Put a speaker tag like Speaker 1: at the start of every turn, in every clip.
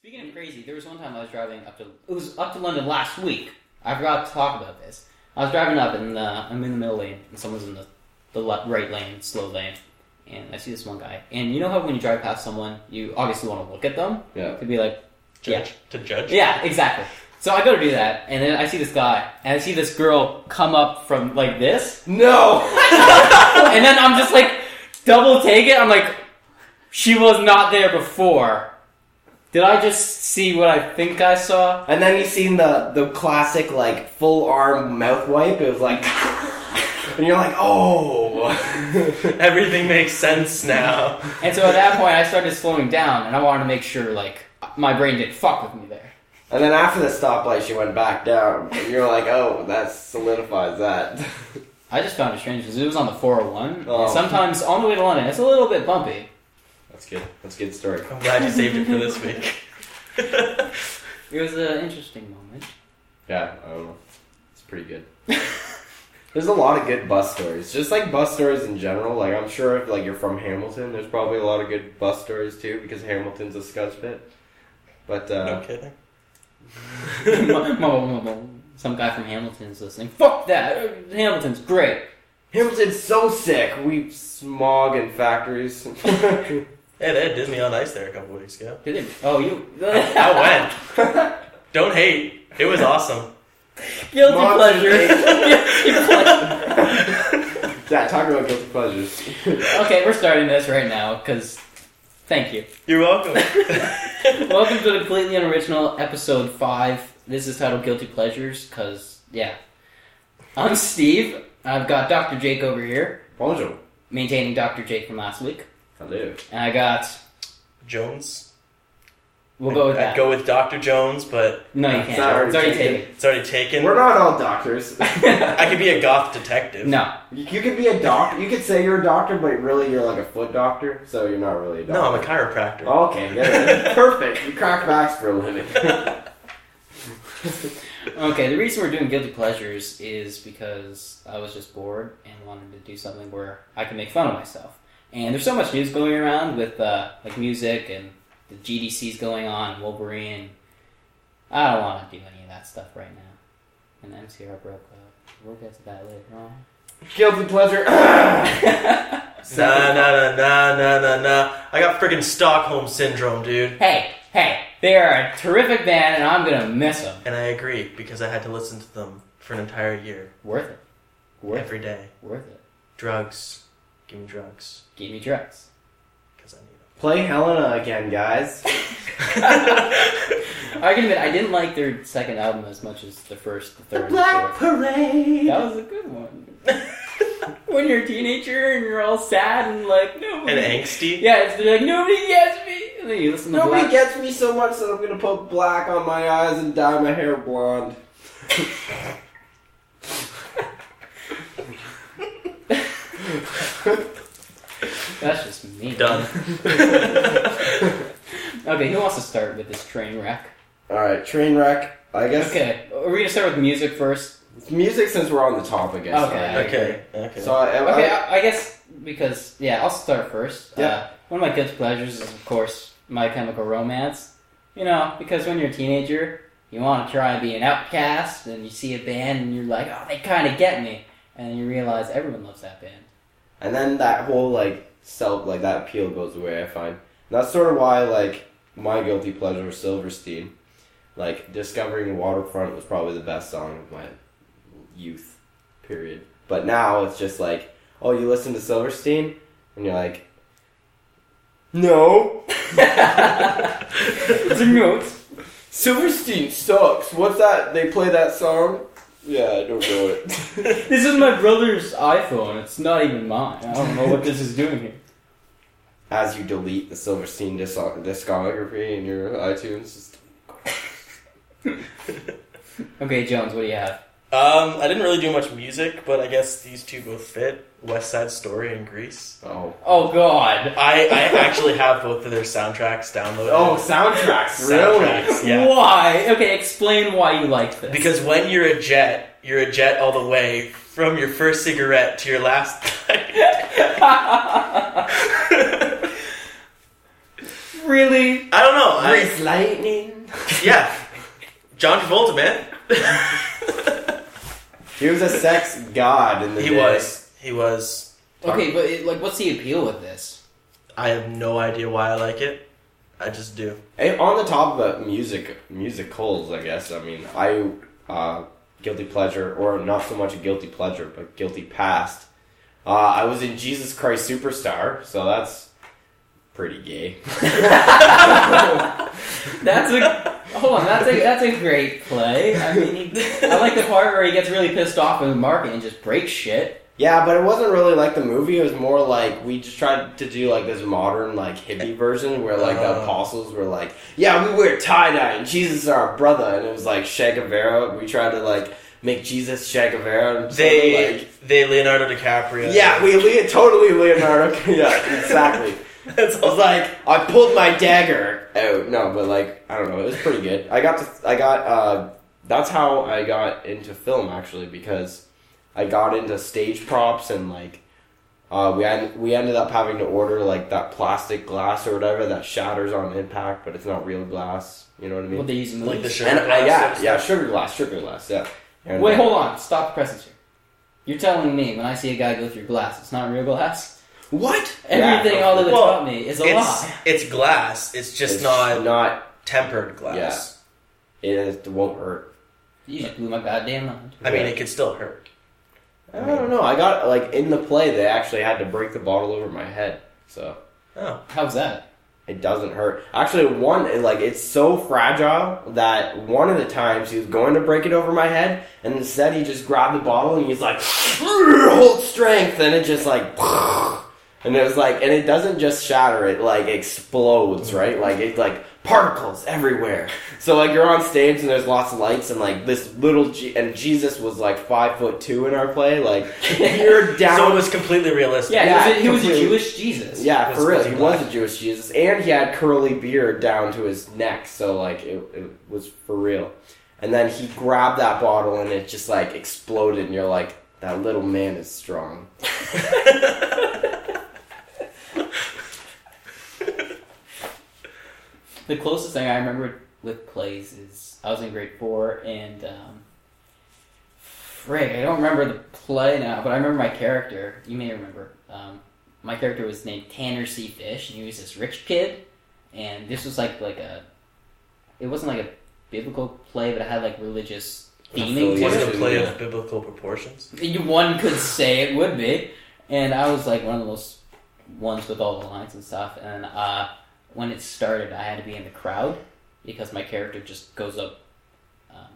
Speaker 1: Speaking of crazy, there was one time I was driving up to it was up to London last week. I forgot to talk about this. I was driving up and uh, I'm in the middle lane and someone's in the the le right lane, slow lane, and I see this one guy. And you know how when you drive past someone, you obviously want to look at them
Speaker 2: Yeah.
Speaker 1: to be like,
Speaker 3: Judge to judge.
Speaker 1: yeah, exactly. So I go to do that, and then I see this guy, and I see this girl come up from like this,
Speaker 2: No.
Speaker 1: and then I'm just like double take it. I'm like, she was not there before. Did I just see what I think I saw?
Speaker 2: And then you seen the the classic like full arm mouth wipe. It was like, and you're like, oh.
Speaker 3: Everything makes sense now.
Speaker 1: And so at that point, I started slowing down, and I wanted to make sure, like, my brain didn't fuck with me there.
Speaker 2: and then after the stoplight, she went back down. And you're like, oh, that solidifies that.
Speaker 1: I just found it strange because it was on the 401.
Speaker 2: Oh.
Speaker 1: And sometimes on the way to London, it's a little bit bumpy.
Speaker 2: That's good. That's a good story.
Speaker 3: I'm glad you saved it for this week.
Speaker 1: It was an interesting moment.
Speaker 2: Yeah. Oh, it's pretty good. There's a lot of good bus stories. Just like bus stories in general. Like I'm sure if like you're from Hamilton, there's probably a lot of good bus stories too because Hamilton's a scotch bit. But
Speaker 3: no
Speaker 2: uh,
Speaker 3: kidding.
Speaker 1: Mo- mo- mo- mo- Some guy from Hamilton's listening. Fuck that! Hamilton's great.
Speaker 2: Hamilton's so sick. We smog in factories.
Speaker 3: Hey, they had Disney on Ice there a couple weeks ago.
Speaker 1: Did it- Oh, you.
Speaker 3: I went. Don't hate. It was awesome.
Speaker 1: Guilty
Speaker 2: Monster
Speaker 1: pleasure. Guilty pleasure.
Speaker 2: yeah, talk about guilty pleasures.
Speaker 1: Okay, we're starting this right now because. Thank you.
Speaker 3: You're welcome.
Speaker 1: Welcome to completely unoriginal episode five. This is titled "Guilty Pleasures" because yeah, I'm Steve. I've got Dr. Jake over here,
Speaker 2: Bonjour.
Speaker 1: maintaining Dr. Jake from last week,
Speaker 2: Hello.
Speaker 1: and I got.
Speaker 3: Jones.
Speaker 1: We'll go with
Speaker 3: I'd
Speaker 1: that.
Speaker 3: go with Dr. Jones, but
Speaker 1: no, you
Speaker 2: It's
Speaker 1: can't. It's
Speaker 2: already
Speaker 1: already
Speaker 2: taken.
Speaker 1: taken.
Speaker 3: it's already taken.
Speaker 2: We're not all doctors.
Speaker 3: I could be a goth detective.
Speaker 1: No,
Speaker 2: you could be a doctor. You could say you're a doctor, but really you're like a foot doctor, so you're not really a doctor.
Speaker 3: No, I'm a chiropractor.
Speaker 1: Oh.
Speaker 2: Okay, yeah, perfect. You crack backs for a living.
Speaker 1: okay. The reason we're doing "Guilty Pleasures" is because I was just bored and wanted to do something where I could make fun of myself. And there's so much news going around with uh, like music and the GDC's going on, Wolverine. I don't want to do any of that stuff right now. And MCR broke up. We'll get to that later on.
Speaker 2: Guilty pleasure.
Speaker 3: Nah, nah, nah, nah, nah, nah, nah. I got freaking Stockholm syndrome, dude.
Speaker 1: Hey, hey, they are a terrific band, and I'm gonna miss them.
Speaker 3: And I agree because I had to listen to them for an entire year,
Speaker 1: Worth it. Worth
Speaker 3: every day.
Speaker 1: it. Worth it.
Speaker 3: Drugs. Give me drugs
Speaker 1: Give me drugs.
Speaker 3: because I need
Speaker 2: Play Helena again, guys.
Speaker 3: them.
Speaker 1: I can admit I didn't like their second album as much as the first, the
Speaker 2: The
Speaker 1: third, and fourth.
Speaker 2: Black Parade.
Speaker 1: That was a good one. when you're a teenager and you're all sad and like nobody,
Speaker 3: and angsty.
Speaker 1: yeah, it's they're like nobody gets me. And then you listen to
Speaker 2: Nobody
Speaker 1: Black.
Speaker 2: gets me so much that I'm gonna put black on my eyes and dye my hair blonde.
Speaker 1: That's just me.
Speaker 3: Done.
Speaker 1: Okay, who wants to start with this train wreck?
Speaker 2: All right, train wreck. I guess
Speaker 1: Okay, are we gonna start with music first?
Speaker 2: It's music since we're on the topic. I guess.
Speaker 1: Okay.
Speaker 2: alright.
Speaker 3: okay. Okay.
Speaker 2: So I, I,
Speaker 1: Okay, I, I guess because yeah, I'll start first.
Speaker 2: Uh, Yeah.
Speaker 1: Uh, one of my guilty pleasures is of course My Chemical Romance. You know, because when you're a teenager, you want to try and be an outcast, and you see a band and you're like, oh, they kind of get me, and then you realize everyone loves that band.
Speaker 2: and then that whole like self like that appeal goes away. I find And that's sort of why like my guilty pleasure was Silverstein. Like discovering Waterfront was probably the best song of my youth period. But now it's just like, oh, you listen to Silverstein, and you're like, no,
Speaker 1: it's a note.
Speaker 2: Silverstein sucks. What's that? They play that song. Yeah, I don't know it.
Speaker 1: This is my brother's iPhone. It's not even mine. I don't know what this is doing here.
Speaker 2: As you delete the Silverstein disc- discography in your iTunes, just
Speaker 1: Okay, Jones, what do you have?
Speaker 3: um, I didn't really do much music, but I guess these two both fit. West Side Story and Grease.
Speaker 2: oh,
Speaker 1: Oh God!
Speaker 3: I, I actually have both of their soundtracks downloaded.
Speaker 2: Oh, soundtracks,
Speaker 3: Oh, Soundtracks, yeah.
Speaker 1: Why? Okay, explain why you like this.
Speaker 3: Because when you're a jet, you're a jet all the way from your first cigarette to your last.
Speaker 1: really?
Speaker 3: I don't know. I,
Speaker 2: lightning.
Speaker 3: yeah, John Travolta, man.
Speaker 2: He was a sex god in the
Speaker 3: he
Speaker 2: day.
Speaker 3: was. He was.
Speaker 1: Okay, but it, like, what's the appeal with this?
Speaker 3: I have no idea why I like it. I just do.
Speaker 2: And Eh, on the top of music, musicals, I guess. I mean, I uh, guilty pleasure, or not so much a guilty pleasure, but guilty past. Uh, I was in Jesus Christ Superstar, so that's pretty gay.
Speaker 1: That's a hold on. That's a that's a great play. I mean, he- I like the part where he gets really pissed off with Mark and just breaks shit.
Speaker 2: yeah, but it wasn't really like the movie. It was more like we just tried to do like this modern like hippie version where like the
Speaker 3: Uh.
Speaker 2: apostles were like, "Yeah, we wear tie dye and Jesus is our brother," and it was like Shagavera. We tried to like make Jesus Shagavera. and
Speaker 3: They
Speaker 2: like,
Speaker 3: they Leonardo DiCaprio.
Speaker 2: Yeah, we le- totally Leonardo. yeah, exactly.
Speaker 3: That's
Speaker 2: I was like, I pulled my dagger out. Oh, No, but like, I don't know. It was pretty good. I got to, I got, uh, that's how I got into film actually because I got into stage props and like, uh, we en- we ended up having to order like that plastic glass or whatever that shatters on impact, but it's not real glass. You know what I mean?
Speaker 1: What they use in
Speaker 3: like the
Speaker 1: movies.
Speaker 3: sugar
Speaker 2: and, uh,
Speaker 3: glass
Speaker 2: yeah,
Speaker 3: stuff.
Speaker 2: yeah, sugar glass, sugar glass, yeah. And,
Speaker 1: Wait,
Speaker 2: uh,
Speaker 1: hold on. Stop the presses here. You're telling me when I see a guy go through glass, it's not real glass.
Speaker 2: What?
Speaker 1: Everything all of
Speaker 3: the
Speaker 1: it
Speaker 3: Well,
Speaker 1: taught me is a
Speaker 3: It's
Speaker 1: lie.
Speaker 3: it's glass. It's just
Speaker 2: It's
Speaker 3: not
Speaker 2: not
Speaker 3: tempered glass.
Speaker 2: It won't hurt.
Speaker 1: You just blew my goddamn mind.
Speaker 3: I mean,
Speaker 2: Yeah.
Speaker 3: it could still hurt.
Speaker 2: I don't know. I got like in the play, they actually had to break the bottle over my head, so
Speaker 3: Oh,
Speaker 1: How's that?
Speaker 2: it doesn't hurt. Actually, one it, like it's so fragile that one of the times he was going to break it over my head, and instead he just grabbed the bottle and he's like, "Hold strength," and it just like. And it was like, and it doesn't just shatter; it like explodes, right? Like it like particles everywhere. So like you're on stage and there's lots of lights and like this little G- and Jesus was like five foot two in our play. Like you're down
Speaker 3: so it was completely realistic.
Speaker 1: Yeah, he,
Speaker 2: Yeah,
Speaker 1: was a, he was a
Speaker 2: completely.
Speaker 1: Jewish Jesus.
Speaker 2: Yeah,
Speaker 3: Was-
Speaker 2: for real.
Speaker 3: was
Speaker 2: He
Speaker 3: he
Speaker 2: was
Speaker 3: black?
Speaker 2: a Jewish Jesus, and he had curly beard down to his neck, so like it, it was for real. And then he grabbed that bottle, and it just like exploded, and you're like, "That little man is strong."
Speaker 1: The closest thing I remember with plays is I was in grade four and um, frig, I don't remember the play now, but I remember my character. You may remember. Um, my character was named Tanner C. Fish, and he was this rich kid. And this was like like a, it wasn't like a biblical play, but it had like religious theming to
Speaker 3: Was
Speaker 1: it.
Speaker 3: it a play of biblical proportions?
Speaker 1: You- One could say it would be. And I was like one of those ones with all the lines and stuff. And uh, when it started, I had to be in the crowd because my character just goes up um,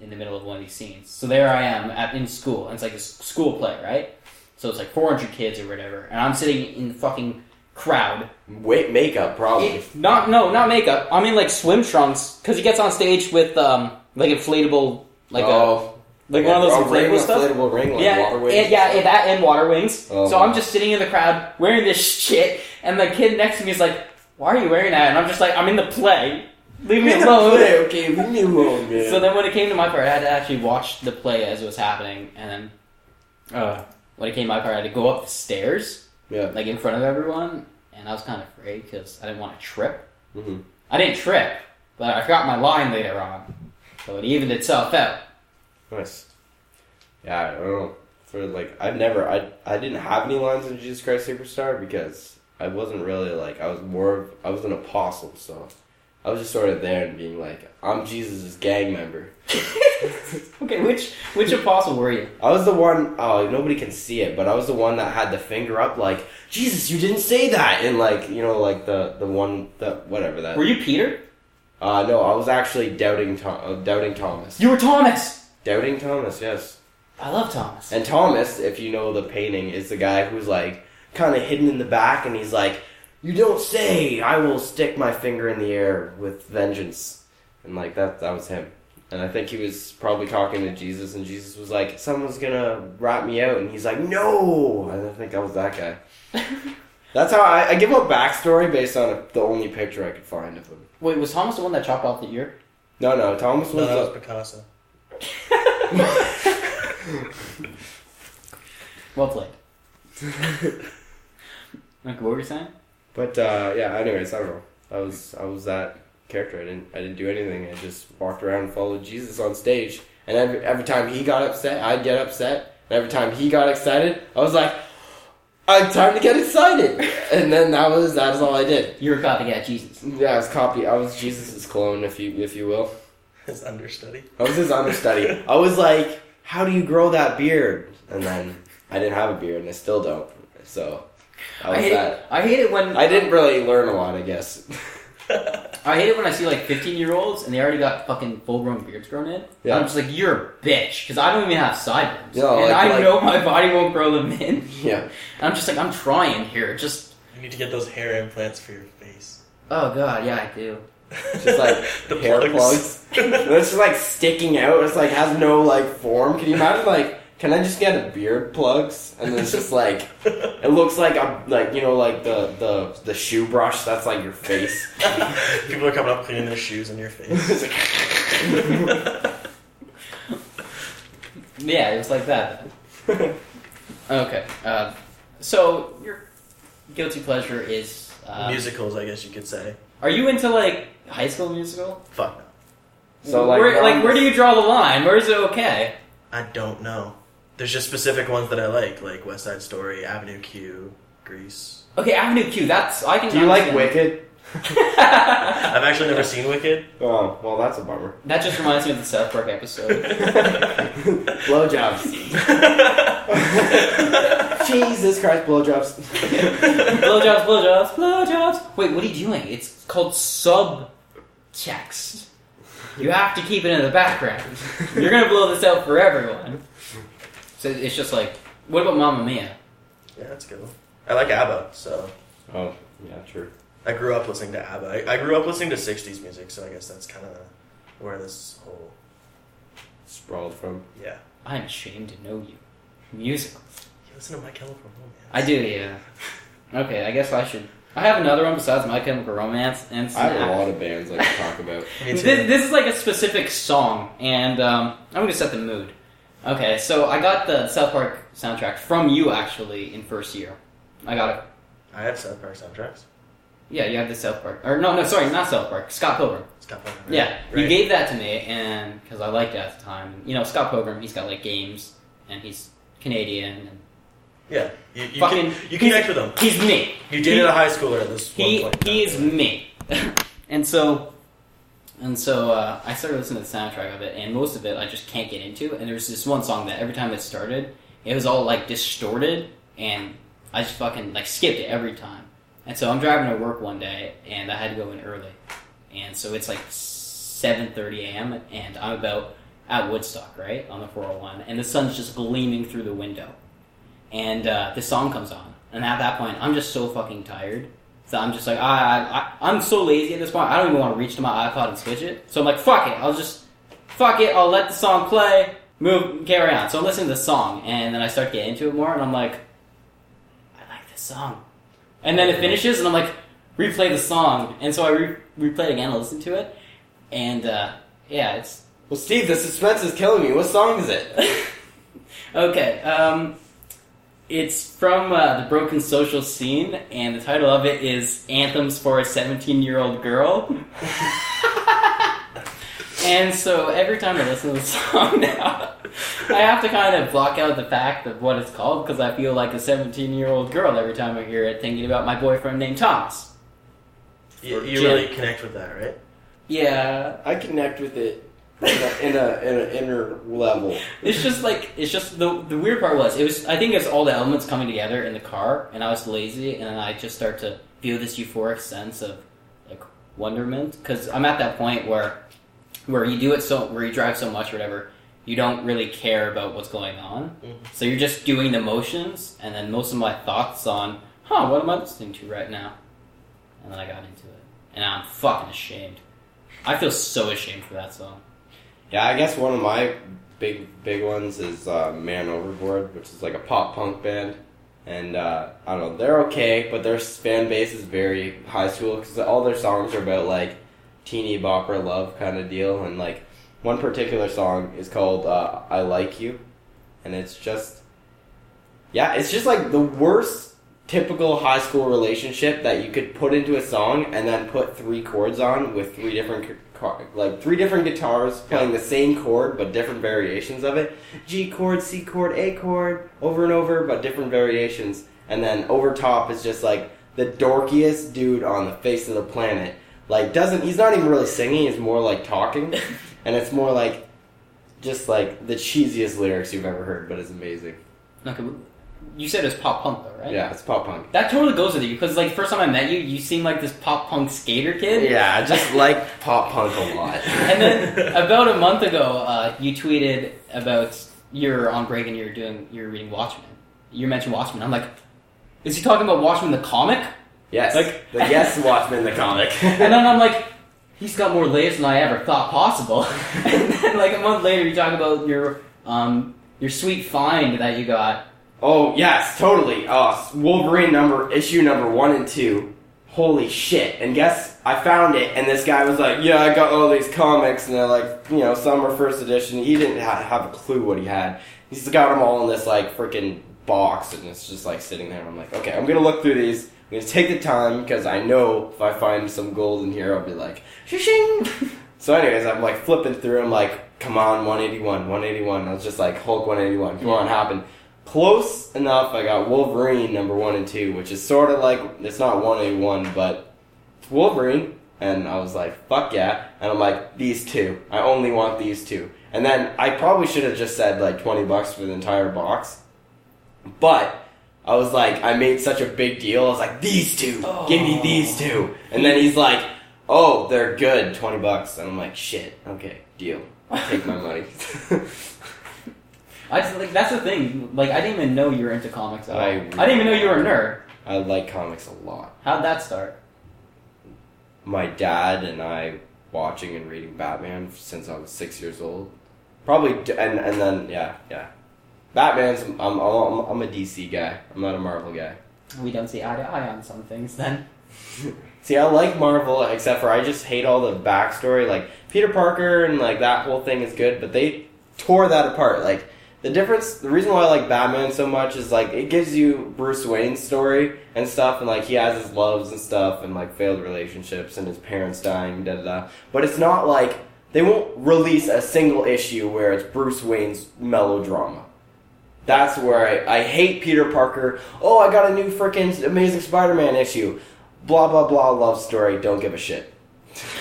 Speaker 1: in the middle of one of these scenes. So there I am at, in school. And it's like a s- school play, right? So it's like 400 kids or whatever. And I'm sitting in the fucking crowd.
Speaker 2: Wait, makeup probably.
Speaker 1: It- not No, not makeup. I'm in like swim trunks because he gets on stage with um, like inflatable, like a.
Speaker 2: oh,
Speaker 1: Like one of those
Speaker 2: a ring,
Speaker 1: inflatable stuff?
Speaker 2: inflatable ring, like
Speaker 1: yeah,
Speaker 2: water
Speaker 1: and, yeah, and that and water wings.
Speaker 2: Oh,
Speaker 1: so
Speaker 2: wow.
Speaker 1: I'm just sitting in the crowd wearing this shit, and the kid next to me is like, "Why are you wearing that?" And I'm just like, "I'm in the play. Leave me alone."
Speaker 2: okay, leave me alone, man.
Speaker 1: So then, when it came to my part, I had to actually watch the play as it was happening, and then uh, when it came to my part, I had to go up the stairs,
Speaker 2: yeah,
Speaker 1: like in front of everyone, and I was kind of afraid because I didn't want to trip.
Speaker 2: Mhm.
Speaker 1: I didn't trip, but I forgot my line later on, so it evened itself out.
Speaker 2: nice. Yeah, I don't know. For like, I've never, I, I didn't have any lines in Jesus Christ Superstar because I wasn't really like I was more of I was an apostle, so I was just sort of there and being like, I'm Jesus' gang member.
Speaker 1: Okay, which which apostle were you?
Speaker 2: I was the one oh nobody can see it, but I was the one that had the finger up like, Jesus, you didn't say that and like, you know, like the the one that whatever that
Speaker 1: Were you Peter?
Speaker 2: uh no, I was actually doubting Tom uh, doubting Thomas.
Speaker 1: You were Thomas.
Speaker 2: Doubting Thomas, yes.
Speaker 1: I love Thomas.
Speaker 2: And Thomas, if you know the painting, is the guy who's like kind of hidden in the back, and he's like, "You don't say! I will stick my finger in the air with vengeance." And like that, that was him. And I think he was probably talking to Jesus, and Jesus was like, "Someone's gonna rat me out," and he's like, "No!" And I think that was that guy. That's how I, I give him a backstory based on the only picture I could find of him.
Speaker 1: Wait, was Thomas the one that chopped off the ear?
Speaker 2: No, no, Thomas
Speaker 3: No,
Speaker 2: was.
Speaker 3: that
Speaker 2: the
Speaker 3: was Picasso.
Speaker 1: Well played. like what were you saying?
Speaker 2: but uh, yeah, anyways, I don't know. I was I was that character. I didn't I didn't do anything. I just walked around and followed Jesus on stage. And every every time he got upset, I'd get upset. And every time he got excited, I was like, "I'm time to get excited." And then that was that is all I did.
Speaker 1: You're a copycat Jesus.
Speaker 2: Yeah, I was copy. I was Jesus's clone, if you if you will.
Speaker 3: His understudy.
Speaker 2: I was his understudy. I was like, "How do you grow that beard?" And then I didn't have a beard, and I still don't. So I was
Speaker 1: I hate,
Speaker 2: that.
Speaker 1: it, I hate it when um,
Speaker 2: I didn't really learn a lot, I guess.
Speaker 1: I hate it when I see like 15 year olds and they already got fucking full grown beards grown in.
Speaker 2: Yeah.
Speaker 1: I'm just like, you're a bitch because I don't even have sideburns,
Speaker 2: Yeah,
Speaker 1: and
Speaker 2: like-
Speaker 1: I
Speaker 2: like-
Speaker 1: know my body won't grow them in.
Speaker 2: yeah.
Speaker 1: I'm just like, I'm trying here. Just
Speaker 3: you need to get those hair implants for your face.
Speaker 1: oh god, yeah, I do.
Speaker 2: Just like hair It's just like sticking out. It's like has no like form. Can you imagine like? Can I just get a beard plugs? And it's just like it looks like a like you know like the the the shoe brush. That's like your face.
Speaker 3: People are coming up cleaning their shoes in your face.
Speaker 2: It's like-
Speaker 1: Yeah, it was like that. Okay, uh, so your guilty pleasure is uh,
Speaker 3: Musicals, I guess you could say.
Speaker 1: Are you into like High School Musical?
Speaker 3: Fuck no.
Speaker 2: so like
Speaker 1: where, like
Speaker 2: um,
Speaker 1: where do you draw the line? Where is it okay?
Speaker 3: I don't know. There's just specific ones that I like, like West Side Story, Avenue Q, Grease.
Speaker 1: Okay, Avenue Q. That's I can.
Speaker 2: do you like
Speaker 1: understand.
Speaker 2: Wicked?
Speaker 3: I've actually never seen Wicked.
Speaker 2: Oh well, that's a bummer.
Speaker 1: that just reminds me of the South Park episode.
Speaker 2: blowjobs. Jesus Christ, blowjobs.
Speaker 1: blowjobs, blowjobs, blowjobs. Wait, what are you doing? It's called subtext. You have to keep it in the background. You're gonna blow this out for everyone. So it's just like, what about Mamma Mia?
Speaker 3: Yeah, that's a good one. I like ABBA, so
Speaker 2: Oh yeah, true.
Speaker 3: I grew up listening to ABBA. I, I grew up listening to 60s music, so I guess that's kind of where this whole.
Speaker 2: Sprawled from.
Speaker 3: Yeah.
Speaker 1: I'm ashamed to know you. Musicals.
Speaker 3: You listen to My Chemical Romance.
Speaker 1: I do, yeah. Okay, I guess I should. I have another one besides My Chemical Romance and
Speaker 2: I have
Speaker 1: Snap.
Speaker 2: a lot of bands I can talk about.
Speaker 3: Me
Speaker 1: This,
Speaker 3: too.
Speaker 1: this is like a specific song, and um, I'm gonna set the mood. Okay, so I got the South Park soundtrack from you actually in first year. I got it.
Speaker 3: I have South Park soundtracks.
Speaker 1: Yeah, you have the South Park, or no, no, sorry, not South Park. Scott Pilgrim.
Speaker 3: It's got fun, right?
Speaker 1: Yeah,
Speaker 3: Right.
Speaker 1: you gave that to me, and because I liked it at the time. You know, Scott Pilgrim, he's got like games, and he's Canadian, and
Speaker 3: Yeah. You, you,
Speaker 1: Fucking-
Speaker 3: can, you connect with them.
Speaker 1: he's me.
Speaker 3: You dated a high schooler at this
Speaker 1: he
Speaker 3: one point.
Speaker 1: he is me, and so and so uh, I started listening to the soundtrack of it, and most of it I just can't get into. And there's this one song that every time it started, it was all like distorted, and I just fucking like skipped it every time. And so I'm driving to work one day, and I had to go in early, and so it's like 7:30 a.m. and I'm about at Woodstock, right on the 401, and the sun's just gleaming through the window, and uh, the song comes on, and at that point I'm just so fucking tired so I'm just like, I, I, I, I'm so lazy at this point. I don't even want to reach to my iPod and switch it. So I'm like, fuck it. I'll just, fuck it. I'll let the song play. Move, carry on. So I'm listening to the song, and then I start getting into it more, and I'm like, I like this song. And then it finishes, and I'm like, replay the song. And so I re- replay it again, I listen to it, and uh, yeah, it's
Speaker 2: Well, Steve, the suspense is killing me. What song is it?
Speaker 1: okay. Um, it's from uh, the Broken Social Scene, and the title of it is "Anthems for a 17-Year-Old Girl." and so every time I listen to the song now, I have to kind of block out the fact of what it's called because I feel like a 17-year-old girl every time I hear it, thinking about my boyfriend named Thomas.
Speaker 3: You,
Speaker 1: for
Speaker 3: you
Speaker 1: Jen.
Speaker 3: really connect with that, right?
Speaker 1: Yeah,
Speaker 2: I connect with it in a in, a, in an inner level.
Speaker 1: It's just like it's just the the weird part was it was I think it's all the elements coming together in the car and I was lazy and I just start to feel this euphoric sense of like wonderment because I'm at that point where where you do it so where you drive so much or whatever you don't really care about what's going on
Speaker 3: Mhm.
Speaker 1: so you're just doing the motions and then most of my thoughts on huh what am I listening to right now and then I got into it and I'm fucking ashamed I feel so ashamed for that song
Speaker 2: Yeah, I guess one of my big big ones is uh, Man Overboard, which is like a pop punk band, and uh, I don't know, they're okay, but their fan base is very high school because all their songs are about like teeny bopper love kind of deal, and like one particular song is called uh, "I Like You," and it's just yeah, it's just like the worst typical high school relationship that you could put into a song and then put three chords on with three different gu- car- like three different guitars playing the same chord but different variations of it. G chord, C chord, A chord, over and over but different variations. And then over top is just like the dorkiest dude on the face of the planet. Like doesn't he's not even really singing, he's more like talking. and it's more like just like the cheesiest lyrics you've ever heard, but it's amazing.
Speaker 1: Okay, you said it was pop punk though, right?
Speaker 2: Yeah, it's pop punk.
Speaker 1: That totally goes with you because like first time I met you, you seemed like this pop punk skater kid.
Speaker 2: Yeah, I just like pop punk a lot.
Speaker 1: And then about a month ago, uh, you tweeted about you're on break and you're doing you're reading Watchmen. You mentioned Watchmen. I'm like, is he talking about Watchmen the comic?
Speaker 2: yes,
Speaker 1: Like-
Speaker 2: the Yes Watchmen the comic.
Speaker 1: And then I'm like, he's got more layers than I ever thought possible. uh, and then like a month later, you talk about your um your sweet find that you got.
Speaker 2: oh yes, totally. Uh, Wolverine number issue number one and two. Holy shit! And guess I found it, and this guy was like, "Yeah, I got all these comics," and they're like, you know, some are first edition. He didn't ha- have a clue what he had. He's got them all in this like freaking box, and it's just like sitting there. And I'm like, okay, I'm gonna look through these. I'm gonna take the time because I know if I find some gold in here, I'll be like, shing. So, anyways, I'm like flipping through. I'm like, come on, 181, 181. I was just like, Hulk 181, come on, happen. Close enough, I got Wolverine number one and two, which is sort of like, it's not 181, but it's Wolverine. And I was like, fuck yeah. And I'm like, these two. I only want these two. And then I probably should have just said like 20 bucks for the entire box. But I was like, I made such a big deal. I was like, these two. Give me these two. And then he's like, oh, they're good. 20 bucks. And I'm like, shit. Okay, deal. I'll take my money.
Speaker 1: I just like that's the thing. Like I didn't even know you were into comics. At all.
Speaker 2: I-
Speaker 1: didn't even know you were a nerd.
Speaker 2: I like comics a lot.
Speaker 1: How'd that start?
Speaker 2: My dad and I watching and reading Batman since I was six years old. Probably, d- and, and then, yeah, yeah. Batman's, I'm, I'm, I'm a DC guy. I'm not a Marvel guy.
Speaker 1: We don't see eye to eye on some things then.
Speaker 2: See, I like Marvel, except for I just hate all the backstory. Like Peter Parker and like that whole thing is good, but they tore that apart. Like the difference, the reason why I like Batman so much is like it gives you Bruce Wayne's story and stuff, and like he has his loves and stuff, and like failed relationships and his parents dying, da da da. But it's not like they won't release a single issue where it's Bruce Wayne's melodrama. That's where I, I hate Peter Parker. Oh, I got a new freaking Amazing Spider Man issue. Blah, blah, blah, love story. Don't give a shit.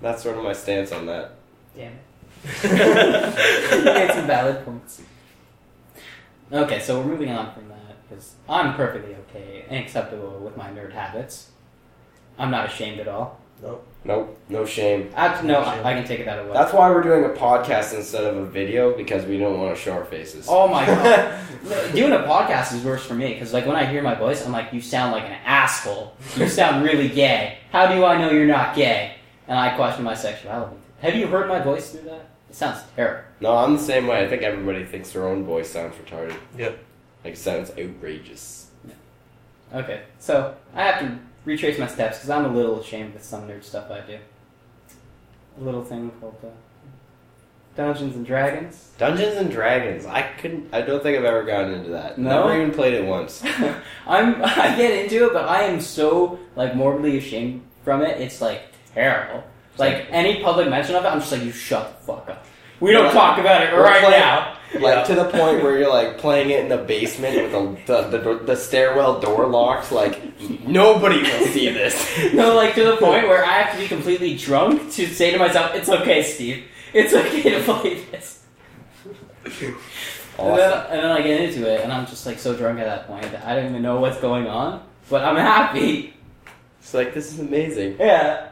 Speaker 2: That's sort of my stance on that.
Speaker 1: Damn it. you made some valid points. Okay, so we're moving on from that because I'm perfectly okay and acceptable with my nerd habits. I'm not ashamed at all.
Speaker 2: Nope, no shame.
Speaker 1: Actually, no, I, I can take that away.
Speaker 2: That's why we're doing a podcast instead of a video because we don't want to show our faces.
Speaker 1: oh my god, doing a podcast is worse for me because like when I hear my voice, I'm like, you sound like an asshole. You sound really gay. How do I know you're not gay? And I question my sexuality. Have you heard my voice through that? It sounds terrible.
Speaker 2: no, I'm the same way. I think everybody thinks their own voice sounds retarded.
Speaker 3: Yep.
Speaker 2: Like, it sounds outrageous.
Speaker 1: Okay, so I have to retrace my steps because I'm a little ashamed with some nerd stuff I do. A little thing called uh, Dungeons and Dragons.
Speaker 2: Dungeons and Dragons. I couldn't. I don't think I've ever gotten into that.
Speaker 1: No?
Speaker 2: Never even played it once.
Speaker 1: I'm I get into it, but I am so like morbidly ashamed from it. It's like terrible. Like any public mention of it, I'm just like, you shut the fuck up. We don't
Speaker 2: Yeah.
Speaker 1: talk about it
Speaker 2: We're
Speaker 1: right
Speaker 2: playing-
Speaker 1: now.
Speaker 2: Like
Speaker 3: Yeah.
Speaker 2: to the point where you're like playing it in the basement with the the, the, the stairwell door locked. Like nobody will see this.
Speaker 1: No, like to the point where I have to be completely drunk to say to myself, "It's okay, Steve. It's okay to play this." And, then,
Speaker 2: Awesome.
Speaker 1: and then I get into it, and I'm just like so drunk at that point that I don't even know what's going on, but I'm happy.
Speaker 2: It's like this is amazing.
Speaker 1: Yeah.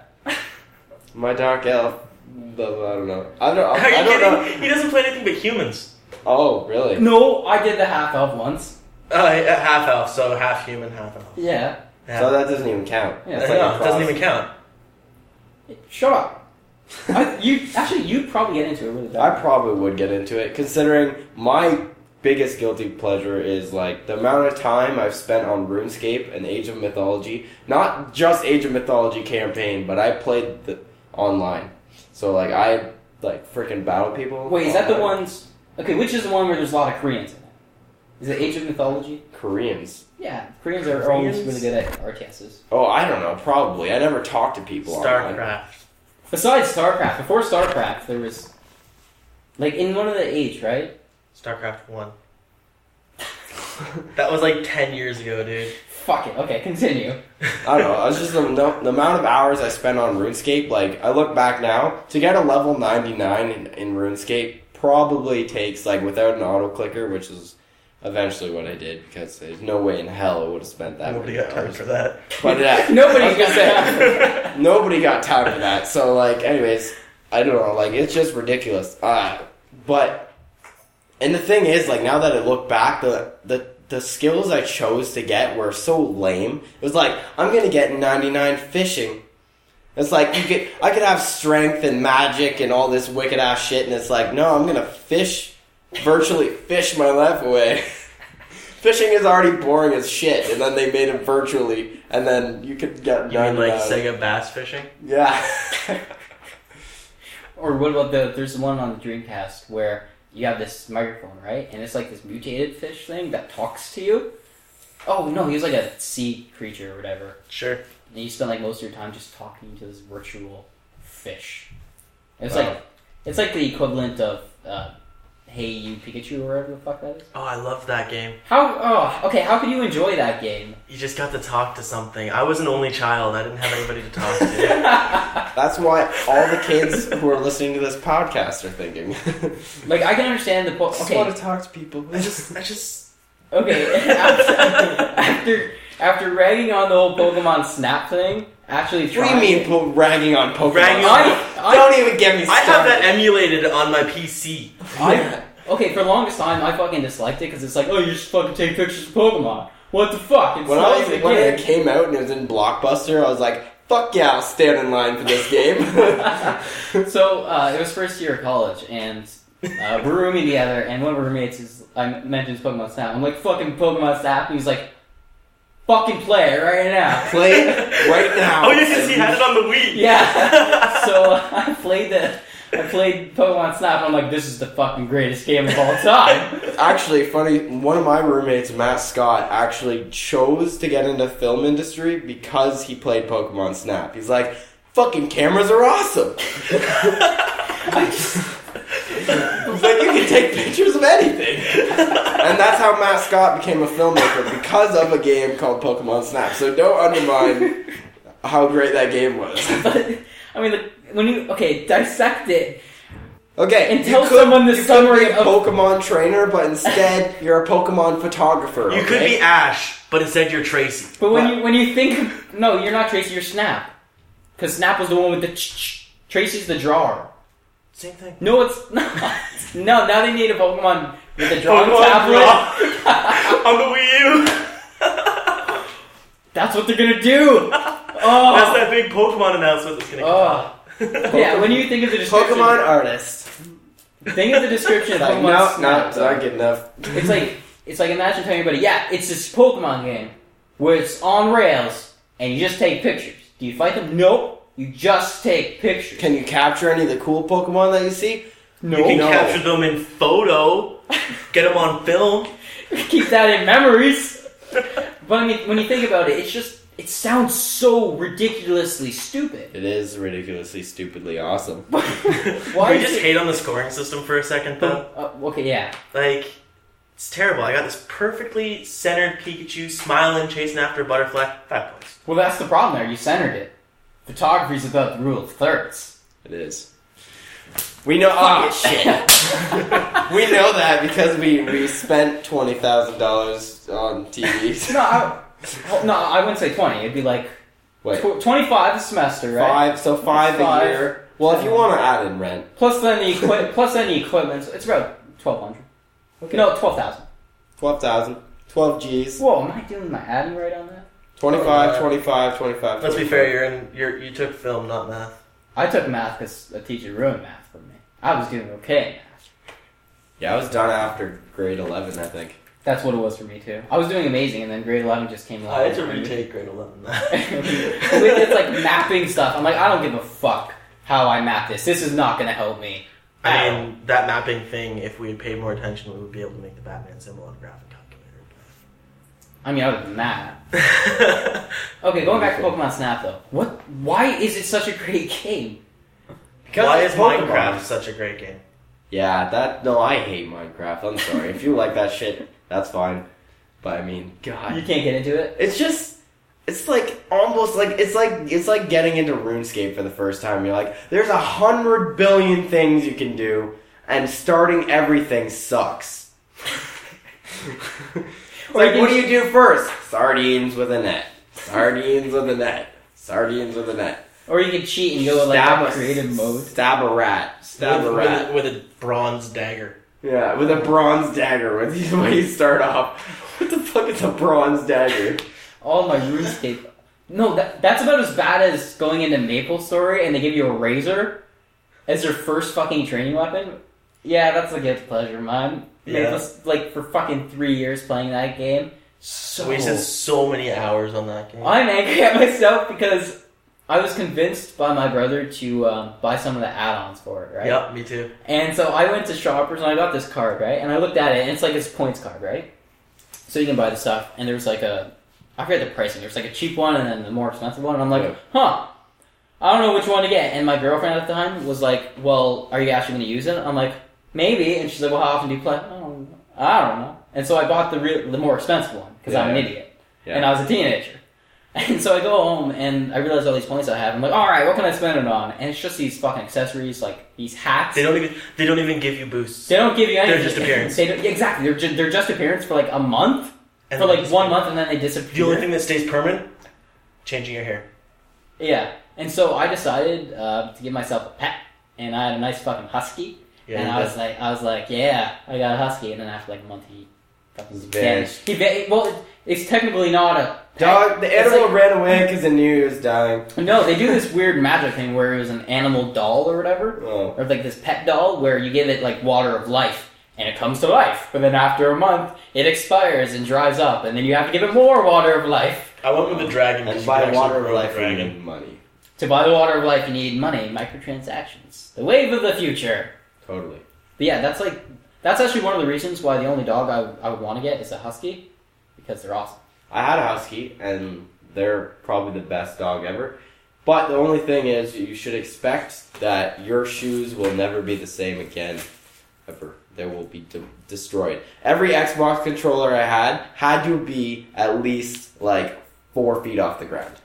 Speaker 2: My dark elf. Blah, blah, I don't know. I don't.
Speaker 3: Are
Speaker 2: I, I
Speaker 3: you
Speaker 2: don't know.
Speaker 3: kidding? He doesn't play anything but humans.
Speaker 2: Oh really?
Speaker 1: No, I did the half elf once.
Speaker 3: Uh, uh, half elf, so half human, half elf.
Speaker 1: Yeah.
Speaker 3: Yeah.
Speaker 2: So that doesn't even count.
Speaker 1: Yeah.
Speaker 2: It's
Speaker 3: I
Speaker 2: like
Speaker 3: know,
Speaker 2: a
Speaker 3: it doesn't
Speaker 2: cross.
Speaker 3: even count.
Speaker 1: Shut up. I, you actually, you probably get into it really
Speaker 2: I
Speaker 1: bad.
Speaker 2: probably would get into it, considering my biggest guilty pleasure is like the amount of time I've spent on RuneScape and Age of Mythology. Not just Age of Mythology campaign, but I played the online. So like I like freaking battle people.
Speaker 1: Wait, is that the
Speaker 2: online.
Speaker 1: ones? Okay, which is the one where there's a lot of Koreans in it? Is it Age of Mythology?
Speaker 2: Koreans.
Speaker 1: Yeah, Koreans are always
Speaker 3: Koreans?
Speaker 1: really good at RTSs.
Speaker 2: Oh, I don't know. Probably. I never talk to people. online.
Speaker 3: StarCraft.
Speaker 1: Besides StarCraft, before StarCraft, there was like in one of the age, right?
Speaker 3: StarCraft 1. That was like 10 years ago, dude.
Speaker 1: Fuck it. Okay, continue.
Speaker 2: I don't know. I was just the, the, the amount of hours I spent on RuneScape. Like I look back now to get a level ninety nine in, in RuneScape probably takes like without an auto clicker, which is eventually what I did because there's no way in hell I would have spent that.
Speaker 3: Nobody
Speaker 2: many
Speaker 3: got time
Speaker 2: hours.
Speaker 3: for that.
Speaker 2: But
Speaker 1: uh,
Speaker 2: uh, yeah, I
Speaker 1: Nobody's
Speaker 2: was gonna
Speaker 1: got
Speaker 2: say,
Speaker 1: that.
Speaker 2: nobody got time for that. So like, anyways, I don't know. Like it's just ridiculous. Uh, but and the thing is, like now that I look back, the the the skills I chose to get were so lame. It was like I'm gonna get 99 fishing. It's like you could I could have strength and magic and all this wicked ass shit, and it's like no, I'm gonna fish, virtually fish my life away. Fishing is already boring as shit, and then they made it virtually, and then you could get
Speaker 3: You mean like
Speaker 2: 99.
Speaker 3: Sega bass fishing?
Speaker 2: Yeah.
Speaker 1: Or what about the? There's one on the Dreamcast where you have this microphone, right? And it's like this mutated fish thing that talks to you. Oh no, he was like a sea creature or whatever.
Speaker 3: Sure.
Speaker 1: And you spend like most of your time just talking to this virtual fish. It's
Speaker 2: Wow.
Speaker 1: like it's like the equivalent of uh, "Hey you Pikachu" or whatever the fuck that is.
Speaker 3: Oh, I love that game.
Speaker 1: How? Oh, okay. How could you enjoy that game?
Speaker 3: You just got to talk to something. I was an only child. I didn't have anybody to talk to.
Speaker 2: That's why all the kids who are listening to this podcast are thinking.
Speaker 1: Like I can understand the po-
Speaker 2: I just
Speaker 1: okay,
Speaker 2: want to talk to people.
Speaker 3: I just, I just.
Speaker 1: okay. After, after after ragging on the whole Pokemon Snap thing, actually
Speaker 2: What do
Speaker 1: trying.
Speaker 2: you mean po- ragging on Pokemon?
Speaker 3: Ragging
Speaker 1: on-
Speaker 2: I, don't even get me
Speaker 3: I
Speaker 2: started.
Speaker 3: have that emulated on my PC.
Speaker 1: I, okay, for the longest time, I fucking disliked it because it's like, oh, you just fucking take pictures of Pokemon. What the fuck? It's
Speaker 2: When, I
Speaker 1: not
Speaker 2: was,
Speaker 1: even a
Speaker 2: when it
Speaker 1: game.
Speaker 2: came out and it was in Blockbuster, I was like, fuck yeah, I'll stand in line for this game.
Speaker 1: So uh, it was first year of college, and uh, we're rooming together, and one of our roommates is I mentioned Pokemon Snap. I'm like, fucking Pokemon Snap, and he's like, fucking play it right now.
Speaker 2: Play it right now.
Speaker 3: Oh, yes, yes, he had it on the Wii.
Speaker 1: Yeah. so I played the I played Pokemon Snap. And I'm like, this is the fucking greatest game of all time.
Speaker 2: Actually, funny, one of my roommates, Matt Scott, actually chose to get into film industry because he played Pokemon Snap. He's like, fucking cameras are awesome.
Speaker 1: I just
Speaker 2: It's like you can take pictures of anything. and that's how Matt Scott became a filmmaker because of a game called Pokemon Snap. So don't undermine how great that game was.
Speaker 1: but, I mean, like, when you okay dissect it,
Speaker 2: Okay.
Speaker 1: And
Speaker 2: you
Speaker 1: tell someone the
Speaker 2: you could
Speaker 1: summary
Speaker 2: be a
Speaker 1: of-
Speaker 2: Pokemon trainer, but instead you're a Pokemon photographer.
Speaker 3: You could be Ash, but instead you're Tracy.
Speaker 1: but when you when you think no, you're not Tracy, you're Snap, because Snap was the one with the ch-ch. Tracy's the drawer.
Speaker 3: Same thing.
Speaker 1: No, it's not. No, now they need a Pokemon with a drawing
Speaker 3: Pokemon
Speaker 1: tablet.
Speaker 3: Raw. on the Wii U.
Speaker 1: That's what they're gonna do. Oh,
Speaker 3: That's that big Pokemon announcement that's gonna come
Speaker 1: Oh.
Speaker 3: out.
Speaker 1: yeah. When you think of the description,
Speaker 2: Pokemon artist.
Speaker 1: think of the description of
Speaker 2: Like,
Speaker 1: Pokemon
Speaker 2: no, no,
Speaker 1: Snap. uh,
Speaker 2: it's not good enough.
Speaker 1: It's like it's like imagine telling everybody, yeah, it's this Pokemon game where it's on rails and you just take pictures. Do you fight them? Nope. You just take pictures.
Speaker 2: Can you capture any of the cool Pokemon that you see?
Speaker 1: no.
Speaker 3: you can
Speaker 2: No.
Speaker 3: capture them in photo, get them on film.
Speaker 1: Keep that in memories. But I mean, when you think about it, it's just it sounds so ridiculously stupid.
Speaker 2: It is ridiculously, stupidly awesome.
Speaker 1: Why
Speaker 3: Can
Speaker 1: is
Speaker 3: we just
Speaker 1: it-
Speaker 3: hate on the scoring system for a second, though?
Speaker 1: Uh, okay, yeah.
Speaker 3: Like, it's terrible. I got this perfectly centered Pikachu smiling, chasing after a butterfly. Five points.
Speaker 1: Well, that's the problem there. You centered it. Photography's about the rule of thirds.
Speaker 2: It is. We know. Ah, shit. we know that because we we spent twenty thousand dollars on TV.
Speaker 1: No, I, well, no, I wouldn't say twenty. It'd be like
Speaker 2: Wait,
Speaker 1: tw- twenty-five a semester, right?
Speaker 2: five. So five,
Speaker 1: Five.
Speaker 2: a year. Well, if you want to add in rent,
Speaker 1: Plus then the equi- plus then the equipment. so It's about twelve hundred.
Speaker 2: Okay.
Speaker 1: No, twelve thousand.
Speaker 2: twelve thousand. 12 G's,
Speaker 1: Whoa, am I doing my adding right on that?
Speaker 2: 25, 25, 25.
Speaker 3: Uh, Let's be fair. You're in. You're, you took film, not math.
Speaker 1: I took math because a teacher ruined math for me. I was doing okay in math.
Speaker 2: Yeah, I was done after grade 11, I think.
Speaker 1: That's what it was for me too. I was doing amazing, and then grade eleven just came
Speaker 2: Uh,
Speaker 1: along. and-
Speaker 3: grade eleven.
Speaker 1: With it's like mapping stuff. I'm like, I don't give a fuck how I map this. This is not gonna help me.
Speaker 3: I mean, that mapping thing. If we had paid more attention, we would be able to make the Batman symbol on a graphic calculator.
Speaker 1: I mean, other than that. Okay, going back to Pokemon Snap though. What? Why is it such a great game?
Speaker 3: Why is
Speaker 2: it's Pokemon.
Speaker 3: Minecraft such a great game?
Speaker 2: Yeah, that. No, I hate Minecraft. I'm sorry. if you like that shit, that's fine. But I mean, God.
Speaker 1: You can't get into it.
Speaker 2: It's just it's like almost like it's like it's like getting into RuneScape for the first time. You're like, there's a hundred billion things you can do, and starting everything sucks. It's
Speaker 1: Or
Speaker 2: like,
Speaker 1: you
Speaker 2: what do
Speaker 1: can-
Speaker 2: you do first? Sardines with a net. Sardines with a net. Sardines with a net.
Speaker 1: Or you can cheat and go like
Speaker 2: Stab a-
Speaker 1: creative mode.
Speaker 2: Stab a rat. Stab
Speaker 3: with,
Speaker 2: a
Speaker 3: with
Speaker 2: rat.
Speaker 3: with a bronze dagger.
Speaker 2: yeah, with a bronze dagger. With the way you start off. What the fuck is a bronze dagger?
Speaker 1: All my RuneScape. No, that, that's about as bad as going into Maple Story and they give you a razor as your first fucking training weapon. Yeah, that's a guilty pleasure, man.
Speaker 3: Yeah.
Speaker 1: Maple, like for fucking three years playing that game. So
Speaker 3: Wasted so many hours on that game.
Speaker 1: I'm angry at myself because I was convinced by my brother to um, buy some of the add-ons for it, right?
Speaker 3: Yep, me too.
Speaker 1: And so I went to Shoppers and I got this card, right? And I looked at it and it's like this points card, right? So you can buy the stuff. And there was like a, I forget the pricing. There's like a cheap one and then the more expensive one. And I'm like,
Speaker 2: Yeah.
Speaker 1: huh, I don't know which one to get. And my girlfriend at the time was like, well, are you actually going to use it? I'm like, maybe. And she's like, well, how often do you play? I don't know. I don't know. And so I bought the real, the more expensive one because I'm an
Speaker 2: Yeah.
Speaker 1: idiot
Speaker 2: Yeah.
Speaker 1: and I was a teenager. And so I go home and I realize all these points I have. I'm like, all right, what can I spend it on? And it's just these fucking accessories, like these hats.
Speaker 3: They don't even they don't even give you boosts.
Speaker 1: They don't give you anything.
Speaker 3: just appearance.
Speaker 1: They don't, yeah, exactly. They're, ju- they're just appearance for like a month,
Speaker 3: And
Speaker 1: for
Speaker 3: they
Speaker 1: like
Speaker 3: just-
Speaker 1: one month, and then they
Speaker 3: The
Speaker 1: disappear.
Speaker 3: only thing that stays permanent, changing your hair.
Speaker 1: yeah. And so I decided uh, to give myself a pet, and I had a nice fucking husky,
Speaker 3: Yeah,
Speaker 1: and
Speaker 3: you
Speaker 1: I
Speaker 3: bet.
Speaker 1: was like, I was like, yeah, I got a husky, and then after like a month, he fucking
Speaker 2: He's vanished.
Speaker 1: He va- well, it- it's technically not a pet.
Speaker 2: Dog, the
Speaker 1: It's
Speaker 2: animal
Speaker 1: like-
Speaker 2: ran away because it knew he was dying.
Speaker 1: No, they do this weird magic thing where it was an animal doll or whatever.
Speaker 2: Oh.
Speaker 1: or like this pet doll where you give it like water of life and it comes to life but then after a month it expires and dries up and then you have to give it more water of life
Speaker 3: I went with the dragon.
Speaker 2: And
Speaker 3: because you
Speaker 2: by
Speaker 3: can actually
Speaker 2: water of
Speaker 3: grow the
Speaker 2: life, we
Speaker 3: dragon.
Speaker 2: mean money.
Speaker 1: to buy the water of life you need money microtransactions the wave of the future
Speaker 2: Totally.
Speaker 1: but yeah that's like that's actually one of the reasons why the only dog i, would- I would want to get is a husky because they're awesome
Speaker 2: I had a husky, and they're probably the best dog ever. But the only thing is, you should expect that your shoes will never be the same again. Ever. They will be de- destroyed. Every Xbox controller I had had to be at least like four feet off the ground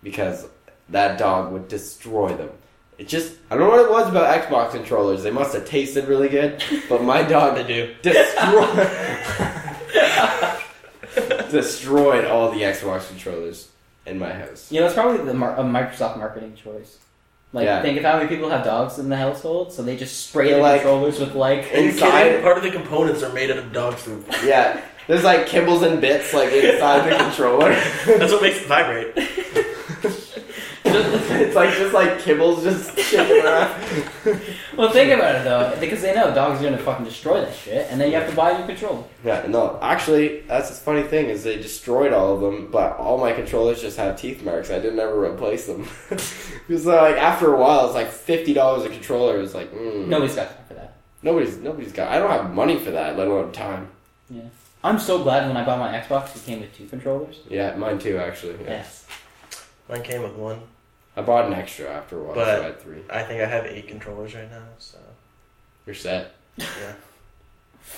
Speaker 2: because that dog would destroy them. It just, I don't know what it was about Xbox controllers. They must have tasted really good, but my dog
Speaker 3: They do.
Speaker 2: destroyed destroyed all the Xbox controllers in my house.
Speaker 1: you know that's probably the mar- a microsoft marketing choice like
Speaker 2: Yeah.
Speaker 1: think of how many people have dogs in the household so they just spray the
Speaker 2: They're like-
Speaker 1: controllers with like
Speaker 3: Are you kidding?
Speaker 2: Inside-
Speaker 3: Part of the components are made out of dog food.
Speaker 2: Yeah, there's like kibbles and bits like inside the controller.
Speaker 3: That's what makes it vibrate.
Speaker 2: it's like just like kibbles just shaking around.
Speaker 1: Well, think about it though, because they know dogs are gonna fucking destroy that shit, and then you have to buy a new controller.
Speaker 2: Yeah, no, actually, that's the funny thing is they destroyed all of them, but all my controllers just have teeth marks. I didn't ever replace them. Because like after a while, it's like fifty dollars a controller. It's like mm,
Speaker 1: Nobody's got time for that.
Speaker 2: nobody's nobody's got. I don't have money for that, let alone time.
Speaker 1: I'm so glad when I bought my Xbox, it came with two controllers.
Speaker 2: Yeah, mine too actually. Yeah.
Speaker 1: Yes.
Speaker 3: Mine came with one.
Speaker 2: I bought an extra after a while,
Speaker 3: But-
Speaker 2: so I had three.
Speaker 3: I think I have eight controllers right now. So
Speaker 2: You're set.
Speaker 3: Yeah.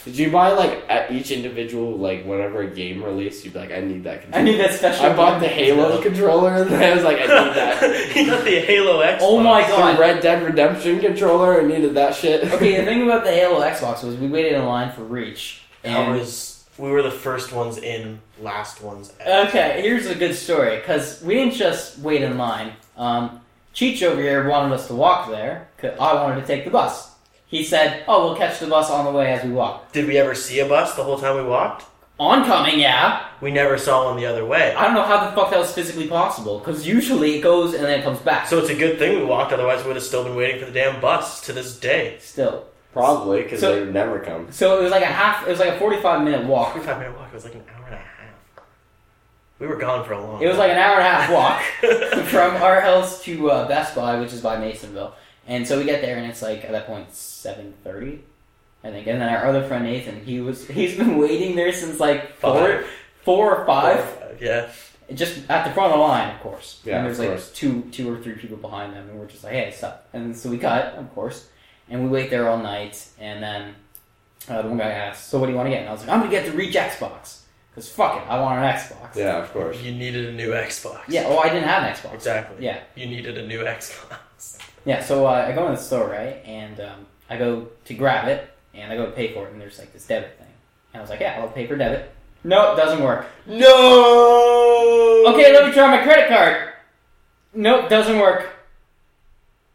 Speaker 2: Did you buy like at each individual like whenever a game released, you'd be like, I need that
Speaker 1: I
Speaker 2: controller.
Speaker 1: need that special.
Speaker 2: I bought the
Speaker 1: game.
Speaker 2: Halo controller and I was like, I need that.
Speaker 3: he got the Halo X.
Speaker 1: Oh my
Speaker 2: The
Speaker 1: god.
Speaker 2: Red Dead Redemption controller, I needed that shit.
Speaker 1: Okay, the thing about the Halo Xbox was we waited in line for Reach.
Speaker 3: I
Speaker 1: And
Speaker 3: was. We were the first ones in, last ones out.
Speaker 1: okay, here's a good story because we didn't just wait in line. Um, Cheech over here wanted us to walk there. 'cause I wanted to take the bus. He said, "Oh, we'll catch the bus on the way as we walk."
Speaker 3: Did we ever see a bus the whole time we walked?
Speaker 1: Oncoming, yeah.
Speaker 3: We never saw one the other way.
Speaker 1: I don't know how the fuck that was physically possible, because usually it goes and then it comes back.
Speaker 3: So it's a good thing we walked, otherwise we would have still been waiting for the damn bus to this day.
Speaker 1: still.
Speaker 2: Probably because
Speaker 1: So-
Speaker 2: they would never come.
Speaker 1: So it was like a half, it was like a 45 minute walk.
Speaker 3: Forty-five minute walk. It was like an hour and a half. We were gone for a long.
Speaker 1: It was like an hour and a half walk from our house to uh, Best Buy, which is by Masonville. And so we get there and it's like, at that point, 7.30, I think. And then our other friend Nathan, he was, he's been waiting there since like 4,
Speaker 3: Five.
Speaker 1: 4 four or five,
Speaker 3: Yeah.
Speaker 1: just at the front of the line, of course.
Speaker 2: Yeah,
Speaker 1: and there's
Speaker 2: of
Speaker 1: like
Speaker 2: course.
Speaker 1: two, two or three people behind them, and we're just like, hey, stop. And so we cut, of course, and we wait there all night. And then uh, the one guy asked, so what do you want to get? And I was like, I'm gonna get the Reach Xbox because fuck it, I want an Xbox.
Speaker 2: Yeah, of course.
Speaker 3: You needed a new Xbox.
Speaker 1: Yeah. Oh, I didn't have an Xbox.
Speaker 3: Exactly.
Speaker 1: Yeah.
Speaker 3: You needed a new Xbox.
Speaker 1: Yeah, so uh, I go in the store, right? And um, I go to grab it, and I go to pay for it, and there's like this debit thing. And I was like, yeah, I'll pay for debit. No, it doesn't work.
Speaker 3: No.
Speaker 1: Okay, let me try my credit card. Nope, doesn't work.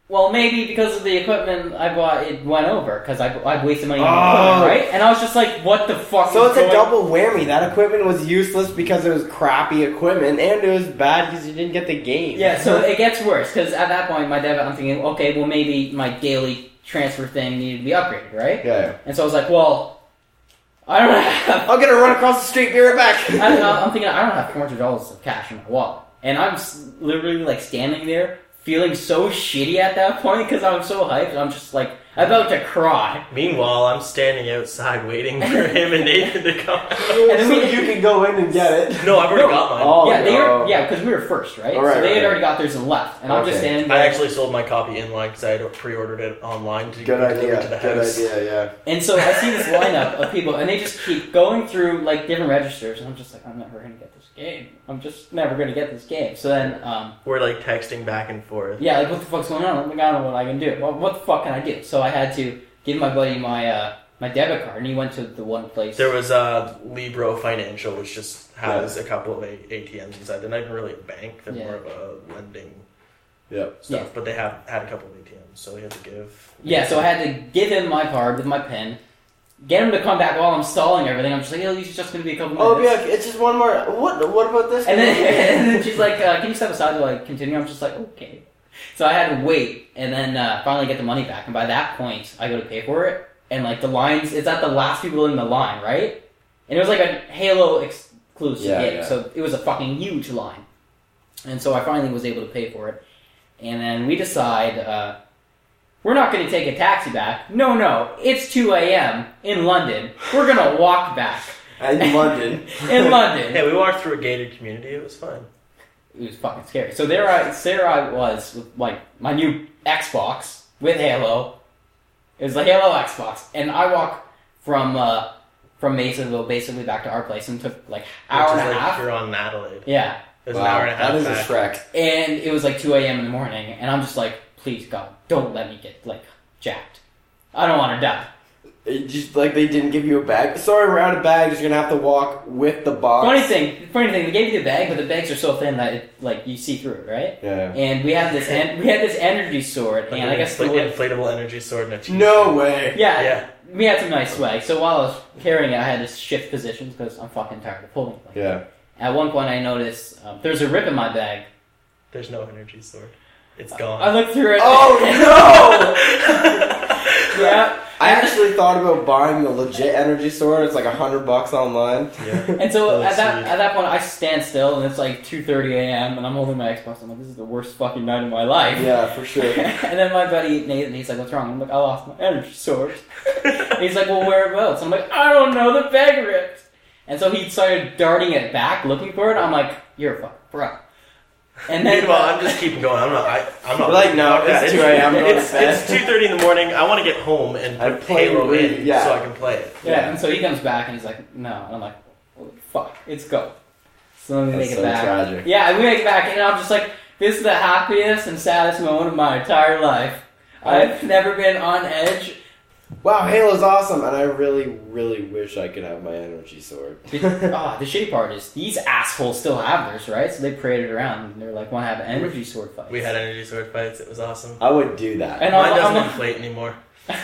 Speaker 1: Well, maybe because of the equipment I bought, it went over because I, I wasted money on
Speaker 2: Oh.
Speaker 1: the equipment, right? And I was just like, "What the fuck?"
Speaker 2: So
Speaker 1: is
Speaker 2: it's a
Speaker 1: going-
Speaker 2: double whammy. That equipment was useless because it was crappy equipment, and it was bad because you didn't get the game.
Speaker 1: Yeah, so it gets worse because at that point, my debit, I'm thinking, okay, well, maybe my daily transfer thing needed to be upgraded, right?
Speaker 2: yeah.
Speaker 1: And so I was like, well, I don't have
Speaker 2: I'm gonna run across the street. Be right back.
Speaker 1: I, I'm thinking I don't have four hundred dollars of cash in my wallet, and I'm s- literally like standing there feeling so shitty at that point because I'm so hyped. I'm just like about to cry.
Speaker 3: Meanwhile, I'm standing outside waiting for him and Nathan to come.
Speaker 2: so
Speaker 1: And then we-
Speaker 2: you can go in and get it.
Speaker 3: No, I've
Speaker 1: No.
Speaker 3: already got mine.
Speaker 2: Oh,
Speaker 1: yeah, they
Speaker 2: no.
Speaker 1: were, yeah, because we were first, right?
Speaker 2: All right,
Speaker 1: so they
Speaker 2: right,
Speaker 1: had
Speaker 2: right.
Speaker 1: already got theirs and left, and I'm just
Speaker 2: Okay.
Speaker 1: standing there.
Speaker 3: I actually sold my copy in line because I had pre-ordered it online to
Speaker 2: Good
Speaker 3: get it delivered
Speaker 2: idea.
Speaker 3: to the
Speaker 2: Good
Speaker 3: house.
Speaker 2: idea. Yeah.
Speaker 1: and so I see this lineup of people, and they just keep going through like different registers, and I'm just like, I'm never gonna get this game. I'm just never gonna get this game. So then, um,
Speaker 3: We're like texting back and forth.
Speaker 1: Yeah, like what the fuck's going on? Like, I don't know what I can do. What, what the fuck can I do? So I had to give my buddy my uh, my debit card, and he went to the one place.
Speaker 3: There was uh, Libro Financial, which just has a couple of a- ATMs inside. They're not even really a bank; they're
Speaker 1: Yeah.
Speaker 3: more of a lending
Speaker 2: Yep.
Speaker 3: stuff. But they have had a couple of ATMs, so we had to give.
Speaker 1: yeah, so I had to give him my card with my pen, get him to come back while I'm stalling everything. I'm just like, oh, he's just gonna be a couple
Speaker 2: Oh,
Speaker 1: minutes.
Speaker 2: yeah. It's just one more. What? What about this?
Speaker 1: And then, and then she's like, uh, "Can you step aside while I continue?" I'm just like, "Okay." So I had to wait, and then uh, finally get the money back. And by that point, I go to pay for it, and like the lines, it's at the last people in the line, right? And it was like a Halo exclusive
Speaker 2: Yeah,
Speaker 1: game,
Speaker 2: yeah.
Speaker 1: so it was a fucking huge line. And so I finally was able to pay for it, and then we decide. Uh, we're not going to take a taxi back. No, no. It's 2 a.m. in London. We're going to walk back
Speaker 2: in London.
Speaker 1: in London.
Speaker 3: Hey, we walked through a gated community. It was fun.
Speaker 1: it was fucking scary. So there I there I was with like my new Xbox with Halo. It was the Halo Xbox, and I walk from uh, from Masonville basically back to our place, and took like hour
Speaker 3: which
Speaker 1: and
Speaker 3: is
Speaker 1: a
Speaker 3: like
Speaker 1: half.
Speaker 3: You're on Adelaide.
Speaker 1: Yeah,
Speaker 3: It was an hour and a half.
Speaker 2: That is
Speaker 3: back.
Speaker 2: a Shrek.
Speaker 1: and it was like two a.m. in the morning, and I'm just like, please God, don't let me get like jacked. I don't want to die.
Speaker 2: It just like they didn't give you a bag. Sorry, we're out of bags. You're gonna have to walk with the box.
Speaker 1: Funny thing, funny thing, they gave you the bag, but the bags are so thin that it, like you see through it, right?
Speaker 2: Yeah.
Speaker 1: And we had this en- we had this energy sword,
Speaker 3: Like
Speaker 1: and I
Speaker 3: an
Speaker 1: guess the
Speaker 3: infl-
Speaker 1: wood-
Speaker 3: inflatable energy sword and a cheese.
Speaker 2: No way.
Speaker 1: yeah,
Speaker 3: Yeah.
Speaker 1: We had some nice swag. So while I was carrying it, I had to shift positions because I'm fucking tired of pulling. Like,
Speaker 2: Yeah.
Speaker 1: At one point, I noticed um, there's a rip in my bag.
Speaker 3: There's no energy sword. It's
Speaker 1: I
Speaker 3: gone.
Speaker 1: looked through it.
Speaker 2: Oh no!
Speaker 1: yeah.
Speaker 2: I actually thought about buying the legit energy sword. It's like a hundred bucks online.
Speaker 3: Yeah.
Speaker 1: And so
Speaker 3: Oh,
Speaker 1: at that
Speaker 3: sweet.
Speaker 1: at that point, I stand still, and it's like 2:30 a.m. and I'm holding my Xbox. I'm like, this is the worst fucking night of my life.
Speaker 2: yeah, for sure.
Speaker 1: and then my buddy Nathan, he's like, "What's wrong?" I'm like, "I lost my energy source." And he's like, "Well, whereabouts?" I'm like, "I don't know. The bag ripped." And so he started darting it back, looking for it. I'm like, "You're a fuck, bro." And then,
Speaker 3: Meanwhile, I'm just keeping going. I'm not. I, I'm not.
Speaker 2: We're like, no,
Speaker 3: Fuck that.
Speaker 2: it's 2 a.m., go to
Speaker 3: It's,
Speaker 2: bed.
Speaker 3: it's two thirty in the morning. I want to get home and
Speaker 2: And
Speaker 3: put
Speaker 2: play
Speaker 3: Halo
Speaker 2: Wii,
Speaker 3: in
Speaker 2: yeah.
Speaker 3: so I can play it.
Speaker 1: yeah. And so he comes back and he's like, "No," and I'm like, "Oh, "Fuck, it's go." So then we
Speaker 2: That's
Speaker 1: make it
Speaker 2: so
Speaker 1: back.
Speaker 2: tragic.
Speaker 1: Yeah, we make it back, and I'm just like, "This is the happiest and saddest moment of my entire life. I've never been on edge."
Speaker 2: Wow, Halo's awesome, and I really, really wish I could have my energy sword.
Speaker 1: The, ah, the shitty part is these assholes still have theirs, right? So they paraded around and they're like, want to have energy sword fights.
Speaker 3: We had energy sword fights. It was awesome.
Speaker 2: I would do that.
Speaker 1: And
Speaker 3: Mine
Speaker 1: I'm-
Speaker 3: doesn't
Speaker 1: I'm-
Speaker 3: inflate anymore.
Speaker 2: Oh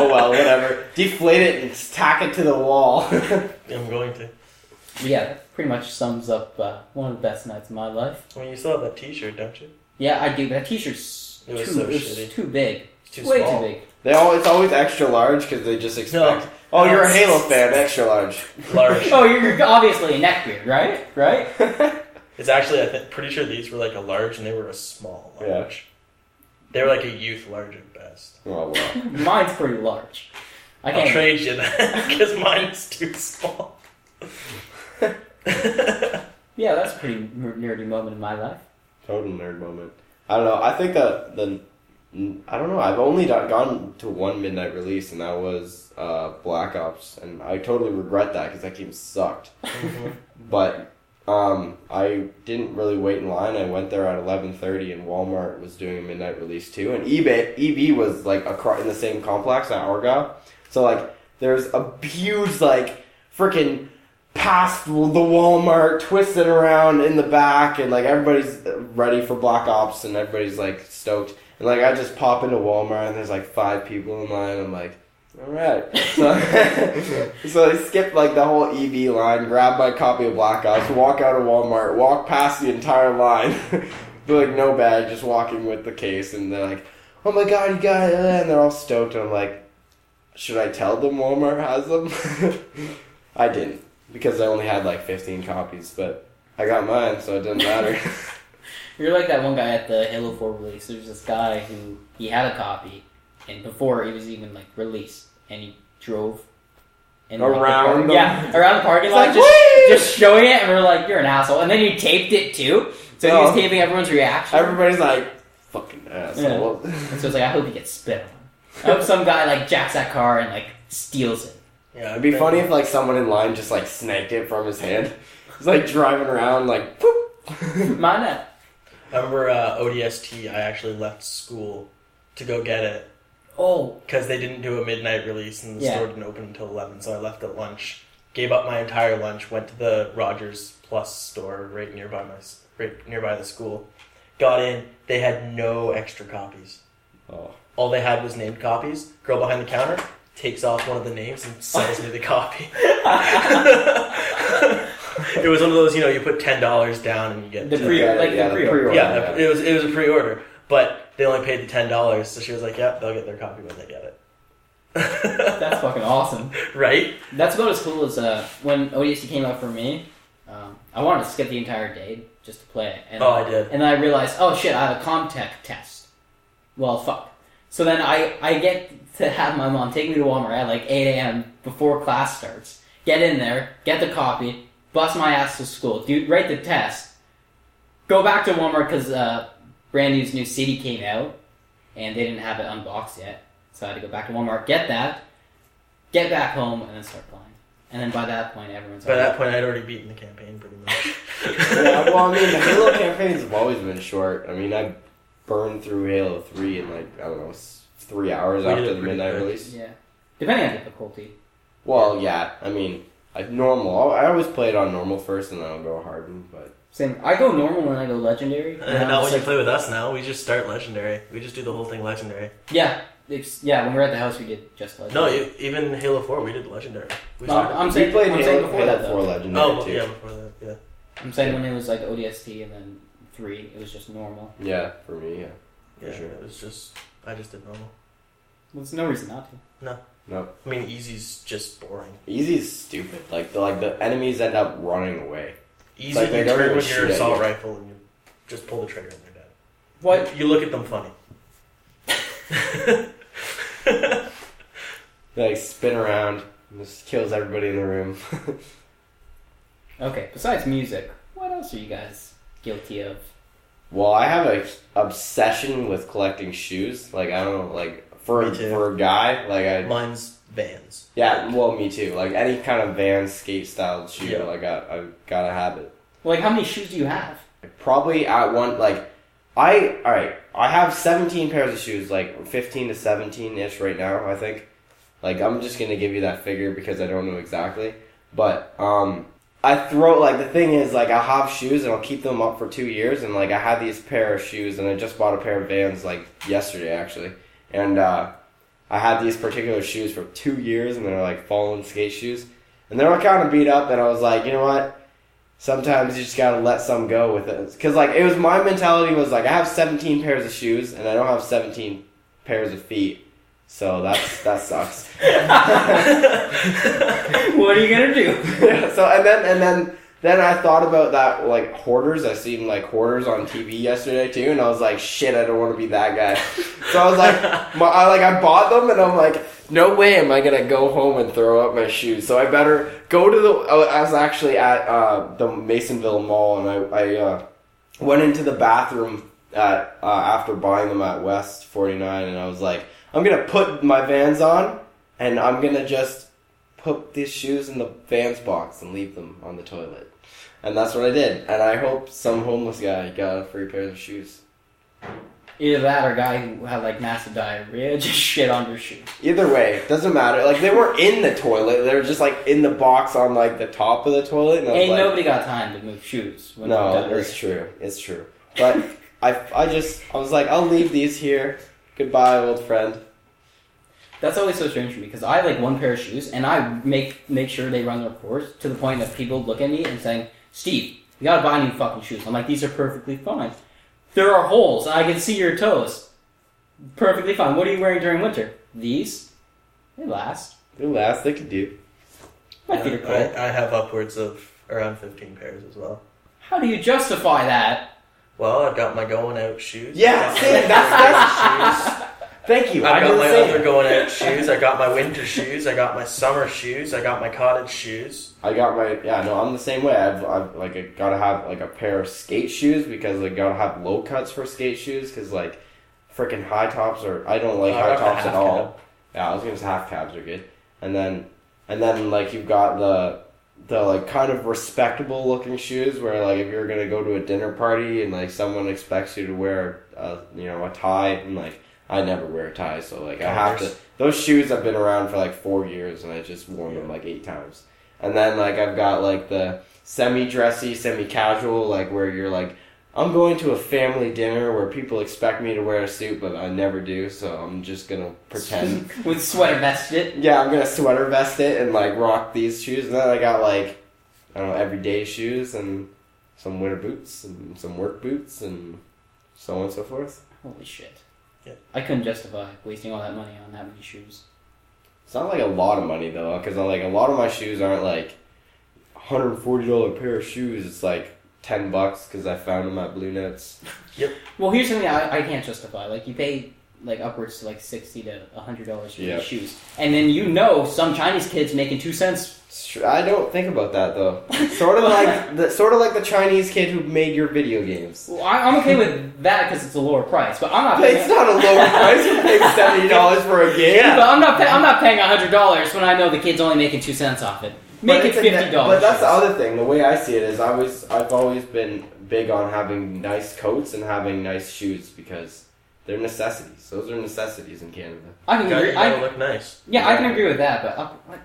Speaker 3: oh
Speaker 2: well, whatever. Deflate it and tack it to the wall.
Speaker 3: I'm going to.
Speaker 1: yeah, that pretty much sums up uh, one of the best nights of my life.
Speaker 3: I mean, you still have that T-shirt, don't you?
Speaker 1: Yeah, I do. but That T-shirt's
Speaker 3: It was
Speaker 1: too,
Speaker 3: so
Speaker 1: it was
Speaker 3: shitty.
Speaker 1: too big.
Speaker 3: It's too
Speaker 1: Way
Speaker 3: small.
Speaker 1: too big.
Speaker 2: they all, it's always extra large because they just expect. Oh, you're a Halo fan, extra large.
Speaker 3: Large.
Speaker 1: Oh, you're, you're obviously a neckbeard, right? Right?
Speaker 3: It's actually, I think, pretty sure these were like a large, and they were a small large.
Speaker 2: Yeah.
Speaker 3: They were like a youth large at best.
Speaker 2: Oh well.
Speaker 1: Mine's pretty large. I
Speaker 3: I'll
Speaker 1: can't.
Speaker 3: trade you that because mine's too small.
Speaker 1: Yeah, that's a pretty ner- nerdy moment in my life.
Speaker 2: Total nerd moment. I don't know. I think that the I don't know. I've only done, gone to one midnight release, and that was uh, Black Ops, and I totally regret that because that game sucked.
Speaker 3: Mm-hmm.
Speaker 2: But um, I didn't really wait in line. I went there at eleven thirty, and Walmart was doing a midnight release too, and eBay EB was like across in the same complex at Argyle. So like, there's a huge like freaking past the Walmart, twisting around in the back, and like everybody's ready for Black Ops, and everybody's like stoked. And like I just pop into Walmart, and there's like five people in line. I'm like, all right. So, so I skip like the whole EB line, grab my copy of Black Ops, walk out of Walmart, walk past the entire line, be like no bag, just walking with the case, and they're like, oh my god, you got it, and they're all stoked. And I'm like, should I tell them Walmart has them? I didn't because I only had like 15 copies, but I got mine, so it doesn't matter.
Speaker 1: You're like that one guy at the Halo 4 release. There's this guy who he had a copy, and before it was even like released, and he drove in, like, the
Speaker 2: Around
Speaker 1: park-
Speaker 2: them.
Speaker 1: yeah, around the parking
Speaker 2: It's
Speaker 1: lot,
Speaker 2: like,
Speaker 1: just
Speaker 2: "Whee!"
Speaker 1: just showing it, and we're like, "You're an asshole." And then you taped it too, so he was
Speaker 2: Oh.
Speaker 1: taping everyone's reaction.
Speaker 2: Everybody's like, fucking asshole.
Speaker 1: And so it's like, I hope he gets spit on. I hope some guy like jacks that car and like steals it.
Speaker 3: Yeah,
Speaker 2: It'd be funny if like someone in line just like snaked it from his hand. He's like driving around like, boop.
Speaker 1: Mine uh, that.
Speaker 3: I remember uh, ODST. I actually left school to go get it
Speaker 1: Oh,
Speaker 3: because they didn't do a midnight release and the
Speaker 1: Yeah.
Speaker 3: store didn't open until eleven. So I left at lunch, gave up my entire lunch, went to the Rogers Plus store right nearby my s- right nearby the school, got in. They had no extra copies.
Speaker 2: oh.
Speaker 3: All they had was named copies. Girl behind the counter takes off one of the names and sells me the copy. it was one of those, you know, you put ten dollars down and you get
Speaker 1: The
Speaker 3: to-
Speaker 1: pre- like the pre-order.
Speaker 3: yeah, it was it was a pre-order, but they only paid the ten dollars. So she was like, "Yep, they'll get their copy when they get it."
Speaker 1: that's fucking awesome.
Speaker 3: right?
Speaker 1: That's about as cool as uh, when ODST came out for me. Um, I wanted to skip the entire day just to play it. And,
Speaker 3: Oh, I did.
Speaker 1: And then I realized, oh shit, I have a Comtech test. Well, fuck. So then I, I get to have my mom take me to Walmart at like 8 a.m. before class starts. Get in there, get the copy, bust my ass to school, do write the test, go back to Walmart because uh, Brandy's new CD came out and they didn't have it unboxed yet. So I had to go back to Walmart, get that, get back home, and then start playing. And then by that point, everyone's
Speaker 3: By
Speaker 1: like,
Speaker 3: that point, I'd already beaten the campaign pretty much.
Speaker 2: yeah, well, I mean, the Halo campaigns have always been short. I mean, I burned through Halo 3 in like, I don't know, s- three hours
Speaker 3: We did
Speaker 2: after
Speaker 3: it
Speaker 2: the
Speaker 3: pretty
Speaker 2: midnight
Speaker 3: quick.
Speaker 2: release.
Speaker 1: yeah. Depending on difficulty.
Speaker 2: Well, yeah, I mean, like normal. I I always play it on normal first and then I'll go hardened, but
Speaker 1: Same. I go normal and I go legendary.
Speaker 3: Uh,
Speaker 1: and I'm
Speaker 3: not
Speaker 1: just
Speaker 3: when you
Speaker 1: like-
Speaker 3: play with us now. We just start legendary. We just do the whole thing legendary.
Speaker 1: Yeah. It's, yeah, when we were at the house, we did just
Speaker 3: No,
Speaker 1: legendary.
Speaker 3: you, even Halo Four, we did legendary. We
Speaker 1: No,
Speaker 3: started.
Speaker 1: I'm
Speaker 2: we
Speaker 1: saying,
Speaker 2: played
Speaker 1: I'm saying
Speaker 2: Halo,
Speaker 1: before
Speaker 2: Halo
Speaker 1: that,
Speaker 2: 4
Speaker 1: though.
Speaker 2: Legendary
Speaker 3: oh, well,
Speaker 2: too.
Speaker 3: yeah, before that, yeah.
Speaker 1: I'm saying when it was like ODST and then 3, it was just normal.
Speaker 2: Yeah, for me, yeah. For
Speaker 3: Yeah,
Speaker 2: sure.
Speaker 3: it was just I just did normal.
Speaker 1: There's no reason not to.
Speaker 2: No,
Speaker 3: I mean, easy's just boring.
Speaker 2: easy is stupid. Like the like the enemies end up running away.
Speaker 3: Easy,
Speaker 2: Like, they
Speaker 3: you
Speaker 2: don't
Speaker 3: turn
Speaker 2: even
Speaker 3: with your
Speaker 2: shoot at
Speaker 3: assault
Speaker 2: you.
Speaker 3: rifle and you just pull the trigger and they're dead. You look at them funny.
Speaker 2: They like spin around, and just kills everybody in the room.
Speaker 1: Okay, besides music, what else are you guys guilty of?
Speaker 2: well, I have a obsession with collecting shoes. Like I don't know, like for
Speaker 3: Me too.
Speaker 2: for a guy, like I
Speaker 3: Mine's Vans.
Speaker 2: yeah. Well, me too. Like any kind of van skate style shoe,
Speaker 3: Yeah.
Speaker 2: like I I gotta have it.
Speaker 1: Like, how many shoes do you have?
Speaker 2: Probably at one like I all right. I have seventeen pairs of shoes, like fifteen to seventeen ish right now. I think. Like I'm just gonna give you that figure because I don't know exactly. But um, I throw like the thing is like I have shoes and I'll keep them up for two years and like I had these pair of shoes and I just bought a pair of Vans like yesterday actually and uh, I had these particular shoes for two years and they're like fallen skate shoes and they were kind of beat up and I was like you know what sometimes you just gotta let some go with it because like it was my mentality was like I have 17 pairs of shoes and I don't have 17 pairs of feet so that's that sucks.
Speaker 1: what are you gonna do?
Speaker 2: Yeah, so and then and then then I thought about that like hoarders. I seen like hoarders on TV yesterday too, and I was like, shit, I don't want to be that guy. so I was like, my, I like I bought them, and I'm like, no way am I gonna go home and throw out my shoes. So I better go to the. I was actually at uh, the Masonville Mall, and I, I uh, went into the bathroom at uh, after buying them at West Forty Nine, and I was like, I'm gonna put my Vans on, and I'm gonna just put these shoes in the Vans box and leave them on the toilet. And that's what I did. And I hope some homeless guy got a free pair of shoes.
Speaker 1: Either that or a guy who had like massive diarrhea just shit on your shoe.
Speaker 2: Either way, doesn't matter. Like they weren't in the toilet; they were just like in the box on like the top of the toilet. And I was
Speaker 1: Ain't
Speaker 2: like,
Speaker 1: nobody got time to move shoes. When they're
Speaker 2: no,
Speaker 1: done.
Speaker 2: it's true, it's true. But I, I just, I was like, I'll leave these here. Goodbye, old friend.
Speaker 1: That's always so strange for me because I have, like one pair of shoes and I make make sure they run their course to the point that people look at me and saying, "Steve, you gotta buy new fucking shoes." I'm like, "These are perfectly fine. There are holes. I can see your toes. Perfectly fine. What are you wearing during winter? These? They last.
Speaker 2: The last they could do.
Speaker 1: My feet are cold.
Speaker 3: I, I have upwards of around 15 pairs as well.
Speaker 1: How do you justify that?"
Speaker 3: Well, I've got my going out shoes.
Speaker 2: Yeah,
Speaker 3: I've got
Speaker 2: see,
Speaker 3: my
Speaker 2: that's-
Speaker 3: outdoor shoes.
Speaker 2: Thank you.
Speaker 3: I've
Speaker 2: I
Speaker 3: got
Speaker 2: did
Speaker 3: my
Speaker 2: the same.
Speaker 3: other going out shoes. I got my winter shoes. I got my summer shoes. I got my cottage shoes.
Speaker 2: I got my yeah. No, I'm the same way. I've, I've like I gotta have like a pair of skate shoes because I gotta have low cuts for skate shoes because like freaking high tops are I don't like
Speaker 3: Oh, I
Speaker 2: high
Speaker 3: got the
Speaker 2: tops at
Speaker 3: half
Speaker 2: all. Yeah, I was gonna say half cabs are good, and then and then like you've got the the like kind of respectable looking shoes where like if you're gonna go to a dinner party and like someone expects you to wear a you know a tie and like I never wear a tie so like I have to those shoes have been around for like four years and I just worn them like eight times. And then like I've got like the semi dressy, semi casual, like where you're like, I'm going to a family dinner where people expect me to wear a suit, but I never do, so I'm just gonna pretend.
Speaker 1: with sweater vested.
Speaker 2: yeah, I'm gonna sweater vest it and like rock these shoes. And then I got like, I don't know, everyday shoes and some winter boots and some work boots and so on and so forth.
Speaker 1: Holy shit.
Speaker 3: Yeah.
Speaker 1: I couldn't justify wasting all that money on that many shoes.
Speaker 2: It's not like a lot of money though, because like a lot of my shoes aren't like hundred forty dollar pair of shoes. It's like ten bucks because I found them at Blue Notes.
Speaker 1: Well, here's something I, I can't justify. Like you pay like upwards to like sixty to hundred dollars for
Speaker 2: Yeah.
Speaker 1: these shoes, and then you know some Chinese kids making two cents.
Speaker 2: It's true. I don't think about that though. Sort of like the sort of like the Chinese kid who made your video games.
Speaker 1: Well, I, I'm okay with that because it's a lower price, but I'm not.
Speaker 2: But It's not a lower price. You pay seventy dollars for a game.
Speaker 1: But I'm not. Pay, I'm not paying hundred dollars when I know the kid's only making two cents off it. Make
Speaker 2: But
Speaker 1: it
Speaker 2: it's a net-
Speaker 1: fifty dollars.
Speaker 2: But that's the other thing. The way I see it is, I was I've always been big on having nice coats and having nice shoes because they're necessities. Those are necessities in Canada.
Speaker 1: I can
Speaker 3: You gotta,
Speaker 1: agree.
Speaker 3: you gotta
Speaker 1: I,
Speaker 3: look nice.
Speaker 1: yeah, I can agree with that. But I'll, like,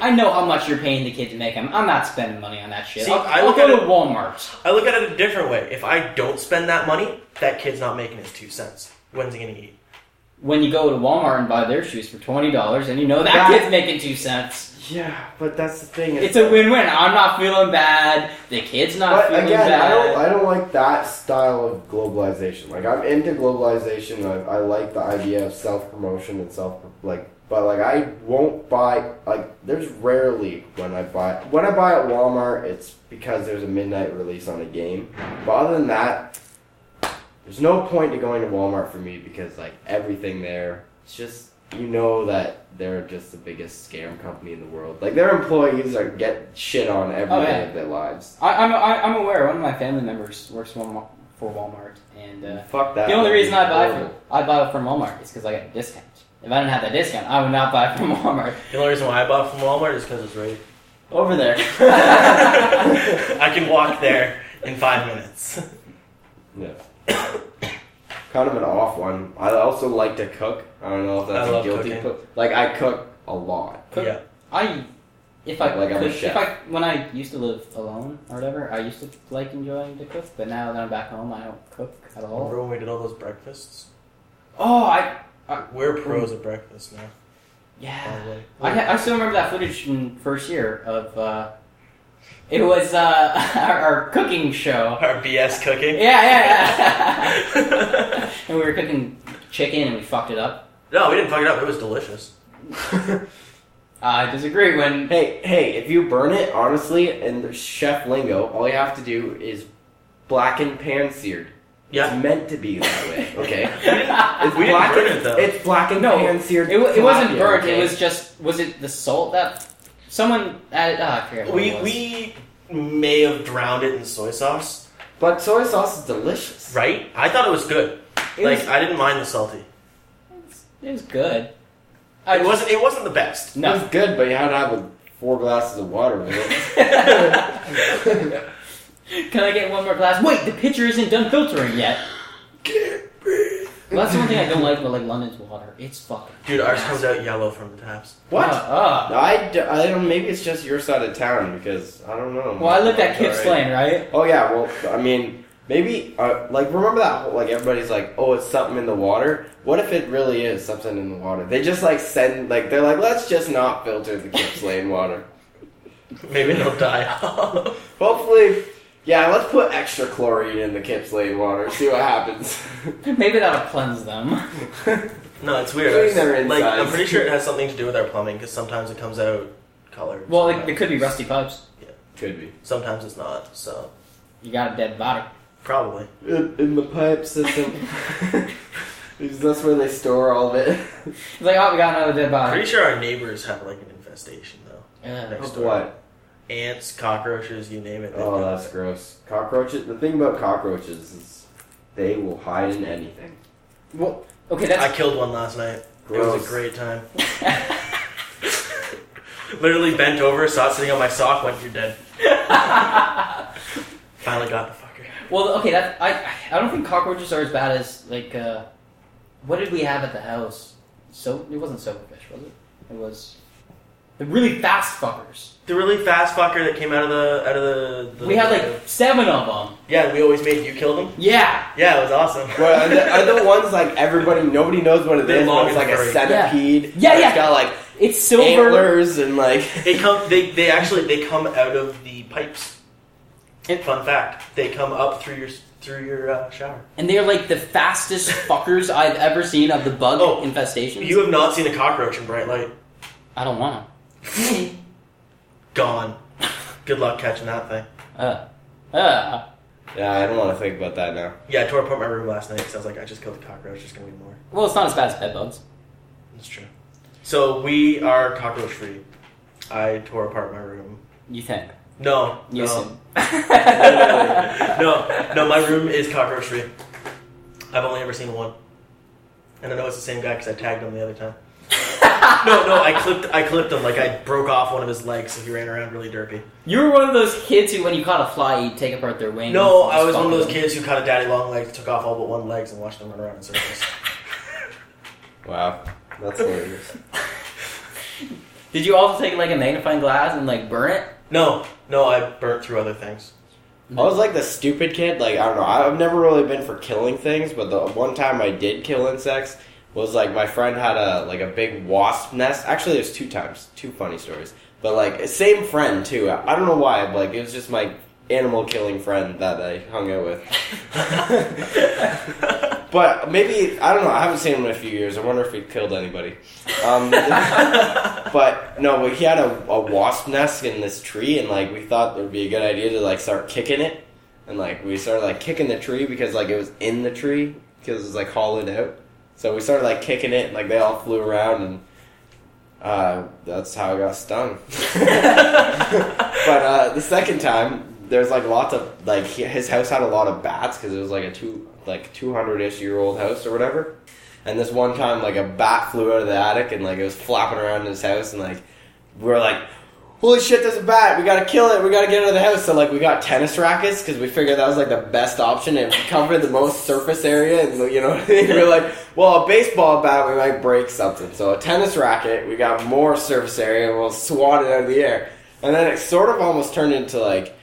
Speaker 1: I know how much you're paying the kid to make them. I'm not spending money on that shit.
Speaker 3: See,
Speaker 1: I'll,
Speaker 3: I
Speaker 1: I'll
Speaker 3: look at
Speaker 1: go
Speaker 3: it-
Speaker 1: to Walmart.
Speaker 3: I look at it a different way. If I don't spend that money, that kid's not making his two cents. When's he gonna eat?
Speaker 1: When you go to Walmart and buy their shoes for twenty dollars, and you know that,
Speaker 2: That-
Speaker 1: kid's making two cents.
Speaker 2: Yeah, but that's the thing.
Speaker 1: It's a win-win. I'm not feeling bad. The kid's not
Speaker 2: But
Speaker 1: feeling
Speaker 2: again,
Speaker 1: bad.
Speaker 2: I don't, I don't like that style of globalization. Like I'm into globalization. I, I like the idea of self promotion and self like, but like I won't buy like. There's rarely when I buy when I buy at Walmart, it's because there's a midnight release on a game. But other than that, there's no point to going to Walmart for me because like everything there, it's just you know that they're just the biggest scam company in the world. Like their employees are get shit on every day
Speaker 1: Oh, yeah.
Speaker 2: of their lives.
Speaker 1: I, I'm, I, I'm aware. One of my family members works for Walmart, for Walmart and uh,
Speaker 2: Fuck that.
Speaker 1: the only reason I buy from
Speaker 2: Horrible.
Speaker 1: I buy from Walmart is because I got a discount. If I didn't have that discount, I would not buy from Walmart
Speaker 3: The only reason why I bought from Walmart is because it's right.
Speaker 1: over there.
Speaker 3: I can walk there in five minutes.
Speaker 2: Yeah. kind of an off one. I also like to cook. I don't know if that's
Speaker 3: I
Speaker 2: a
Speaker 3: love
Speaker 2: guilty
Speaker 3: cooking.
Speaker 2: cook. Like I cook a lot.
Speaker 1: Cook-
Speaker 3: Yeah.
Speaker 1: I if I
Speaker 2: Like I'm a
Speaker 1: could,
Speaker 2: chef.
Speaker 1: if I when I used to live alone or whatever, I used to like enjoying to cook. But now that I'm back home, I don't cook at all.
Speaker 3: Remember when we did all those breakfasts?
Speaker 1: Oh, I
Speaker 3: We're pros at breakfast now.
Speaker 1: yeah.
Speaker 3: By the way.
Speaker 1: I, ha- I still remember that footage from first year of uh, it was uh, our, our cooking show.
Speaker 3: Our BS
Speaker 1: Yeah,
Speaker 3: cooking.
Speaker 1: yeah, yeah. and we were cooking chicken and we fucked it up.
Speaker 3: no, we didn't fuck it up. It was delicious.
Speaker 1: I disagree. When
Speaker 2: hey, hey! If you burn it, honestly, in the chef lingo, all you have to do is blacken pan seared.
Speaker 3: Yeah.
Speaker 2: It's meant to be that way, okay?
Speaker 1: it,
Speaker 2: It's
Speaker 3: We didn't
Speaker 2: black
Speaker 3: burn
Speaker 2: and,
Speaker 3: it, though.
Speaker 2: It's black and
Speaker 1: No,
Speaker 2: pan seared.
Speaker 1: wa- it wasn't
Speaker 2: tilapia,
Speaker 1: burnt.
Speaker 2: okay?
Speaker 1: It was just was it the salt that someone added? Ah, I forget what it was.
Speaker 3: We we may have drowned it in soy sauce,
Speaker 2: But soy sauce is delicious.
Speaker 3: right? I thought it was good.
Speaker 1: It
Speaker 3: like
Speaker 1: was-
Speaker 3: I didn't mind the salty.
Speaker 1: it was good. I
Speaker 3: It wasn't. It wasn't the best.
Speaker 2: It
Speaker 1: no.
Speaker 2: was good, but you had to have like, four glasses of water with it.
Speaker 1: Can I get one more glass? Wait, the pitcher isn't done filtering yet.
Speaker 2: Can't breathe.
Speaker 1: Well, that's the one thing I don't like about like London's water. It's fucking
Speaker 3: Dude, ours
Speaker 1: nasty.
Speaker 3: comes out yellow from the taps.
Speaker 2: What?
Speaker 1: Uh, uh.
Speaker 2: I, d- I don't. Maybe it's just your side of town because I don't know.
Speaker 1: Well, I looked at
Speaker 2: It's
Speaker 1: Kip's
Speaker 2: alright.
Speaker 1: Lane, right?
Speaker 2: Oh yeah. Well, I mean, maybe uh, like remember that whole, like everybody's like, oh, it's something in the water. What if it really is something in the water? They just like send like they're like, let's just not filter the Kip's Lane water.
Speaker 3: Maybe they'll die off.
Speaker 2: Hopefully, yeah. Let's put extra chlorine in the Kip's Lane water. See what happens.
Speaker 1: Maybe that'll cleanse them.
Speaker 3: No, it's weird.
Speaker 2: Clean their
Speaker 3: like
Speaker 2: insides.
Speaker 3: I'm pretty sure it has something to do with our plumbing because sometimes it comes out colored.
Speaker 1: Well, it,
Speaker 3: sometimes-
Speaker 1: it could be rusty pipes.
Speaker 2: Could be
Speaker 3: Sometimes it's not. So
Speaker 1: You got a dead body.
Speaker 3: probably.
Speaker 2: in, in the pipe system. Because that's where they store all of it.
Speaker 1: It's like, oh, we got another dead body. Uh,
Speaker 3: Pretty sure our neighbors have like an infestation though.
Speaker 1: Ugh.
Speaker 3: Next door.
Speaker 2: What?
Speaker 3: Ants, cockroaches, you name it. they've
Speaker 2: Oh,
Speaker 3: got
Speaker 2: that's
Speaker 3: it.
Speaker 2: gross. Cockroaches. The thing about cockroaches is they will hide in anything.
Speaker 1: Well, okay,
Speaker 3: I
Speaker 1: that's
Speaker 3: killed one last night. It was
Speaker 2: Gross.
Speaker 3: a great time. Literally bent over, saw it sitting on my sock, went, you're dead. Finally got the fucker.
Speaker 1: well, okay. That I I don't think cockroaches are as bad as like uh, what did we have at the house? So it wasn't silverfish, was it? It was the really fast fuckers.
Speaker 3: The really fast fucker that came out of the out of the, the
Speaker 1: We had like seven of them.
Speaker 3: yeah. We always made you kill them.
Speaker 1: Yeah,
Speaker 3: Yeah, it was awesome.
Speaker 2: Well, are the, are the ones like everybody, nobody knows what it
Speaker 3: They're
Speaker 2: is, but
Speaker 3: long
Speaker 2: it's like
Speaker 3: and
Speaker 2: a
Speaker 3: furry.
Speaker 1: Yeah.
Speaker 2: centipede.
Speaker 1: Yeah, yeah.
Speaker 2: It's got like
Speaker 1: it's silver.
Speaker 2: antlers and like.
Speaker 3: they come. They they actually they come out of the pipes. Fun fact: they come up through your through your uh, shower.
Speaker 1: And they're like the fastest fuckers I've ever seen of the bug
Speaker 3: Oh,
Speaker 1: infestations.
Speaker 3: You have not seen a cockroach in bright light.
Speaker 1: I don't want
Speaker 3: Gone. Good luck catching that thing.
Speaker 1: them. Uh, uh.
Speaker 2: Yeah, I don't want to think about that now.
Speaker 3: Yeah, I tore apart my room last night because I was like, I just killed a cockroach. There's gonna be more.
Speaker 1: Well, it's not as bad as bed bugs.
Speaker 3: That's true. So we are cockroach free. I tore apart my room.
Speaker 1: You think?
Speaker 3: No,
Speaker 1: You
Speaker 3: no,
Speaker 1: assume.
Speaker 3: no, no. My room is cockroach free. I've only ever seen one, and I know it's the same guy because I tagged him the other time. No, no, I clipped, I clipped him. Like I broke off one of his legs, so he ran around really derpy.
Speaker 1: You were one of those kids who, when you caught a fly, you'd take apart their wings.
Speaker 3: No,
Speaker 1: and
Speaker 3: I
Speaker 1: just
Speaker 3: was one of
Speaker 1: fuck
Speaker 3: those
Speaker 1: them.
Speaker 3: kids who caught a daddy long legs, took off all but one legs, and watched him run around in circles.
Speaker 2: Wow, that's hilarious.
Speaker 1: Did you also take like a magnifying glass and like burn it?
Speaker 3: No, no, I burnt through other things.
Speaker 2: I was like the stupid kid. Like I don't know. I've never really been for killing things, but the one time I did kill insects was like my friend had a like a big wasp nest. Actually, there's two times, two funny stories. But like same friend too. I I don't know why. but, Like it was just my animal killing friend that I hung out with. but maybe I don't know. I haven't seen him in a few years. I wonder if he killed anybody. Um, But no, we- he had a, a wasp nest in this tree, and like we thought it would be a good idea to like start kicking it, and like we started like kicking the tree because like it was in the tree because it was like hollowed out. So we started like kicking it, and like they all flew around, and uh, that's how I got stung. but uh, the second time, there's like lots of like he- his house had a lot of bats because it was like a two like two hundred ish year old house or whatever. And this one time, like a bat flew out of the attic and like it was flapping around his house, and like we were like, "Holy shit, there's a bat! We gotta kill it! We gotta get out of the house!" So like we got tennis rackets because we figured that was like the best option and covered the most surface area, and you know what I mean? we were like, "Well, a baseball bat we might break something, so a tennis racket we got more surface area, and we'll swat it out of the air." And then it sort of almost turned into like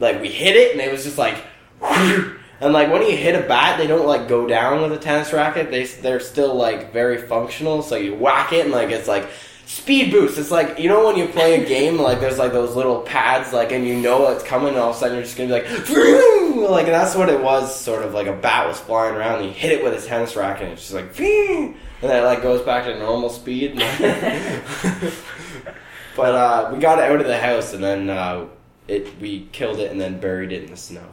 Speaker 2: like we hit it and it was just like and like when you hit a bat they don't like go down with a tennis racket they they're still like very functional so you whack it and like it's like speed boost it's like you know when you play a game like there's like those little pads like and you know it's coming and all of a sudden you're just gonna be like like that's what it was sort of like a bat was flying around and you hit it with a tennis racket and it's just like and then it like goes back to normal speed but uh, we got it out of the house and then uh, it we killed it and then buried it in the snow.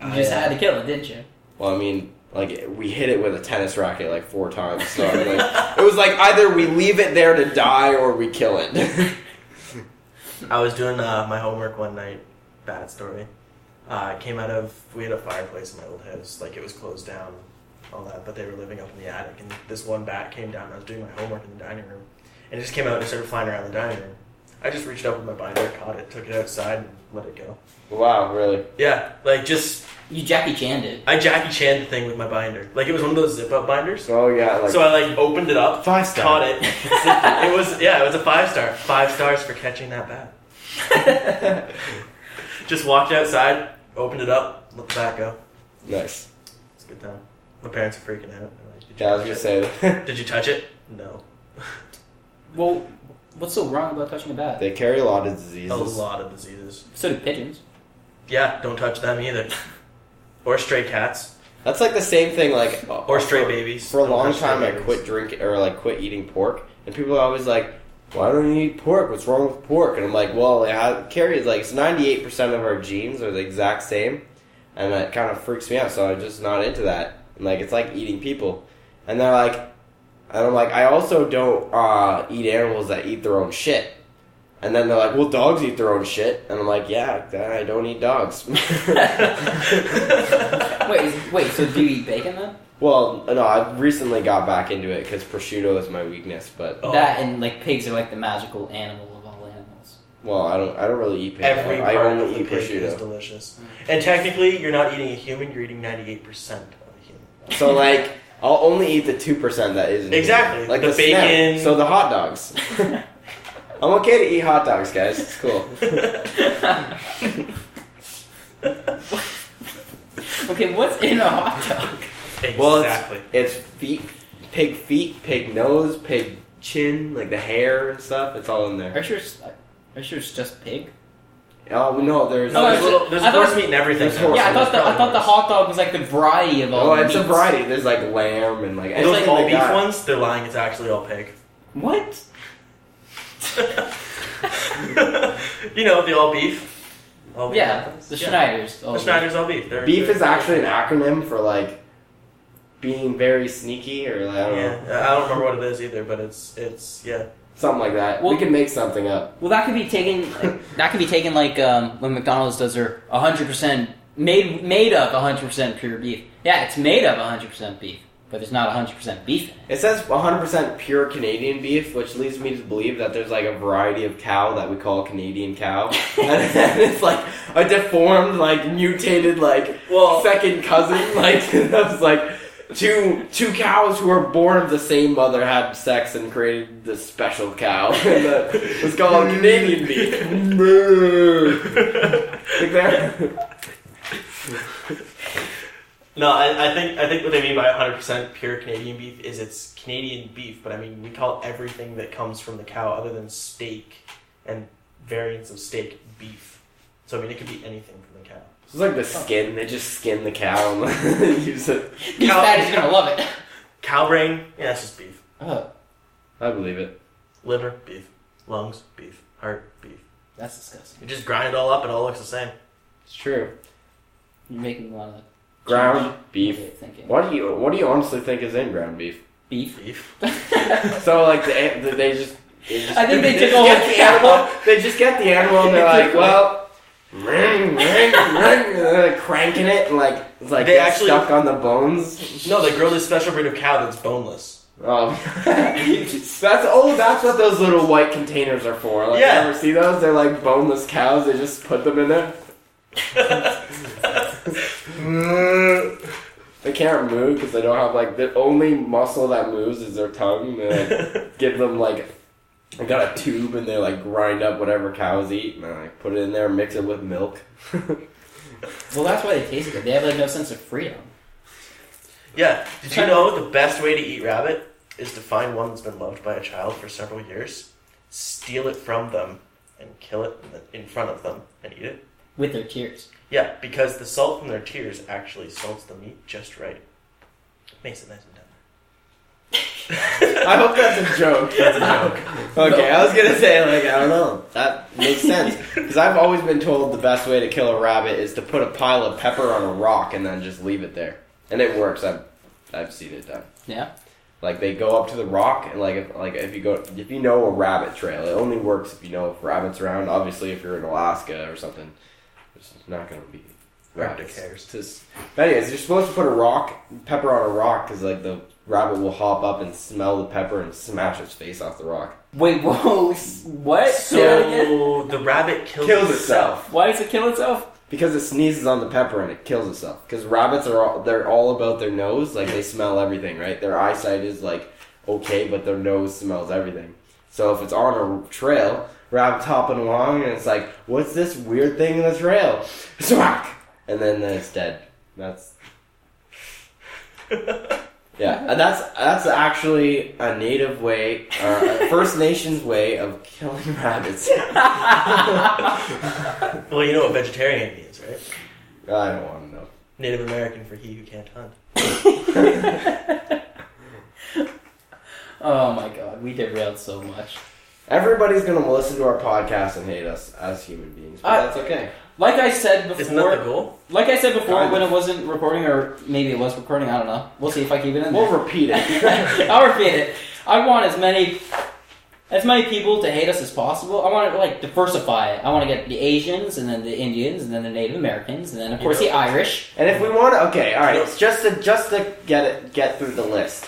Speaker 1: You just
Speaker 2: I, uh,
Speaker 1: had to kill it, didn't you?
Speaker 2: Well, I mean, like we hit it with a tennis racket like four times. So like, it was like either we leave it there to die or we kill it.
Speaker 3: I was doing uh, my homework one night. Bad story. Uh, I came out of we had a fireplace in my old house, like it was closed down, all that. But they were living up in the attic, and this one bat came down. I was doing my homework in the dining room, and it just came out and started flying around the dining room. I just reached up with my binder, caught it, took it outside, and let it go.
Speaker 2: wow, really?
Speaker 3: Yeah, like just
Speaker 1: You Jackie Chan did.
Speaker 3: I Jackie Chan the thing with my binder. Like it was one of those zip up binders.
Speaker 2: So yeah, like
Speaker 3: So I like opened it up,
Speaker 2: five star.
Speaker 3: caught it. zipped it. It was yeah, it was a five star. Five stars for catching that bat. Just walked outside, opened it up, let the bat go.
Speaker 2: nice.
Speaker 3: It's a good time. My parents are freaking out. They're like, "Did you
Speaker 2: Yeah, I was
Speaker 3: touch
Speaker 2: gonna
Speaker 3: it?"
Speaker 2: say
Speaker 3: Did you touch it? No.
Speaker 1: Well, what's so wrong about touching a bat?
Speaker 2: they carry a lot of diseases.
Speaker 3: A lot of diseases.
Speaker 1: So do pigeons.
Speaker 3: Yeah, don't touch them either. Or stray cats.
Speaker 2: That's like the same thing. Like
Speaker 3: Or stray babies.
Speaker 2: For a
Speaker 3: Don't
Speaker 2: long
Speaker 3: touch stray
Speaker 2: time, I
Speaker 3: babies.
Speaker 2: quit drinking or like quit eating pork, and people are always like, "Why don't you eat pork? What's wrong with pork?" And I'm like, "Well, it has, carries like ninety eight percent of our genes are the exact same, and that kind of freaks me out. So I'm just not into that. And like, it's like eating people, and they're like, and I'm like, I also don't uh, eat animals that eat their own shit. And then they're like, "Well, dogs eat their own shit," and I'm like, "Yeah, I don't eat dogs."
Speaker 1: Wait, is, wait. So do you eat bacon then?
Speaker 2: well, no, I recently got back into it because prosciutto is my weakness, but
Speaker 3: Oh.
Speaker 1: That and like pigs are like the magical animal of all animals.
Speaker 2: Well, I don't. I don't really eat pig.
Speaker 3: Every
Speaker 2: I
Speaker 3: part
Speaker 2: only
Speaker 3: of the
Speaker 2: eat
Speaker 3: pig is
Speaker 2: prosciutto.
Speaker 3: delicious. And technically, you're not eating a human, you're eating 98% of a human.
Speaker 2: So like, I'll only eat the two percent that isn't
Speaker 3: Exactly.
Speaker 2: like
Speaker 3: The
Speaker 2: snack.
Speaker 3: bacon.
Speaker 2: So the hot dogs. I'm okay to eat hot dogs, guys. It's cool.
Speaker 1: Okay, what's in a hot dog?
Speaker 3: exactly.
Speaker 2: Well, It's feet, pig feet, pig nose, pig chin, like the hair and stuff. It's all in
Speaker 1: Are
Speaker 2: there.
Speaker 1: you sure it's, are you sure it's just pig?
Speaker 2: Oh no, there's.
Speaker 3: no,
Speaker 1: Oh,
Speaker 3: there's,
Speaker 1: it's-
Speaker 3: little, there's
Speaker 1: I thought-
Speaker 3: horse meat and everything.
Speaker 2: There's
Speaker 3: now.
Speaker 2: horse
Speaker 1: Yeah, I thought the I thought the hot dog was like the variety of all.
Speaker 2: oh,
Speaker 1: the
Speaker 2: it's a
Speaker 1: meats.
Speaker 2: variety. There's like lamb and like.
Speaker 3: Those, like
Speaker 2: anything
Speaker 3: all
Speaker 2: they
Speaker 3: beef
Speaker 2: got.
Speaker 3: ones, they're lying. It's actually all pig.
Speaker 1: What?
Speaker 3: you know the all beef. All beef
Speaker 1: Yeah,
Speaker 3: happens.
Speaker 1: the
Speaker 3: Oh, Yeah.
Speaker 1: Schneiders. Oh,
Speaker 3: The Schneider's all beef. They're,
Speaker 2: Beef
Speaker 3: they're-
Speaker 2: is actually an acronym for like being very sneaky or like, I don't know
Speaker 3: Yeah, I don't remember what it is either, but it's it's yeah.
Speaker 2: something like that.
Speaker 1: Well-
Speaker 2: we can make something up.
Speaker 1: Well, that could be taken. Like, that could be taken like um, when McDonald's does their 100 percent made made of 100 percent pure beef. Yeah, it's made of 100 percent beef, but there's not 100 percent beef in it.
Speaker 2: It says 100% pure Canadian beef, which leads me to believe that there's like a variety of cow that we call Canadian cow. and then it's like a deformed, like mutated, like
Speaker 3: Well-
Speaker 2: second cousin. Like that's like two two cows who were born of the same mother had sex and created this special cow. and that was called Canadian beef. like that.
Speaker 3: no, I, I think I think what they mean by 100 percent pure Canadian beef is it's Canadian beef, but I mean we call everything that comes from the cow other than steak and variants of steak beef. So I mean it could be anything from the cow.
Speaker 2: It's like the skin. They just skin the cow and use it.
Speaker 1: Beef
Speaker 3: Cow-
Speaker 1: fat is gonna love it.
Speaker 3: Cow brain, yeah, that's just beef.
Speaker 1: Oh,
Speaker 2: I believe it.
Speaker 3: Liver, beef. Lungs, beef. Heart, beef.
Speaker 1: that's disgusting.
Speaker 3: You just grind it all up, it all looks the same.
Speaker 2: It's true.
Speaker 1: You're making me want to
Speaker 2: Ground beef.
Speaker 1: Thinking
Speaker 2: What do you What do you honestly think is in ground beef?
Speaker 1: beef.
Speaker 3: Beef.
Speaker 2: So like the, the, they just. They just
Speaker 1: I think they took
Speaker 2: just
Speaker 1: all
Speaker 2: get
Speaker 1: the
Speaker 2: the animal. They just get the animal and they're
Speaker 1: They
Speaker 2: like,
Speaker 1: took
Speaker 2: well, ring, ring, ring, and they're like cranking it and like it's like
Speaker 3: They
Speaker 2: it's
Speaker 3: actually-
Speaker 2: stuck on the bones.
Speaker 3: No, they grow this special breed of cow that's boneless.
Speaker 2: Um, that's oh, that's what those little white containers are for. Like,
Speaker 3: Yeah.
Speaker 2: you ever see those? They're like boneless cows. They just put them in there.
Speaker 3: Mm.
Speaker 2: They can't move because they don't have like the only muscle that moves is their tongue. And they like, give them like I got a tube and they like grind up whatever cows eat and I like put it in there, mix it with milk.
Speaker 1: Well, that's why they taste good. They have like no sense of freedom.
Speaker 3: yeah. Did you know the best way to eat rabbit is to find one that's been loved by a child for several years, steal it from them, and kill it in the- in front of them and eat it?
Speaker 1: With their tears.
Speaker 3: Yeah, because the salt from their tears actually salts the meat just right. Makes it nice and tender.
Speaker 2: I hope that's a joke.
Speaker 3: Oh,
Speaker 2: That's a joke. Okay, I was gonna say like I don't know. That makes sense because I've always been told the best way to kill a rabbit is to put a pile of pepper on a rock and then just leave it there, and it works. I've I've seen it done.
Speaker 1: Yeah.
Speaker 2: Like they go up to the rock and like if, like if you go if you know a rabbit trail, it only works if you know if rabbits around. Obviously, if you're in Alaska or something, there's not gonna be
Speaker 3: Rabbit
Speaker 2: rabbits.
Speaker 3: cares.
Speaker 2: Just- but anyways, you're supposed to put a rock pepper on a rock because like the rabbit will hop up and smell the pepper and smash its face off the rock.
Speaker 1: Wait, whoa, s- what? Say that again?
Speaker 3: So the rabbit kills,
Speaker 2: Kills itself
Speaker 1: Why does it kill itself?
Speaker 2: because it sneezes on the pepper and it kills itself. Because rabbits are all they're all about their nose, like they smell everything, right? Their eyesight is like okay, but their nose smells everything. So if it's on a trail, rabbit's hopping along and it's like, what's this weird thing in the trail? Smack, and then then it's dead. That's Yeah, and that's that's actually a native way, uh, a First Nations way of killing rabbits. I
Speaker 3: well, you know what vegetarian means, right?
Speaker 2: don't want to know.
Speaker 3: Native American for he who can't hunt.
Speaker 1: oh my god, we derailed so much.
Speaker 2: Everybody's gonna listen to our podcast and hate us as human beings, but
Speaker 1: I-
Speaker 2: that's okay.
Speaker 1: Like I said before,
Speaker 3: Isn't that the goal?
Speaker 1: like I said before,
Speaker 2: Kind
Speaker 1: when it wasn't recording, or maybe it was recording, I don't know. We'll see if I keep it in there.
Speaker 2: We'll repeat it.
Speaker 1: I'll repeat it. I want as many as many people to hate us as possible. I want to like diversify it. I want to get the Asians and then the Indians and then the Native Americans and then of
Speaker 3: You
Speaker 1: course
Speaker 3: know-
Speaker 1: the Irish.
Speaker 2: and if we want, to, okay, all right. It's just to just to get it get through the list.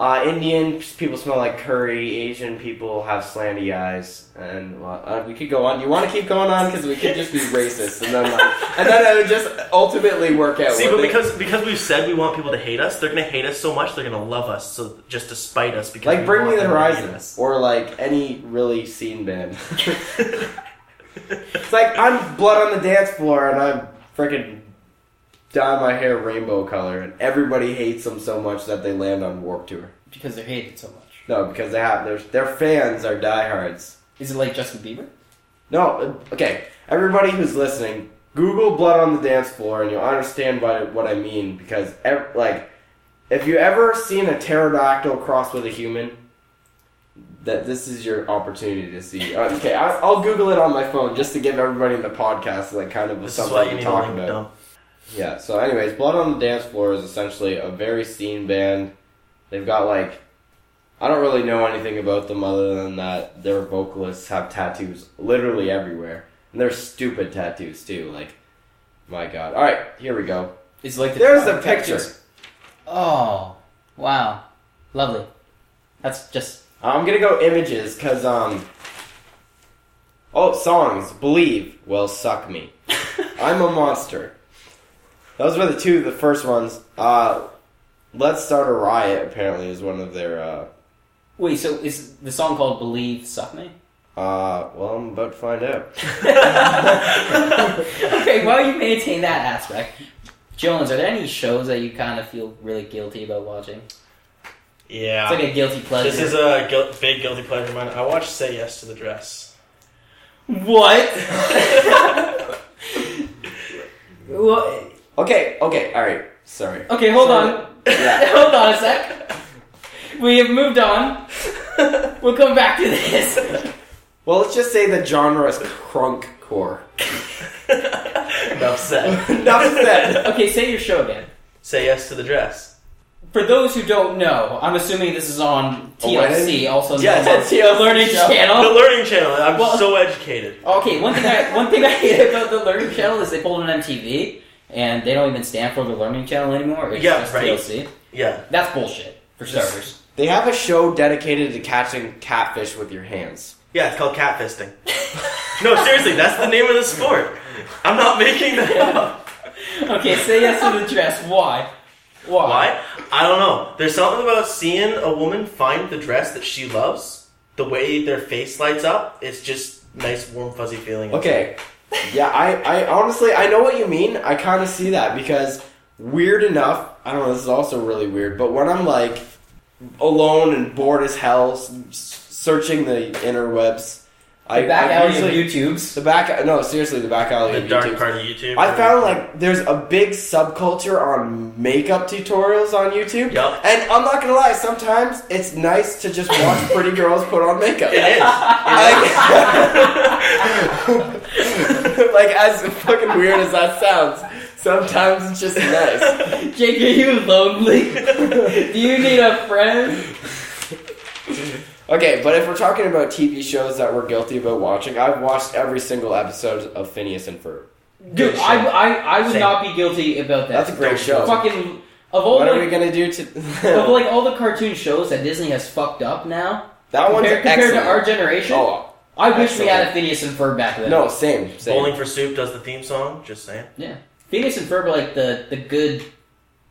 Speaker 2: Uh, Indian people smell like curry. Asian people have slanty eyes, and well, uh, we could go on. You want to keep going on because we could just be racist, and then like, and then it would just ultimately work out.
Speaker 3: See,
Speaker 2: with
Speaker 3: but
Speaker 2: it.
Speaker 3: because because we've said we want people to hate us, they're gonna hate us so much they're gonna love us so just to spite us. Because
Speaker 2: Like
Speaker 3: we
Speaker 2: Bring Me
Speaker 3: want
Speaker 2: the
Speaker 3: them to hate
Speaker 2: Horizon,
Speaker 3: us.
Speaker 2: or like any really scene band. it's like I'm blood on the dance floor, and I'm freaking dye my hair rainbow color, and everybody hates them so much that they land on Warp Tour.
Speaker 1: Because they're hated so much.
Speaker 2: No, because they have their their fans are diehards.
Speaker 1: Is it like Justin Bieber?
Speaker 2: No, okay, everybody who's listening, Google blood on the dance floor, and you'll understand what what I mean. Because ev- like, if you ever seen a pterodactyl cross with a human, that this is your opportunity to see. Uh, Okay, I, I'll Google it on my phone just to give everybody in the podcast like kind of
Speaker 3: This is
Speaker 2: something
Speaker 3: why you
Speaker 2: to
Speaker 3: need to
Speaker 2: talk
Speaker 3: link
Speaker 2: about.
Speaker 3: dumb.
Speaker 2: Yeah. So, anyways, Blood on the Dance Floor is essentially a very scene band. They've got like, I don't really know anything about them other than that their vocalists have tattoos literally everywhere, and they're stupid tattoos too. Like, my God. All right, here we go.
Speaker 1: Is it like the
Speaker 2: There's the picture.
Speaker 1: Oh wow, lovely. That's just
Speaker 2: I'm gonna go images because um. Oh, songs. Believe. Well, suck me. I'm a monster. Those were the two of the first ones. Uh, Let's Start a Riot, apparently, is one of their, uh,
Speaker 1: wait. So is the song called "Believe Suck Me"?
Speaker 2: uh, well, I'm about to find out.
Speaker 1: okay, while you maintain that aspect, Jones, are there any shows that you kind of feel really guilty about watching?
Speaker 3: Yeah.
Speaker 1: It's like a guilty pleasure.
Speaker 3: This is a guil- big guilty pleasure of mine. I watched Say Yes to the Dress.
Speaker 1: What? well,
Speaker 2: Okay, okay, alright. Sorry.
Speaker 1: okay, hold
Speaker 2: Sorry.
Speaker 1: on.
Speaker 2: Yeah.
Speaker 1: hold on a sec. We have moved on. We'll come back to this.
Speaker 2: Well, let's just say the genre is crunk core.
Speaker 3: Enough said.
Speaker 2: Enough said.
Speaker 1: Okay, say your show again.
Speaker 3: Say Yes to the Dress.
Speaker 1: For those who don't know, I'm assuming this is on
Speaker 2: Oh, why didn't-
Speaker 1: TLC, also known
Speaker 2: Yeah,
Speaker 1: as
Speaker 2: it's a TLC
Speaker 1: Learning
Speaker 2: show.
Speaker 1: Channel.
Speaker 3: The Learning Channel. I'm
Speaker 1: Well-
Speaker 3: so educated.
Speaker 1: Okay, one thing I one thing I hate about the Learning Channel is they pulled an MTV and they don't even stand for the Learning Channel anymore. It's
Speaker 3: Yeah,
Speaker 1: just
Speaker 3: right.
Speaker 1: TLC.
Speaker 3: Yeah.
Speaker 1: That's bullshit for
Speaker 3: Just-
Speaker 1: starters.
Speaker 2: They have a show dedicated to catching catfish with your hands.
Speaker 3: Yeah, it's called catfisting. No, seriously, that's the name of the sport. I'm not making that up.
Speaker 1: okay, say yes to the dress. Why? Why?
Speaker 3: Why? I don't know. There's something about seeing a woman find the dress that she loves. The way their face lights up, it's just nice, warm, fuzzy feeling.
Speaker 2: Okay. Yeah, I, I honestly, I know what you mean. I kind of see that because weird enough, I don't know, this is also really weird, but when I'm like alone and bored as hell s- s- searching the interwebs, I,
Speaker 1: back
Speaker 2: I
Speaker 1: alley
Speaker 2: usually-
Speaker 1: of YouTube's.
Speaker 2: The back, no, seriously, the back alley
Speaker 3: The
Speaker 2: of
Speaker 3: dark
Speaker 2: YouTube.
Speaker 3: part of YouTube.
Speaker 2: I found like there's a big subculture on makeup tutorials on YouTube.
Speaker 3: Yup.
Speaker 2: And I'm not gonna lie, sometimes it's nice to just watch pretty girls put on makeup.
Speaker 3: It is.
Speaker 2: Like, like, as fucking weird as that sounds, sometimes it's just nice.
Speaker 1: Jake, are you lonely? Do you need a friend?
Speaker 2: Okay, but if we're talking about TV shows that we're guilty about watching, I've watched every single episode of Phineas and Ferb.
Speaker 1: Dude, I, I, I would
Speaker 3: Same.
Speaker 1: not be guilty about that.
Speaker 2: That's a great show.
Speaker 1: Fucking of all
Speaker 2: What
Speaker 1: the,
Speaker 2: are we gonna do to
Speaker 1: of like all the cartoon shows that Disney has fucked up now.
Speaker 2: that one's
Speaker 1: compared, compared to our
Speaker 2: excellent.
Speaker 1: generation,
Speaker 2: Oh
Speaker 1: I wish we had a
Speaker 2: excellent.
Speaker 1: Phineas and Ferb back then.
Speaker 2: no, same, same.
Speaker 3: Bowling for Soup does the theme song. Just saying.
Speaker 1: Phineas and Ferb are like the, the good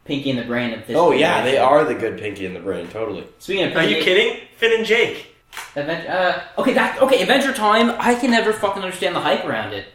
Speaker 1: Pinky and the Brain of this.
Speaker 2: Oh yeah, they
Speaker 1: generation.
Speaker 2: are the good pinky in the brain, totally.
Speaker 1: Speaking of
Speaker 3: Are you kidding? Finn and Jake.
Speaker 1: Adventure, uh, okay, that okay. Adventure Time. I can never fucking understand the hype around it.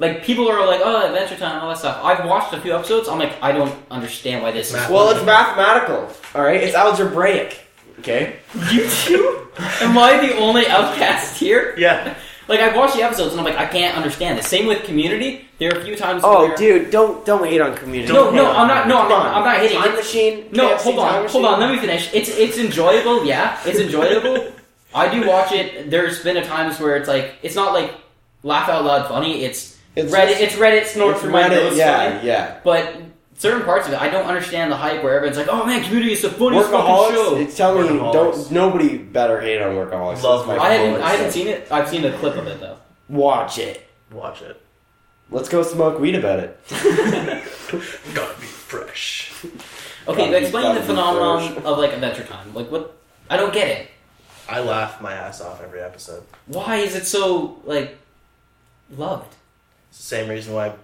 Speaker 1: Like people are like, oh, Adventure Time, all that stuff. I've watched a few episodes. I'm like, I don't understand why this is.
Speaker 3: Math.
Speaker 2: Well, it's mathematical. All right, it's algebraic. Okay.
Speaker 1: you two? Am I the only outcast here?
Speaker 3: Yeah.
Speaker 1: Like I watched the episodes and I'm like, I can't understand this. Same with Community. There are a few times. where-
Speaker 2: Oh, dude, don't don't hate on community.
Speaker 1: No,
Speaker 3: Don't
Speaker 1: no,
Speaker 3: hate on
Speaker 1: I'm not. No, I'm not. I'm not hitting.
Speaker 2: Time machine.
Speaker 1: No,
Speaker 2: KFC
Speaker 1: hold
Speaker 2: Time
Speaker 1: on,
Speaker 2: Machine.
Speaker 1: hold on. Let me finish. It's it's enjoyable. Yeah, it's enjoyable. I do watch it. There's been a times where it's like it's not like laugh out loud funny. It's
Speaker 2: It's
Speaker 1: Reddit.
Speaker 2: just-
Speaker 1: It's Reddit snort
Speaker 2: it's
Speaker 1: through my
Speaker 2: Reddit,
Speaker 1: nose.
Speaker 2: Yeah,
Speaker 1: funny.
Speaker 2: yeah.
Speaker 1: but certain parts of it, I don't understand the hype where everyone's like, "Oh man, Community is the funniest fucking show."
Speaker 2: Workaholics. It's telling me
Speaker 3: Workaholics.
Speaker 2: don't nobody better hate on workaholics.
Speaker 3: Love
Speaker 2: That's my
Speaker 1: I haven't
Speaker 2: favorite
Speaker 1: I haven't
Speaker 2: show.
Speaker 1: seen it. I've seen a clip of it though.
Speaker 2: Watch it.
Speaker 3: Watch it.
Speaker 2: Let's go smoke weed about it.
Speaker 3: Gotta be fresh.
Speaker 1: Okay,
Speaker 2: Gotta
Speaker 1: but
Speaker 2: be-
Speaker 1: explain
Speaker 2: gotta
Speaker 1: the
Speaker 2: be
Speaker 1: phenomenon
Speaker 2: fresh.
Speaker 1: of like Adventure Time. Like what? I don't get it.
Speaker 3: I laugh my ass off every episode.
Speaker 1: Why is it so like loved?
Speaker 3: It's the same reason why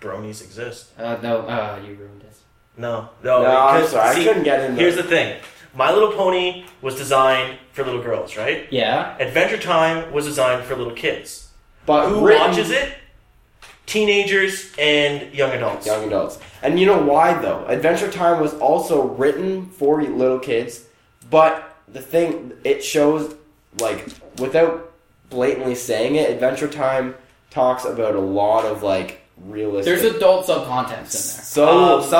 Speaker 3: bronies exist.
Speaker 1: Uh, no, uh, you ruined it.
Speaker 3: No, no.
Speaker 1: Oh,
Speaker 2: no, I'm
Speaker 3: because-
Speaker 2: sorry.
Speaker 3: see,
Speaker 2: I couldn't get in.
Speaker 3: Here's the thing. My Little Pony was designed for little girls, right?
Speaker 1: Yeah.
Speaker 3: Adventure Time was designed for little kids.
Speaker 2: but
Speaker 3: Who
Speaker 2: written-
Speaker 3: watches it? Teenagers and young adults.
Speaker 2: young adults. And you know why though? Adventure Time was also written for little kids, but the thing it shows like without blatantly saying it, Adventure Time talks about a lot of like realistic
Speaker 1: There's adult subcontents in there.
Speaker 2: so
Speaker 3: Um, The Great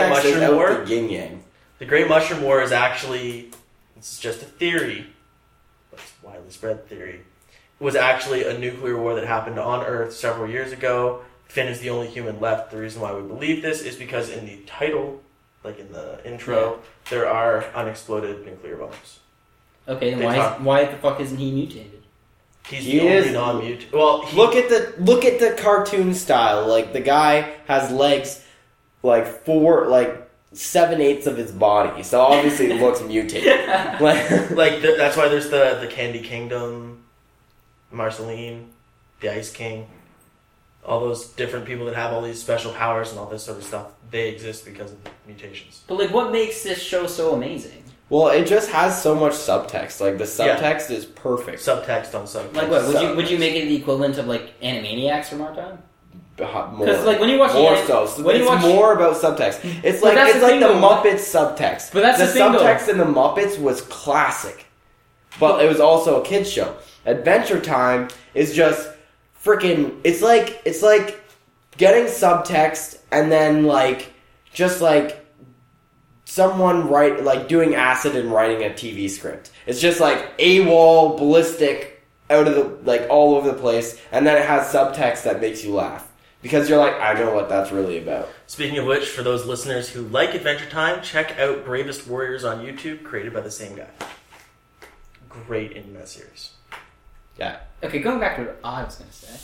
Speaker 2: subcontext
Speaker 3: Western
Speaker 2: is out
Speaker 3: War?
Speaker 2: the yin yang.
Speaker 3: The Great Mushroom War is actually, this is just a theory, but it's widely spread theory, was actually a nuclear war that happened on Earth several years ago. Finn is the only human left. The reason why we believe this is because in the title, like in the intro, there are unexploded nuclear bombs.
Speaker 1: Okay, then
Speaker 3: They
Speaker 1: why,
Speaker 3: talk-
Speaker 1: is, why the fuck isn't he mutated?
Speaker 3: He's
Speaker 2: He
Speaker 3: the
Speaker 2: is-
Speaker 3: only non-mute. Well, he,
Speaker 2: Look at the look at the cartoon style. Like the guy has legs like four like seven eighths of his body, so obviously it looks mutated. Like
Speaker 3: like th- that's why there's the the Candy Kingdom, Marceline, the Ice King, all those different people that have all these special powers and all this sort of stuff. They exist because of mutations.
Speaker 1: But like, what makes this show so amazing?
Speaker 2: Well, it just has so much subtext. Like the
Speaker 3: Yeah.
Speaker 2: subtext is perfect.
Speaker 3: Subtext on subtext.
Speaker 1: Like, what would you would you make it the equivalent of like Animaniacs from our time?
Speaker 2: Uh, More,
Speaker 1: Because like when you watch the
Speaker 2: more
Speaker 1: Anim-
Speaker 2: so. So
Speaker 1: when you
Speaker 2: it's
Speaker 1: watch-
Speaker 2: more about subtext. It's
Speaker 1: But
Speaker 2: like
Speaker 1: that's
Speaker 2: it's
Speaker 1: the
Speaker 2: like
Speaker 1: thing,
Speaker 2: the
Speaker 1: though.
Speaker 2: Muppets subtext.
Speaker 1: But that's
Speaker 2: the,
Speaker 1: the thing, though.
Speaker 2: subtext in the Muppets was classic, but it was also a kids show. Adventure Time is just freaking. It's like it's like getting subtext and then like just like someone write like doing acid and writing a TV script. It's just like AWOL ballistic out of the like all over the place, and then it has subtext that makes you laugh because you're like, I know what that's really about.
Speaker 3: Speaking of which, for those listeners who like Adventure Time, check out Bravest Warriors on YouTube, created by the same guy. Great internet series.
Speaker 1: Okay, going back to what I was gonna say.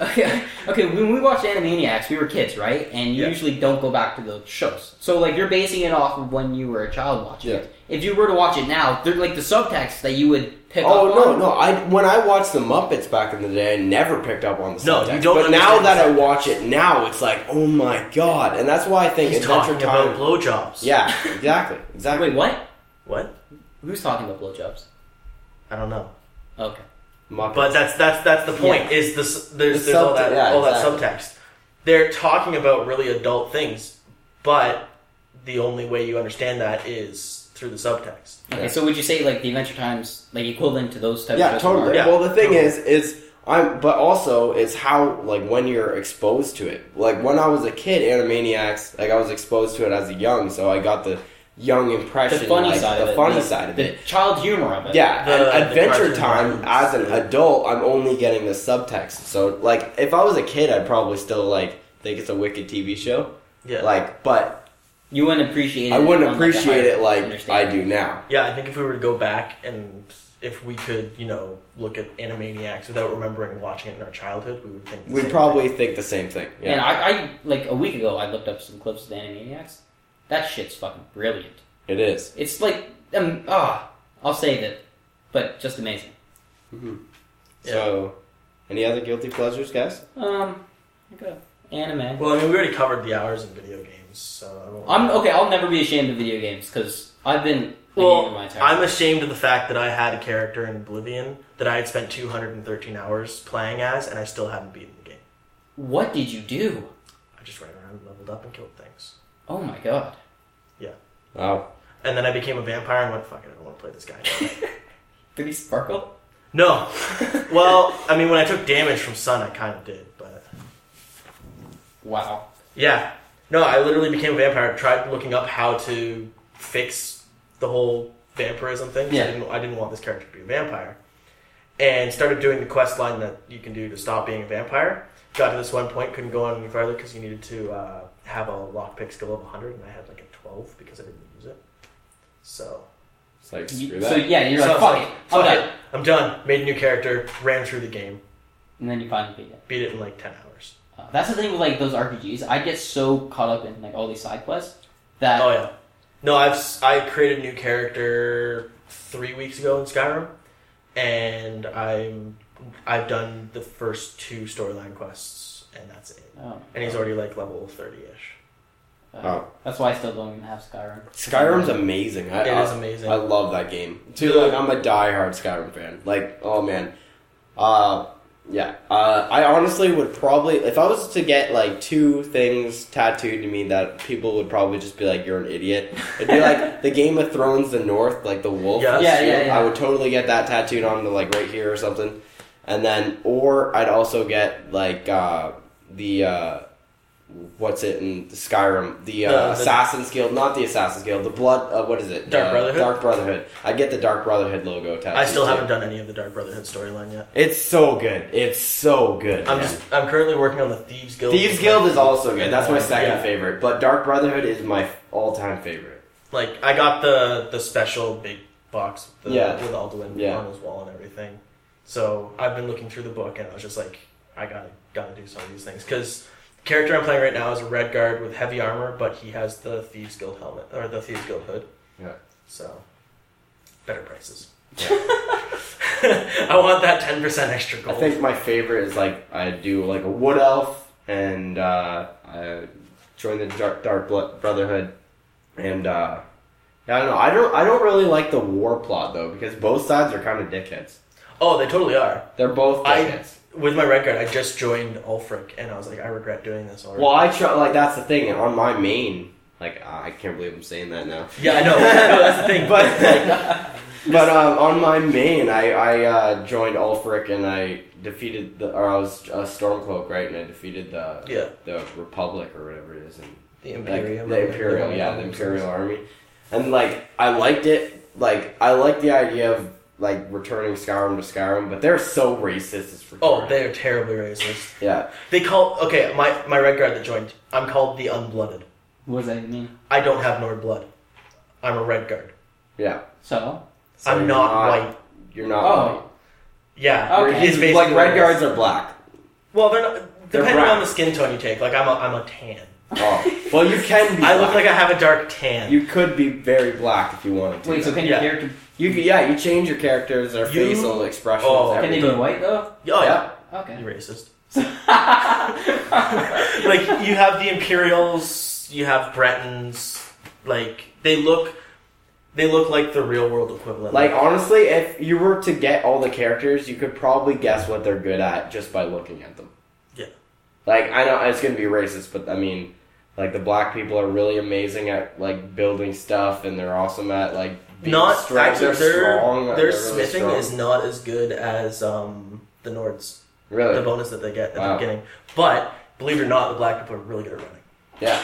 Speaker 1: Okay, okay. When we watched Animaniacs, we were kids, right? And you
Speaker 3: Yeah.
Speaker 1: usually don't go back to those shows. So like, you're basing it off of when you were a child watching
Speaker 2: Yeah.
Speaker 1: it. If you were to watch it now, they're like the subtext that you would pick
Speaker 2: Oh
Speaker 1: up
Speaker 2: no,
Speaker 1: on.
Speaker 2: no! I when I watched the Muppets back in the day, I never picked up on the
Speaker 3: No,
Speaker 2: subtext.
Speaker 3: you don't
Speaker 2: but now
Speaker 3: understand
Speaker 2: that I
Speaker 3: the
Speaker 2: watch it now, it's like, oh my god! And that's why I think
Speaker 3: He's talking
Speaker 2: Adventure Time.
Speaker 3: about blowjobs.
Speaker 2: yeah, exactly, exactly.
Speaker 1: Wait, what?
Speaker 3: What?
Speaker 1: Who's talking about blowjobs?
Speaker 3: I don't know.
Speaker 1: Okay.
Speaker 2: Muppets.
Speaker 3: But that's that's that's the point.
Speaker 1: Yeah.
Speaker 3: Is this there's,
Speaker 2: The
Speaker 3: there's all
Speaker 2: subte-
Speaker 3: that
Speaker 2: yeah,
Speaker 3: all
Speaker 2: exactly.
Speaker 3: that subtext. They're talking about really adult things, but the only way you understand that is through the subtext.
Speaker 1: Okay.
Speaker 2: Yeah.
Speaker 1: So would you say like the Adventure Times like equivalent to those types?
Speaker 2: yeah,
Speaker 1: of shows from our
Speaker 2: totally.
Speaker 3: Yeah,
Speaker 2: Well, the thing
Speaker 3: totally.
Speaker 2: is, is I'm, but also it's how like when you're exposed to it. Like when I was a kid, Animaniacs, like I was exposed to it as a young, so I got the young
Speaker 1: The
Speaker 2: impression,
Speaker 1: funny
Speaker 2: like,
Speaker 1: side
Speaker 2: the
Speaker 1: of it.
Speaker 2: funny side of
Speaker 1: the
Speaker 2: it.
Speaker 1: child humor of it.
Speaker 2: Yeah,
Speaker 3: The-
Speaker 2: and
Speaker 3: the
Speaker 2: Adventure
Speaker 3: cartoon
Speaker 2: Time
Speaker 3: ones,
Speaker 2: as an
Speaker 3: yeah.
Speaker 2: adult, I'm only getting the subtext. So like, if I was a kid, I'd probably still like think it's a wicked TV show.
Speaker 3: Yeah.
Speaker 2: Like, but
Speaker 1: You wouldn't appreciate it.
Speaker 2: I wouldn't
Speaker 1: on, like, a
Speaker 2: appreciate
Speaker 1: higher
Speaker 2: it like I
Speaker 1: understanding.
Speaker 2: do now.
Speaker 3: Yeah, I think if we were to go back and if we could, you know, look at Animaniacs without remembering watching it in our childhood, we would think. the
Speaker 2: We'd
Speaker 3: same
Speaker 2: probably think the same thing. Yeah.
Speaker 1: And I, I like a week ago I looked up some clips of the Animaniacs. That shit's fucking brilliant.
Speaker 2: It is.
Speaker 1: It's like um ah, I'll say that, but just amazing.
Speaker 3: Yeah.
Speaker 2: So, any other guilty pleasures, guys?
Speaker 1: Um, okay. anime.
Speaker 3: Thing. Well, I mean, we already covered the hours in video games, so I won't.
Speaker 1: I'm okay. I'll never be ashamed of video games because I've been a gamer my
Speaker 3: Well,
Speaker 1: entire
Speaker 3: I'm
Speaker 1: life.
Speaker 3: ashamed of the fact that I had a character in Oblivion that I had spent 213 hours playing as, and I still haven't beaten the game.
Speaker 1: What did you do?
Speaker 3: I just ran around, leveled up, and killed things.
Speaker 1: Oh my god.
Speaker 2: Wow.
Speaker 3: And then I became a vampire and went, fuck it, I don't want to play this guy.
Speaker 1: Did he sparkle?
Speaker 3: no. Well, I mean, when I took damage from Sun, I kind of did, but.
Speaker 1: Wow.
Speaker 3: Yeah. No, I literally became a vampire. Tried looking up how to fix the whole vampirism thing. 'cause
Speaker 1: Yeah.
Speaker 3: I didn't, I didn't want this character to be a vampire. And started doing the quest line that you can do to stop being a vampire. Got to this one point, couldn't go on any farther because you needed to uh, have a lockpick skill of 100, and I had like a 12 because I didn't use it. So.
Speaker 2: It's like
Speaker 1: You-
Speaker 2: screw
Speaker 1: so
Speaker 2: that.
Speaker 1: yeah, you're
Speaker 3: so
Speaker 1: like
Speaker 3: I was
Speaker 1: fuck it,
Speaker 3: like,
Speaker 1: I'm
Speaker 3: "Fuck it,
Speaker 1: done,
Speaker 3: I'm done. Made a new character, ran through the game,
Speaker 1: and then you finally beat it.
Speaker 3: beat it in like 10 hours.
Speaker 1: Uh, that's the thing with like those RPGs. I get so caught up in like all these side quests that
Speaker 3: Oh yeah. No, I've s- I created a new character three weeks ago in Skyrim, and I'm I've done the first two storyline quests, and that's it.
Speaker 1: Oh,
Speaker 3: And he's already like level thirty ish.
Speaker 1: uh,
Speaker 2: Oh.
Speaker 1: that's why I still don't even have Skyrim.
Speaker 2: Skyrim's amazing. I,
Speaker 3: It
Speaker 2: I-
Speaker 3: is amazing.
Speaker 2: I love that game. Too, like, I'm a diehard Skyrim fan. Like, oh man. Uh, yeah. Uh, I honestly would probably, if I was to get, like, two things tattooed to me that people would probably just be like, you're an idiot. It'd be like the Game of Thrones, the North, like the wolf.
Speaker 3: Yeah.
Speaker 1: Yeah, yeah, yeah.
Speaker 2: I would totally get that tattooed on the, like, right here or something. And then, or I'd also get, like, uh, the, uh, what's it in Skyrim? The, uh,
Speaker 3: The- the-
Speaker 2: Assassin's Guild, not the Assassin's Guild, the Blood, uh, what is it?
Speaker 3: Dark
Speaker 2: Uh,
Speaker 3: Brotherhood?
Speaker 2: Dark Brotherhood. I get the Dark Brotherhood logo tattooed.
Speaker 3: I still
Speaker 2: too.
Speaker 3: haven't done any of the Dark Brotherhood storyline yet.
Speaker 2: It's so good. It's so good.
Speaker 3: I'm
Speaker 2: man.
Speaker 3: just I'm currently working on the Thieves Guild.
Speaker 2: Thieves Guild is also good. That's my second
Speaker 3: Yeah.
Speaker 2: favorite. But Dark Brotherhood is my all time favorite.
Speaker 3: Like I got the the special big box with, the,
Speaker 2: Yeah.
Speaker 3: with Alduin
Speaker 2: Yeah.
Speaker 3: on his wall and everything. So I've been looking through the book and I was just like, I gotta gotta do some of these things because the character I'm playing right now is a red guard with heavy armor, but he has the thieves guild helmet or the thieves guild hood.
Speaker 2: Yeah.
Speaker 3: So better prices. I want that ten percent extra
Speaker 2: I
Speaker 3: gold.
Speaker 2: think my favorite is like I do like a Wood Elf and uh, I join the Dark Dark Blo- Brotherhood and uh, I don't know. I don't I don't really like the war plot though because both sides are kind of dickheads.
Speaker 3: oh, they totally are.
Speaker 2: They're both
Speaker 3: I-
Speaker 2: dickheads.
Speaker 3: With my red guard, I just joined Ulfric and I was like, I regret doing this already.
Speaker 2: Well, I try. Like that's the thing. On my main, like I can't believe I'm saying that now.
Speaker 3: Yeah, I know. no, that's the thing.
Speaker 2: But
Speaker 3: But like,
Speaker 2: but um, on my main, I I uh, joined Ulfric and I defeated the or I was a Stormcloak right, and I defeated the
Speaker 3: Yeah.
Speaker 2: the Republic or whatever it is, and
Speaker 3: the
Speaker 2: like,
Speaker 3: Imperium.
Speaker 2: the Imperial, yeah, the Imperial Army, and like I liked it. Like I liked the idea of like returning Skyrim to Skyrim, but they're so racist. It's retarded.
Speaker 3: Oh, they are terribly racist.
Speaker 2: yeah.
Speaker 3: They call okay my my red guard that joined. I'm called the unblooded.
Speaker 1: What does that mean?
Speaker 3: I don't have Nord blood. I'm a red guard.
Speaker 2: Yeah,
Speaker 1: So
Speaker 2: So
Speaker 3: I'm
Speaker 2: you're
Speaker 3: not, white.
Speaker 2: You're not
Speaker 1: Oh.
Speaker 2: white.
Speaker 3: Yeah,
Speaker 1: Okay.
Speaker 3: it is basically
Speaker 2: like
Speaker 3: what it
Speaker 2: red
Speaker 3: is.
Speaker 2: guards are black.
Speaker 3: Well, they're not.
Speaker 2: They're
Speaker 3: Depending
Speaker 2: brown.
Speaker 3: on the skin tone you take, like I'm a I'm a tan.
Speaker 2: Oh. Well, you can be.
Speaker 3: I
Speaker 2: black.
Speaker 3: look like I have a dark tan.
Speaker 2: You could be very black if you wanted to.
Speaker 1: wait, so can
Speaker 3: Yeah.
Speaker 1: your character
Speaker 2: you could- yeah, you change your characters, their
Speaker 3: You-
Speaker 2: facial expressions.
Speaker 3: Oh.
Speaker 1: can they
Speaker 2: everything.
Speaker 1: be white though?
Speaker 3: oh yeah,
Speaker 2: Yeah.
Speaker 1: Okay.
Speaker 3: you racist.
Speaker 1: yeah,
Speaker 3: like you have the Imperials, you have Bretons. Like they look, they look like the real world equivalent.
Speaker 2: Like honestly, if you were to get all the characters, you could probably guess what they're good at just by looking at them.
Speaker 3: Yeah.
Speaker 2: Like I know it's gonna be racist, but I mean, like the black people are really amazing at like building stuff, and they're awesome at like being
Speaker 3: not
Speaker 2: strong.
Speaker 3: actually
Speaker 2: they're
Speaker 3: their
Speaker 2: strong.
Speaker 3: their
Speaker 2: they're really
Speaker 3: smithing
Speaker 2: strong.
Speaker 3: is not as good as um, the Nords.
Speaker 2: Really?
Speaker 3: the bonus that they get at
Speaker 2: Wow.
Speaker 3: the beginning. But believe it or not, the black people are really good at running.
Speaker 2: yeah.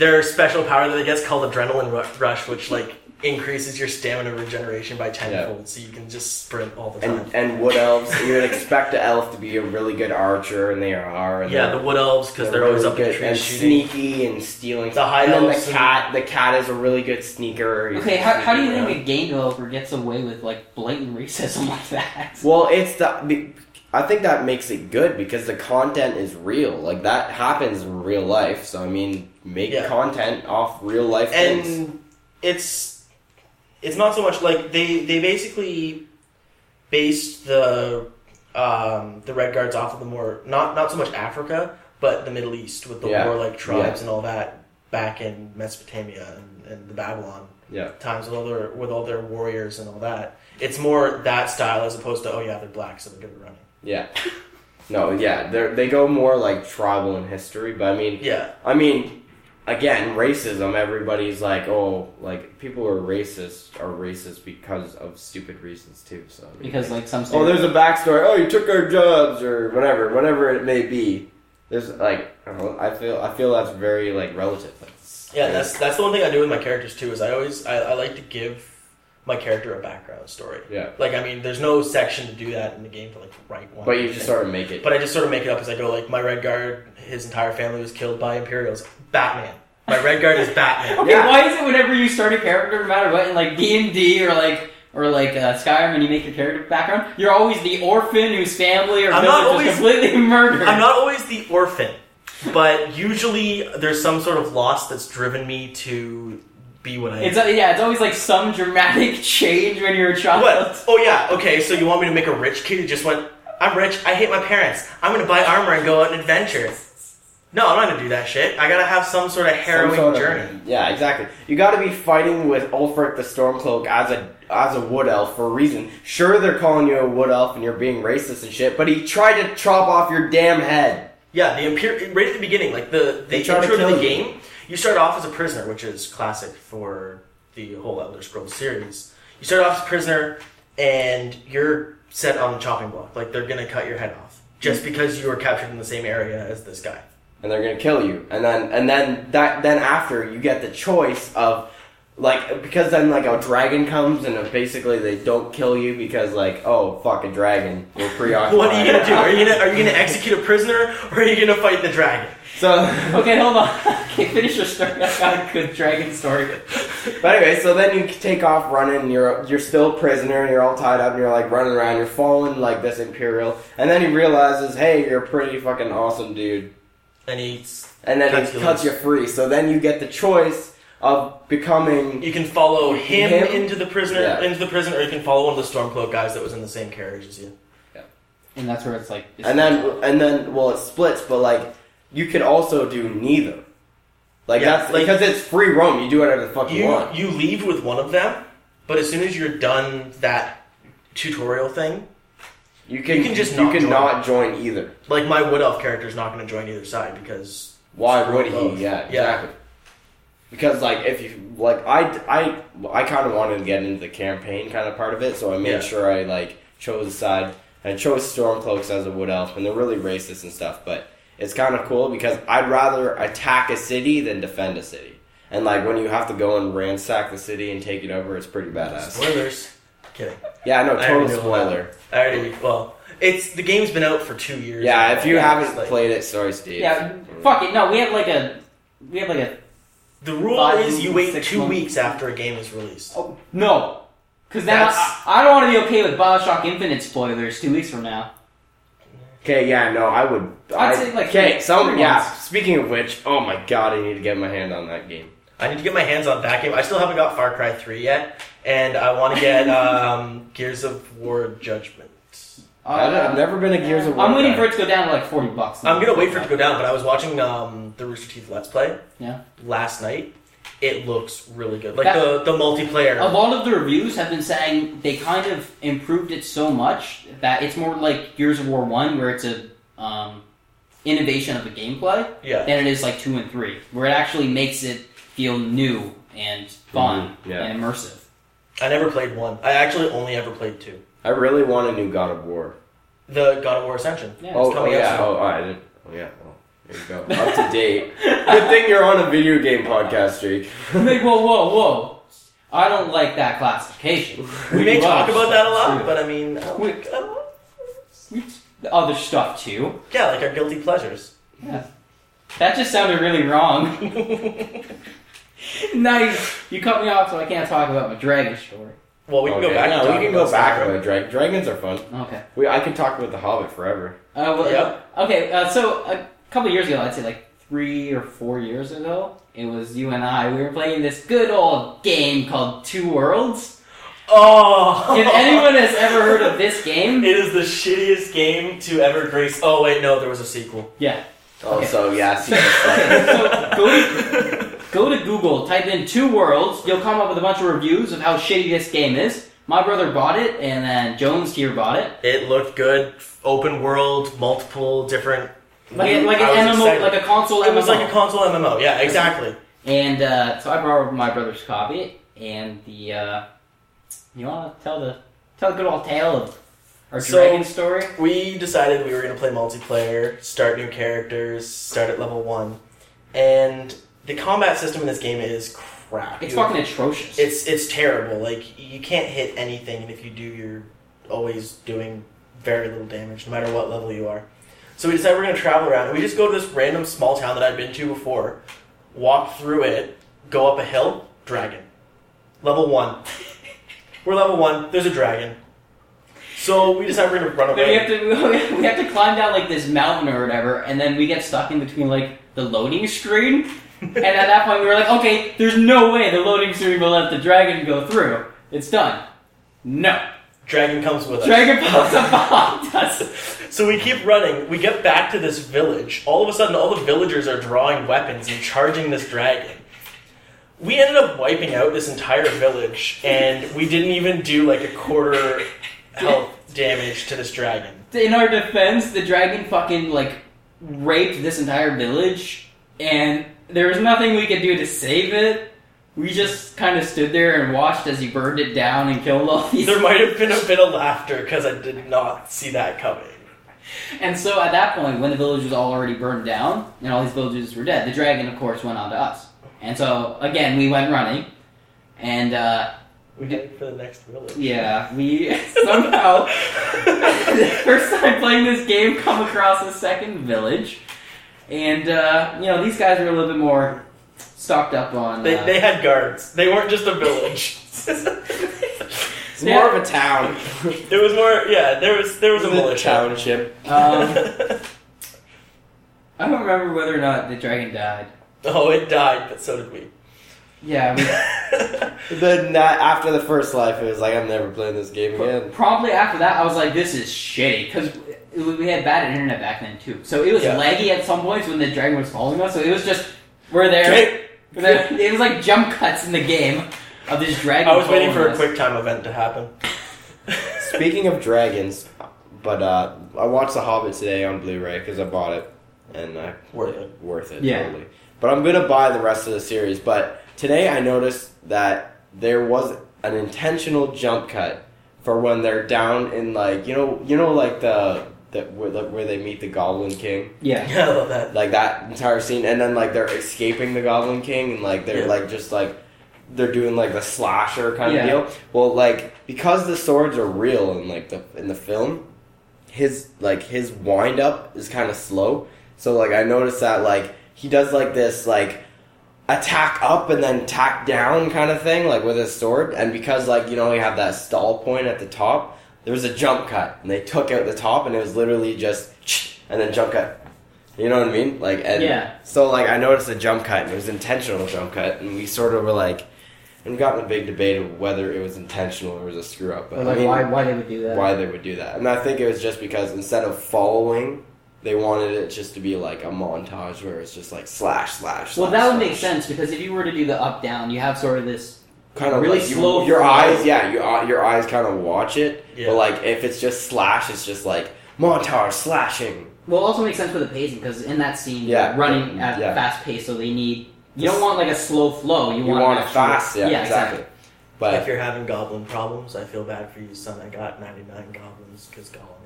Speaker 3: Their special power that they get is called adrenaline ru- rush, which like increases your stamina regeneration by tenfold, so you can just sprint all the time.
Speaker 2: And and wood elves, you would expect an elf to be a really good archer, and they are. And
Speaker 3: yeah,
Speaker 2: they're-
Speaker 3: the wood elves because they're, always
Speaker 2: really
Speaker 3: up in the
Speaker 2: good
Speaker 3: trees
Speaker 2: and
Speaker 3: shooting.
Speaker 2: sneaky and stealing.
Speaker 3: The high
Speaker 2: and then
Speaker 3: elves
Speaker 2: the
Speaker 3: and-
Speaker 2: cat, the cat is a really good sneaker. He's
Speaker 1: Okay, how, how do you
Speaker 2: sneaking
Speaker 1: think a game developer gets away with like blatant racism like that?
Speaker 2: around. Well, it's the. be- I think that makes it good because the content is real. Like that happens in real life. So I mean, make
Speaker 3: Yeah.
Speaker 2: content off real life things.
Speaker 3: and it's it's not so much like they they basically based the um, the red guards off of the more not not so much Africa but the Middle East with the
Speaker 2: Yeah.
Speaker 3: warlike tribes and all that back in Mesopotamia and, and the Babylon
Speaker 2: Yeah.
Speaker 3: times with all their with all their warriors and all that. It's more that style as opposed to oh yeah they're black so they're good at running.
Speaker 2: Yeah. No, yeah, they they go more like tribal in history, but I mean,
Speaker 3: Yeah,
Speaker 2: I mean, again, racism. Everybody's like, oh, like people who are racist are racist because of stupid reasons too. So I mean,
Speaker 1: Because like some
Speaker 2: oh, there's a backstory. Oh, you took our jobs or whatever, whatever it may be. There's like, I, don't know, I feel, I feel that's very like relative. Like, it's-
Speaker 3: Yeah, that's that's the one thing I do with my characters too. Is I always I, I like to give my character a background story.
Speaker 2: yeah.
Speaker 3: Like I mean, there's no section to do that in the game to like write one.
Speaker 2: But you just sort of make it.
Speaker 3: But I just sort of make it up as I go. Like my red guard, his entire family was killed by Imperials. Batman. My red guard is Batman.
Speaker 1: Okay,
Speaker 2: Yeah.
Speaker 1: why is it whenever you start a character, no matter what, in like D and D or like or like uh, Skyrim, and you make your character background, you're always the orphan whose family or
Speaker 3: I'm
Speaker 1: village
Speaker 3: not
Speaker 1: was
Speaker 3: always-
Speaker 1: completely murdered.
Speaker 3: I'm not always the orphan, but usually there's some sort of loss that's driven me to be what I am.
Speaker 1: It's uh, yeah, it's always like some dramatic change when you're a child.
Speaker 3: What? Oh yeah. Okay. So you want me to make a rich kid who just went? I'm rich. I hate my parents. I'm gonna buy armor and go out and adventure. No, I'm not gonna do that shit. I gotta have some sort of harrowing
Speaker 2: Some sort of-
Speaker 3: journey.
Speaker 2: yeah, exactly. You got to be fighting with Ulfric the Stormcloak as a as a wood elf for a reason. Sure, they're calling you a wood elf and you're being racist and shit, but he tried to chop off your damn head.
Speaker 3: Yeah, the Imper- right at the beginning, like the the
Speaker 2: They try to
Speaker 3: intro to,
Speaker 2: kill
Speaker 3: the
Speaker 2: you.
Speaker 3: game, you start off as a prisoner, which is classic for the whole Elder Scrolls series. You start off as a prisoner, and you're set on the chopping block. Like they're gonna cut your head off just
Speaker 2: Hmm.
Speaker 3: because you were captured in the same area as this guy.
Speaker 2: and they're gonna kill you. And then and then that then after you get the choice of like because then like a dragon comes and uh, basically they don't kill you because like oh fuck a dragon we're preoccupied.
Speaker 3: What are you gonna do? Are you gonna are you gonna execute a prisoner or are you gonna fight the dragon?
Speaker 2: So
Speaker 1: Okay, hold on. okay, finish your story. I got a good dragon story.
Speaker 2: But anyway, so then you take off running. And you're you're still a prisoner, and you're all tied up, and you're like running around. You're following like this imperial, and then he realizes, hey, you're a pretty fucking awesome dude,
Speaker 3: And he's
Speaker 2: and then
Speaker 3: Cuts
Speaker 2: he
Speaker 3: you
Speaker 2: cuts you
Speaker 3: loose.
Speaker 2: free. So then you get the choice of becoming
Speaker 3: you can follow him,
Speaker 2: Him?
Speaker 3: into the prisoner
Speaker 2: Yeah.
Speaker 3: into the prison, or you can follow one of the stormcloak guys that was in the same carriage as you.
Speaker 1: And that's where it's like. it's-
Speaker 2: and then and then well it splits but like you could also do neither like
Speaker 3: Yeah,
Speaker 2: that's
Speaker 3: like-
Speaker 2: because it's free roam you do whatever the fuck you,
Speaker 3: You
Speaker 2: want
Speaker 3: you leave with one of them, but as soon as you're done that tutorial thing,
Speaker 2: you can
Speaker 3: you can just
Speaker 2: you
Speaker 3: not
Speaker 2: can
Speaker 3: join.
Speaker 2: not join either
Speaker 3: like my wood elf character is not going to join either side because
Speaker 2: why
Speaker 3: Screw
Speaker 2: would he
Speaker 3: both.
Speaker 2: yeah
Speaker 3: Yeah.
Speaker 2: exactly because like if you like i i i kind of wanted to get into the campaign kind of part of it so i made
Speaker 3: Yeah.
Speaker 2: sure i like chose a side i chose stormcloaks as a wood elf and they're really racist and stuff but it's kind of cool because i'd rather attack a city than defend a city and like when you have to go and ransack the city and take it over it's pretty badass
Speaker 3: spoilers. Kidding.
Speaker 2: Yeah, no,
Speaker 3: I already
Speaker 2: total
Speaker 3: knew
Speaker 2: spoiler.
Speaker 3: I already well, it's the game's been out for two years.
Speaker 2: Yeah, if you
Speaker 3: It's
Speaker 2: haven't
Speaker 3: like-
Speaker 2: played it, sorry, Steve. Mm.
Speaker 1: yeah, fuck it. No, we have like a we have like a
Speaker 3: the rule
Speaker 1: Five,
Speaker 3: is you wait
Speaker 1: six
Speaker 3: two
Speaker 1: months.
Speaker 3: weeks after a game is released.
Speaker 1: oh, no. Because then I,
Speaker 3: That's-
Speaker 1: I, I don't want to be okay with Bioshock Infinite spoilers two weeks from now.
Speaker 2: Okay, yeah, no, I would.
Speaker 1: I'd say, like,
Speaker 2: okay,
Speaker 1: three-
Speaker 2: some
Speaker 1: three
Speaker 2: yeah.
Speaker 1: months.
Speaker 2: Speaking of which, oh my god, I need to get my hand on that game.
Speaker 3: I need to get my hands on that game. I still haven't got Far Cry 3 yet, and I want to get um, Gears of War Judgment.
Speaker 2: I don't, I've never been a Gears of War.
Speaker 1: Uh, I'm waiting
Speaker 2: guy.
Speaker 1: for it to go down to like forty bucks.
Speaker 3: I'm gonna wait for it to go down, but I was watching um, the Rooster Teeth Let's Play
Speaker 1: Yeah.
Speaker 3: last night. It looks really good, like
Speaker 1: That- Oh.
Speaker 3: the the multiplayer.
Speaker 1: A lot of the reviews have been saying they kind of improved it so much that it's more like Gears of War One, where it's a um, innovation of the gameplay,
Speaker 3: yeah,
Speaker 1: than it is like two and three, where it actually makes it feel new and
Speaker 3: Mm,
Speaker 1: fun
Speaker 2: Mhm, yeah.
Speaker 1: and immersive.
Speaker 3: I never played one. I actually only ever played two.
Speaker 2: I really want a new God of War.
Speaker 3: the God of War Ascension.
Speaker 1: Yeah.
Speaker 2: Oh, oh
Speaker 3: coming out
Speaker 2: yeah.
Speaker 3: soon.
Speaker 2: Oh, I didn't. Oh yeah. Oh, there you go. Up to date. Good thing you're on a video game podcast, Jake.
Speaker 1: Like, whoa, whoa, whoa. I don't like that classification.
Speaker 3: We may talk
Speaker 1: watched
Speaker 3: about that a lot,
Speaker 1: too.
Speaker 3: but I mean, I don't
Speaker 1: We-
Speaker 3: think- I don't-
Speaker 1: The other stuff too.
Speaker 3: yeah, like our guilty pleasures.
Speaker 1: Yeah. That just sounded really wrong. nice. You cut me off so I can't talk about my dragon story.
Speaker 3: Well, we can go
Speaker 2: Okay,
Speaker 3: back.
Speaker 2: No,
Speaker 3: and talk
Speaker 2: we can
Speaker 3: about
Speaker 2: go back
Speaker 3: stuff.
Speaker 2: on the drag. Dragons are fun.
Speaker 1: Okay.
Speaker 2: We, I can talk about the Hobbit forever.
Speaker 1: Uh, well,
Speaker 3: Yep.
Speaker 1: Okay, uh, so a couple years ago, I'd say like three or four years ago, it was you and I. We were playing this good old game called Two Worlds.
Speaker 3: Oh,
Speaker 1: If anyone has ever heard of this game,
Speaker 3: It is the shittiest game to ever grace. Oh wait, no, there was a sequel.
Speaker 1: yeah.
Speaker 2: Oh,
Speaker 1: Okay.
Speaker 2: so yeah. See,
Speaker 1: So, okay, so go, go to Google, type in Two Worlds, you'll come up with a bunch of reviews of how shitty this game is. My brother bought it, and then Jones here bought it.
Speaker 3: It looked good. Open world, multiple different.
Speaker 1: Like, a- like an
Speaker 3: Mm-hmm. I was
Speaker 1: MMO,
Speaker 3: excited.
Speaker 1: like a console
Speaker 3: It was
Speaker 1: MMO.
Speaker 3: like a console MMO. Yeah, exactly.
Speaker 1: And uh, so I borrowed my brother's copy, and the uh, you want to tell the tell the good old tale of our
Speaker 3: So-
Speaker 1: dragon story.
Speaker 3: We decided we were gonna play multiplayer, start new characters, start at level one, and the combat system in this game is crap.
Speaker 1: It's
Speaker 3: You-
Speaker 1: fucking atrocious.
Speaker 3: It's it's terrible. Like you can't hit anything, and if you do, you're always doing very little damage, no matter what level you are. So we decided we're gonna travel around. And we just go to this random small town that I've been to before, walk through it, go up a hill, dragon, level one. we're level one. There's a dragon. So we decided we're gonna run
Speaker 1: then we have
Speaker 3: away.
Speaker 1: to we have to climb down like this mountain or whatever, and then we get stuck in between like the loading screen. and at that point, we were like, okay, there's no way the loading screen will let the dragon go through. It's done. No,
Speaker 3: Dragon comes with us.
Speaker 1: dragon pops up behind us.
Speaker 3: So we keep running. We get back to this village. All of a sudden, all the villagers are drawing weapons and charging this dragon. We ended up wiping out this entire village, and we didn't even do like a quarter health damage to this dragon.
Speaker 1: In our defense, the dragon fucking like raped this entire village, and there was nothing we could do to save it. We just kind of stood there and watched as he burned it down and killed all these.
Speaker 3: There might have been a bit of laughter because I did not see that coming.
Speaker 1: And so at that point, when the village was already burned down and all these villagers were dead, the dragon, of course, went on to us. And so again, we went running, and uh,
Speaker 3: We did it for the next village.
Speaker 1: yeah, we somehow the first time playing this game come across a second village and uh, you know these guys were a little bit more stocked up on
Speaker 3: They,
Speaker 1: uh,
Speaker 3: they had guards. They weren't just a village.
Speaker 2: it's more of a town.
Speaker 3: There was more. Yeah, there was there was a
Speaker 2: the
Speaker 3: militia.
Speaker 2: township.
Speaker 1: um, i don't remember whether or not the dragon died
Speaker 3: oh, it died, but so did we.
Speaker 1: yeah we,
Speaker 2: Then that, after the first life, it was like I'm never playing this game again.
Speaker 1: promptly after that i was like this is shitty because we had bad internet back then too so it was
Speaker 3: Yeah.
Speaker 1: laggy at some points when the dragon was following us so it was just we're there
Speaker 3: Drake,
Speaker 1: We're there. it was like jump cuts in the game of this dragon
Speaker 3: I was waiting for
Speaker 1: following
Speaker 3: a
Speaker 1: us.
Speaker 3: quick time event to happen.
Speaker 2: Speaking of dragons, but uh, I watched The Hobbit today on Blu-ray because I bought it, and I
Speaker 3: Worth it.
Speaker 2: worth it.
Speaker 1: Yeah.
Speaker 2: Totally. But I'm gonna buy the rest of the series. But today I noticed that there was an intentional jump cut for when they're down in like you know you know like the that where, the, where they meet the Goblin King
Speaker 1: yeah
Speaker 3: Yeah, I love that.
Speaker 2: like that entire scene and then like they're escaping the Goblin King and like they're
Speaker 3: Yeah.
Speaker 2: like just like they're doing like the slasher kind
Speaker 1: Yeah.
Speaker 2: of deal. Well, like because the swords are real in like the in the film, his like his wind up is kind of slow. So like I noticed that like he does like this like attack up and then tack down kind of thing like with his sword and because like you know you have that stall point at the top there was a jump cut and they took out the top and it was literally just and then jump cut you know what i mean like and
Speaker 1: Yeah.
Speaker 2: so like i noticed a jump cut and it was intentional jump cut and we sort of were like and we got in a big debate of whether it was intentional or it was a screw up but
Speaker 1: Or, like
Speaker 2: i mean
Speaker 1: why why they would do that?
Speaker 2: why they would do that. And I think it was just because instead of following, they wanted it just to be like a montage where it's just like slash slash.
Speaker 1: Well,
Speaker 2: slash,
Speaker 1: that would
Speaker 2: slash.
Speaker 1: make sense because if you were to do the up down, you have sort of this.
Speaker 2: Kind of
Speaker 1: Really
Speaker 2: like
Speaker 1: slow
Speaker 2: You, your
Speaker 1: flow.
Speaker 2: eyes, yeah, your your eyes kind of watch it.
Speaker 3: Yeah.
Speaker 2: But like if it's just slash, it's just like montage slashing.
Speaker 1: Well, it also makes sense for the pacing because in that scene,
Speaker 2: Yeah.
Speaker 1: you're running at
Speaker 2: Yeah.
Speaker 1: fast pace, so they need. You
Speaker 2: This-
Speaker 1: don't want like a slow flow. You,
Speaker 2: You,
Speaker 1: want,
Speaker 2: want
Speaker 1: an
Speaker 2: it
Speaker 1: actual-
Speaker 2: fast, yeah, exactly.
Speaker 3: If
Speaker 2: But
Speaker 3: you're having goblin problems, I feel bad for you, son. I got 99 goblins because Gollum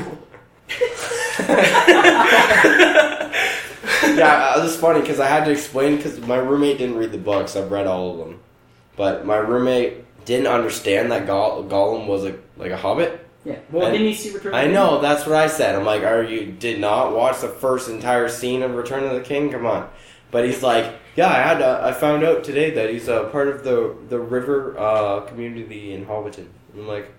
Speaker 3: ate one.
Speaker 2: yeah, uh, it was funny because I had to explain because my roommate didn't read the books. I've read all of them, but my roommate didn't understand that Gol- Gollum was a like a hobbit.
Speaker 1: Yeah. Well,
Speaker 2: I-
Speaker 1: didn't you see Return? of
Speaker 2: I
Speaker 1: the
Speaker 2: know that's what I said. I'm like, are you did not watch the first entire scene of Return of the King? Come on. But he's like, yeah, I had to, I found out today that he's a part of the the river uh, community in Hobbiton. I'm like.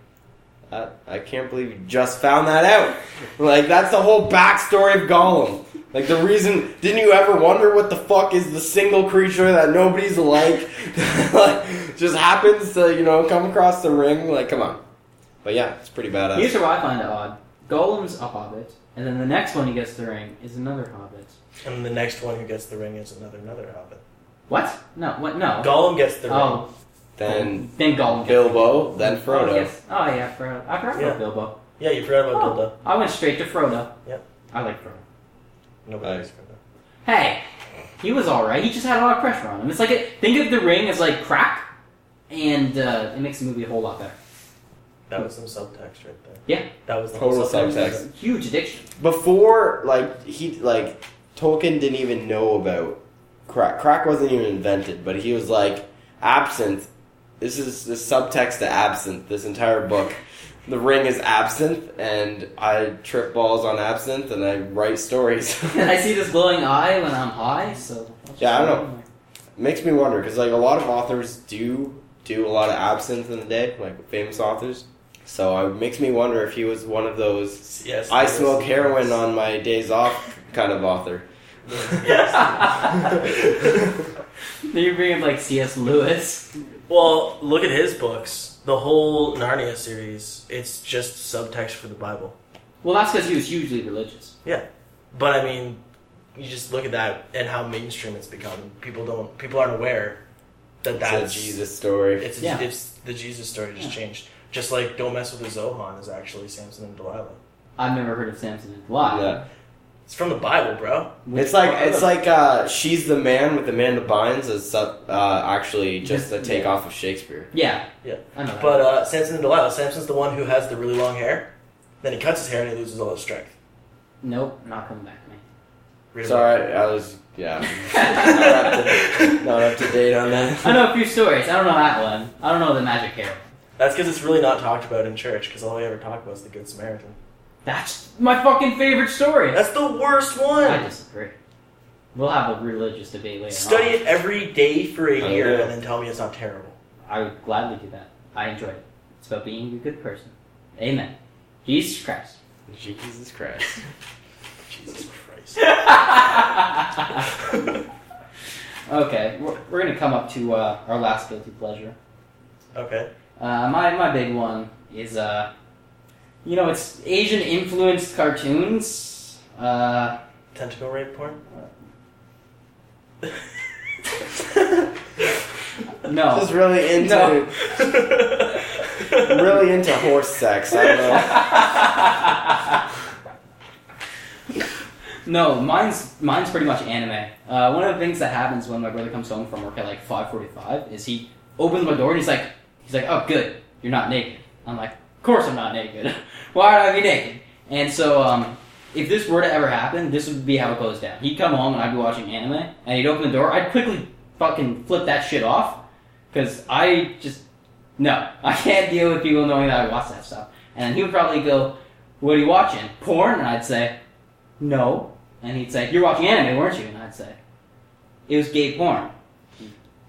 Speaker 2: I, I can't believe you just found that out. Like that's the whole backstory of Gollum. Like the reason didn't you ever wonder what the fuck is the single creature that nobody's like, like just happens to you know come across the ring? Like come on. But yeah, it's pretty badass.
Speaker 1: Here's what I find it odd. Gollum's a hobbit, and then the next one he gets the ring is another hobbit.
Speaker 3: And the next one who gets the ring is another another hobbit.
Speaker 1: What? No, what? No.
Speaker 3: Gollum gets the ring.
Speaker 1: oh,
Speaker 2: then
Speaker 1: then Gollum. gets-
Speaker 2: Bilbo, then
Speaker 1: Oh,
Speaker 2: Frodo.
Speaker 1: yes. oh yeah, Frodo. I forgot
Speaker 3: Yeah.
Speaker 1: about Bilbo.
Speaker 3: Yeah, you forgot about
Speaker 1: Oh, I went straight to Frodo.
Speaker 3: Yep.
Speaker 1: I like Frodo.
Speaker 3: Dildo. Nobody
Speaker 2: Aye.
Speaker 3: likes Frodo.
Speaker 1: Hey, he was all right. He just had a lot of pressure on him. It's like it, think of the ring as like crack, and uh, it makes the movie a whole lot better.
Speaker 3: That was some subtext right there.
Speaker 1: Yeah.
Speaker 3: That was the
Speaker 2: Total
Speaker 3: whole
Speaker 2: subtext.
Speaker 1: Huge addiction.
Speaker 2: Before, like he, like Tolkien didn't even know about crack. Crack wasn't even invented, but he was like absinthe. This is the subtext to absinthe. This entire book, the ring is absinthe, and I trip balls on absinthe, and I write stories.
Speaker 1: And I see this glowing eye when I'm high, so I'll just
Speaker 2: Yeah, I
Speaker 1: throw
Speaker 2: don't
Speaker 1: it in there.
Speaker 2: Makes me wonder because like a lot of authors do do a lot of absinthe in the day, like famous authors. So it makes me wonder if he was one of those
Speaker 3: Yes.
Speaker 2: I
Speaker 3: yes,
Speaker 2: smoke
Speaker 3: yes.
Speaker 2: heroin on my days off kind of author.
Speaker 3: Yes.
Speaker 1: Then you bring up like C.S. Lewis.
Speaker 3: Well, look at his books. The whole Narnia series, it's just subtext for the Bible.
Speaker 1: Well, that's because he was hugely religious.
Speaker 3: But I mean, you just look at that and how mainstream it's become. People don't, people aren't aware that
Speaker 2: That's
Speaker 3: that's
Speaker 2: a Jesus story.
Speaker 3: It's,
Speaker 1: Yeah.
Speaker 3: it's the Jesus story just
Speaker 1: Yeah.
Speaker 3: changed. Just like Don't Mess with the Zohan is actually Samson and Delilah.
Speaker 1: I've never heard of Samson and Delilah.
Speaker 2: Yeah.
Speaker 3: It's from the Bible, bro.
Speaker 2: It's like it's like uh, she's the man with the man that binds is sub, uh, actually just a takeoff of Shakespeare.
Speaker 1: yeah,
Speaker 3: Yeah.
Speaker 1: I know.
Speaker 3: But uh, Samson and Delilah, Samson's the one who has the really long hair. Then he cuts his hair and he loses all his strength.
Speaker 1: nope, not coming back to me.
Speaker 3: Read about it.
Speaker 2: Sorry, I was yeah not up to date on
Speaker 1: I
Speaker 2: that.
Speaker 1: know a few stories. I don't know that one. I don't know the magic hair.
Speaker 3: That's because it's really not talked about in church. Because all we ever talk about is the Good Samaritan.
Speaker 1: That's my fucking favorite story.
Speaker 3: That's the worst
Speaker 1: I
Speaker 3: one.
Speaker 1: disagree. We'll have a religious debate later.
Speaker 3: Study
Speaker 1: on.
Speaker 3: it every day for
Speaker 2: I
Speaker 3: a
Speaker 1: Oh,
Speaker 3: year
Speaker 2: will.
Speaker 3: and then tell me it's not terrible.
Speaker 1: I would gladly do that. I enjoy it. It's about being a good person. Amen. Jesus Christ.
Speaker 2: Jesus Christ.
Speaker 3: Jesus Christ.
Speaker 1: okay, we're, we're gonna come up to uh, our last guilty pleasure.
Speaker 3: okay.
Speaker 1: Uh, my my big one is uh, you know, it's Asian influenced cartoons. Uh,
Speaker 3: Tentacle rape porn?
Speaker 1: no.
Speaker 2: Just really into
Speaker 1: No.
Speaker 2: really into horse sex. I don't know.
Speaker 1: no, mine's mine's pretty much anime. Uh, one of the things that happens when my brother comes home from work at like five forty-five is he opens my door and he's like, he's like, "Oh, good, you're not naked." I'm like, "Of course I'm not naked. Why would I be naked?" And so, um, if this were to ever happen, this would be how it goes down. He'd come home and I'd be watching anime, and he'd open the door. I'd quickly fucking flip that shit off because I just no, I can't deal with people knowing that I watch that stuff. And he would probably go, "What are you watching? Porn?" And I'd say, "No." And he'd say, "You're watching anime, weren't you?" And I'd say, "It was gay porn."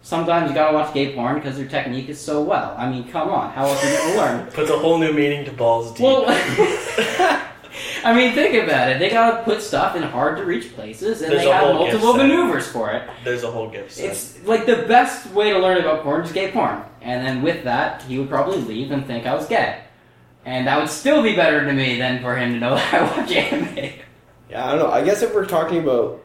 Speaker 1: Sometimes you gotta watch gay porn because their technique is so well. I mean, come on, how else are you gonna learn?
Speaker 3: Puts a whole new meaning to balls deep.
Speaker 1: Well, I mean, think about it. They gotta put stuff in hard to reach places, and
Speaker 3: There's
Speaker 1: they
Speaker 3: a
Speaker 1: have
Speaker 3: whole gift
Speaker 1: multiple
Speaker 3: set.
Speaker 1: maneuvers for it.
Speaker 3: There's a whole gift set.
Speaker 1: It's like the best way to learn about porn is gay porn. And then with that, he would probably leave and think I was gay. And that would still be better to me than for him to know that I watch anime.
Speaker 2: Yeah, I don't know. I guess if we're talking about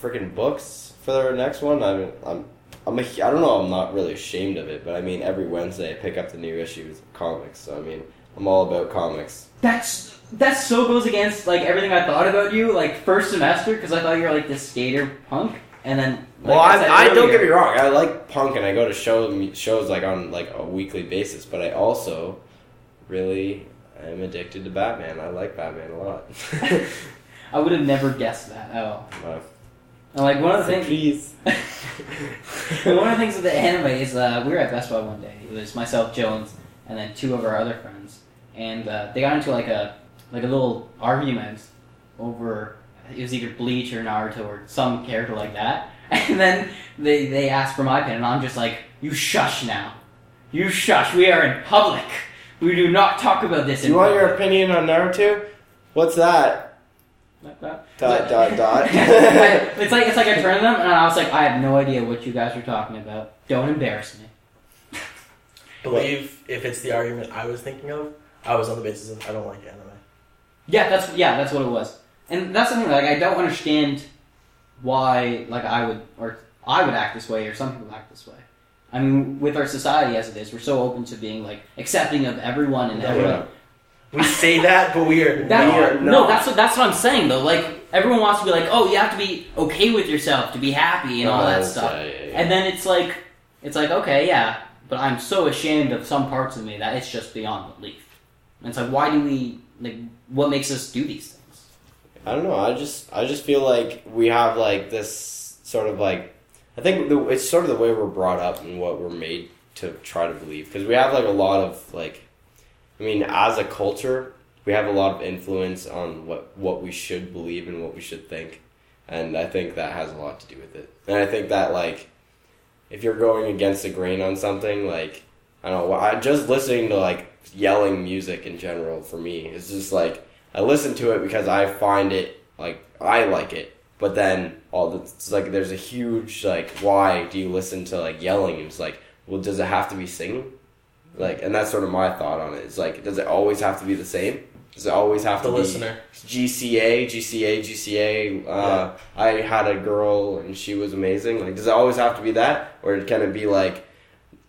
Speaker 2: freaking books for the next one, I mean, I'm, I'm, a, I don't know. I'm not really ashamed of it, but I mean, every Wednesday I pick up the new issues of comics. So I mean, I'm all about comics.
Speaker 1: That's that so goes against like everything I thought about you like first semester because I thought you were like this skater punk. And then like
Speaker 2: well,
Speaker 1: I,
Speaker 2: I,
Speaker 1: said
Speaker 2: I, don't
Speaker 1: earlier-
Speaker 2: get me wrong. I like punk, and I go to show shows like on like a weekly basis. But I also really I'm addicted to Batman. I like Batman a lot.
Speaker 1: I would have never guessed that at all.
Speaker 2: Wow.
Speaker 1: And like one of the things,
Speaker 2: Please.
Speaker 1: one of the things with the anime is uh, we were at Best Buy one day. It was myself, Jones, and then two of our other friends, and uh, they got into like a like a little argument over it was either Bleach or Naruto or some character like that. And then they they asked for my opinion, and I'm just like, you shush now, you shush. We are in public. We do not talk about this. in
Speaker 2: You want your
Speaker 1: public."
Speaker 2: opinion on Naruto? What's that?
Speaker 1: Dot, dot,
Speaker 2: Dot, dot, dot.
Speaker 1: it's like it's like I turned to them and I was like, I have no idea what you guys are talking about. Don't embarrass me.
Speaker 3: Believe if it's the argument I was thinking of, I was on the basis of I don't like anime.
Speaker 1: Yeah, that's yeah, that's what it was. And that's the thing. Like, I don't understand why like I would or I would act this way or some people act this way. I mean, with our society as it is, we're so open to being like accepting of everyone and
Speaker 3: Yeah.
Speaker 1: everyone.
Speaker 3: We say that, but we are
Speaker 1: That-
Speaker 3: not.
Speaker 1: no, that's what that's what I'm saying though. Like everyone wants to be like, oh, you have to be okay with yourself to be happy and all that
Speaker 2: Oh,
Speaker 1: stuff.
Speaker 2: yeah, yeah, yeah.
Speaker 1: And then it's like, it's like, okay, yeah, but I'm so ashamed of some parts of me that it's just beyond belief. And it's like, why do we, like, what makes us do these things?
Speaker 2: I don't know. I just I just feel like we have like this sort of like I think the, it's sort of the way we're brought up and what we're made to try to believe because we have like a lot of like I mean as a culture we have a lot of influence on what what we should believe and what we should think and I think that has a lot to do with it and I think that like if you're going against the grain on something like I don't know I just listening to like yelling music in general for me is just like I listen to it because I find it like I like it, but then all the it's like there's a huge like why do you listen to like yelling? And it's like well, does it have to be singing? Like, and that's sort of my thought on it. It's like, does it always have to be the same? Does it always have
Speaker 3: the
Speaker 2: to be
Speaker 3: listener.
Speaker 2: GCA, GCA, GCA. Uh, I had a girl and she was amazing. Like, does it always have to be that, or can it be like,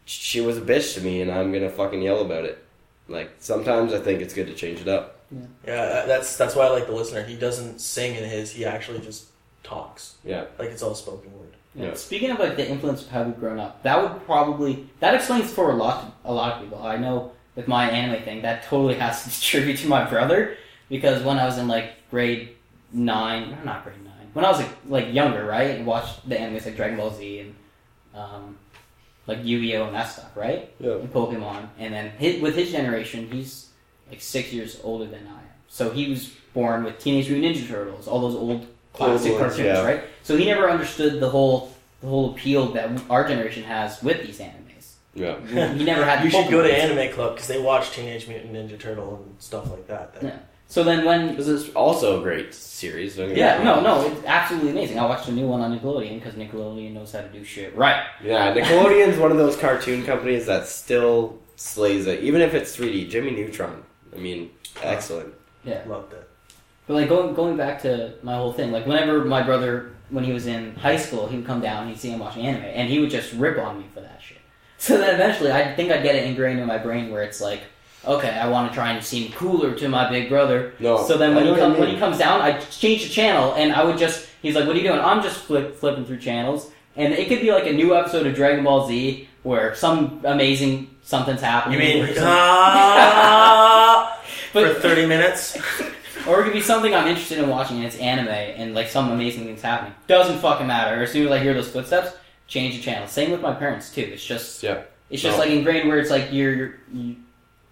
Speaker 2: she was a bitch to me and I'm gonna fucking yell about it? Like, sometimes I think it's good to change it up.
Speaker 3: Yeah, that's that's why I like the listener. He doesn't sing in his. He actually just talks.
Speaker 2: Yeah.
Speaker 3: like it's all spoken word.
Speaker 1: You know,
Speaker 2: Yeah.
Speaker 1: Speaking of like the influence of how we've grown up, that would probably that explains for a lot a lot of people. I know with my anime thing, that totally has to distribute to my brother because when I was in like grade nine, no, not grade nine, when I was like, like younger, right, and watched the animes like Dragon Ball Z and um, like Yu Gi Oh and that stuff, right.
Speaker 2: Yeah.
Speaker 1: in Pokemon, and then his, with his generation, he's like six years older than I am. So he was born with Teenage Mutant Ninja Turtles, all those old classic
Speaker 2: ones,
Speaker 1: cartoons,
Speaker 2: yeah.
Speaker 1: right? So he never understood the whole the whole appeal that our generation has with these animes.
Speaker 2: Yeah.
Speaker 1: He never had.
Speaker 3: You should go to
Speaker 1: Pokemon.
Speaker 3: anime club because they watch Teenage Mutant Ninja Turtle and stuff like that. That-
Speaker 1: Yeah. So then when
Speaker 2: This is also a great series. don't get me
Speaker 1: yeah
Speaker 2: wrong.
Speaker 1: no no it's absolutely amazing. I watched a new one on Nickelodeon because Nickelodeon knows how to do shit right.
Speaker 2: Yeah, Nickelodeon's one of those cartoon companies that still slays it, even if it's 3D. Jimmy Neutron. I mean, excellent.
Speaker 3: Loved it.
Speaker 1: But like going going back to my whole thing, like whenever my brother when he was in high school, he would come down, he'd see him watching anime, and he would just rip on me for that shit. So then eventually, I think I'd get it ingrained in my brain where it's like, okay, I want to try and seem cooler to my big brother.
Speaker 2: No.
Speaker 1: so then
Speaker 2: Oh, I
Speaker 1: when
Speaker 2: know
Speaker 1: he
Speaker 2: what
Speaker 1: come,
Speaker 2: you
Speaker 1: when
Speaker 2: mean.
Speaker 1: he comes down, I change the channel, and I would just he's like, what are you doing? I'm just flip, flipping through channels, and it could be like a new episode of Dragon Ball Z where some amazing something's happening.
Speaker 3: You mean
Speaker 1: or some-
Speaker 3: ah, for
Speaker 1: But-
Speaker 3: thirty minutes?
Speaker 1: Or it could be something I'm interested in watching and it's anime and like some amazing things happening. Doesn't fucking matter. As soon as I hear those footsteps, change the channel. Same with my parents too. It's just
Speaker 2: Yeah.
Speaker 1: it's just
Speaker 2: No.
Speaker 1: like ingrained where it's like you're you're you-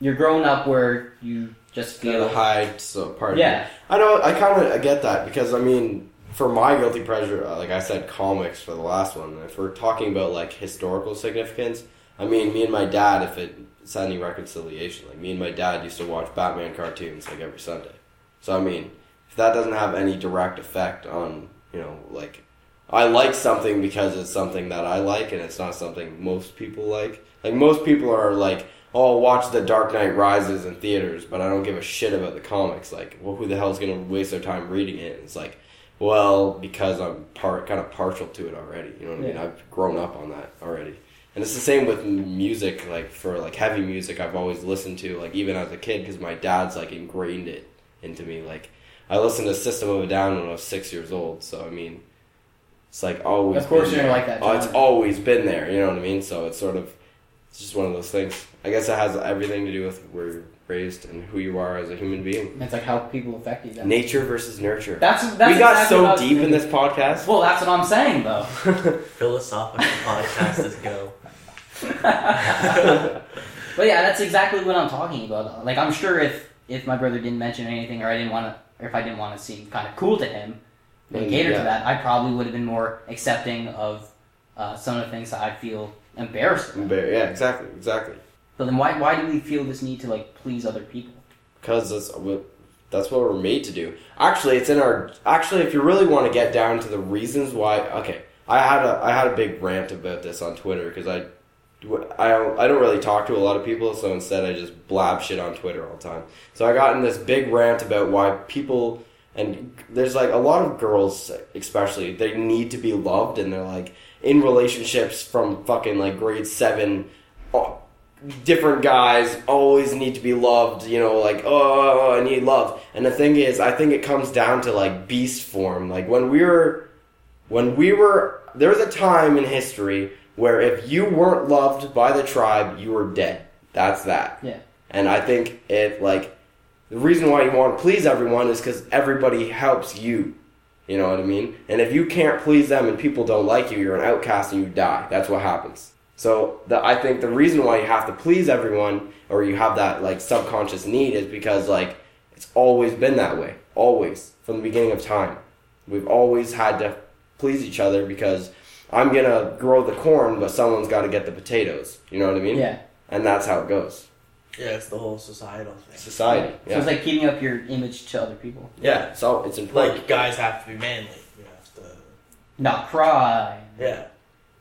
Speaker 1: you're grown up where you just
Speaker 2: Gotta
Speaker 1: feel
Speaker 2: hide so part of
Speaker 1: yeah.
Speaker 2: it. I know. I kind of I get that because I mean, for my guilty pleasure, uh, like I said, comics for the last one. If we're talking about like historical significance, I mean, me and my dad, if it, it's any reconciliation, like me and my dad used to watch Batman cartoons like every Sunday. So I mean, if that doesn't have any direct effect on you know like I like something because it's something that I like and it's not something most people like. Like most people are like, oh, I'll watch The Dark Knight Rises in theaters, but I don't give a shit about the comics. Like, well, who the hell's gonna waste their time reading it? It's like, well, because I'm part kind of partial to it already. You know what I mean?
Speaker 1: Yeah.
Speaker 2: I've grown up on that already. And it's the same with m- music, like for like heavy music, I've always listened to, like even as a kid, because my dad's like ingrained it into me. Like I listened to System of a Down when I was six years old, so I mean, it's like always.
Speaker 1: Of course
Speaker 2: been
Speaker 1: you're
Speaker 2: there.
Speaker 1: gonna like that
Speaker 2: Oh, it's
Speaker 1: genre.
Speaker 2: always been there. You know what I mean? So it's sort of It's just one of those things. I guess it has everything to do with where you're raised and who you are as a human being.
Speaker 1: And it's like how people affect you. Then.
Speaker 2: Nature versus nurture.
Speaker 1: That's that's
Speaker 2: we got
Speaker 1: exactly what I
Speaker 2: so
Speaker 1: was
Speaker 2: deep in
Speaker 1: thinking.
Speaker 2: this podcast.
Speaker 1: Well, that's what I'm saying though.
Speaker 3: Philosophical podcast is go.
Speaker 1: but yeah, that's exactly what I'm talking about. Like, I'm sure if if my brother didn't mention anything, or I didn't want to, or if I didn't want to seem kind of cool to him, and
Speaker 2: Mm,
Speaker 1: cater
Speaker 2: yeah.
Speaker 1: to that, I probably would have been more accepting of uh, some of the things that I feel embarrassed about.
Speaker 2: But yeah, exactly, exactly.
Speaker 1: But then, why why do we feel this need to like please other people?
Speaker 2: Because that's what that's what we're made to do. Actually, it's in our. Actually, if you really want to get down to the reasons why, okay, I had a I had a big rant about this on Twitter because I. I don't, I don't really talk to a lot of people, so instead I just blab shit on Twitter all the time. So I got in this big rant about why people and there's like a lot of girls, especially, they need to be loved, and they're like in relationships from fucking like grade seven oh, different guys always need to be loved, you know, like, oh, I need love. And the thing is, I think it comes down to like beast form. Like when we were, when we were, there was a time in history where if you weren't loved by the tribe, you were dead. That's that.
Speaker 1: Yeah.
Speaker 2: And I think it like, the reason why you want to please everyone is because everybody helps you. You know what I mean? And if you can't please them and people don't like you, you're an outcast and you die. That's what happens. So the, I think the reason why you have to please everyone or you have that like subconscious need is because like it's always been that way. Always. From the beginning of time. We've always had to please each other because I'm gonna grow the corn, but someone's gotta get the potatoes. You know what I mean?
Speaker 1: Yeah.
Speaker 2: And that's how it goes.
Speaker 3: Yeah, it's the whole societal thing.
Speaker 2: Society.
Speaker 1: So
Speaker 2: Yeah.
Speaker 1: it's like keeping up your image to other people.
Speaker 2: yeah. So it's important.
Speaker 3: Like guys have to be manly. You have to
Speaker 1: Not cry.
Speaker 3: yeah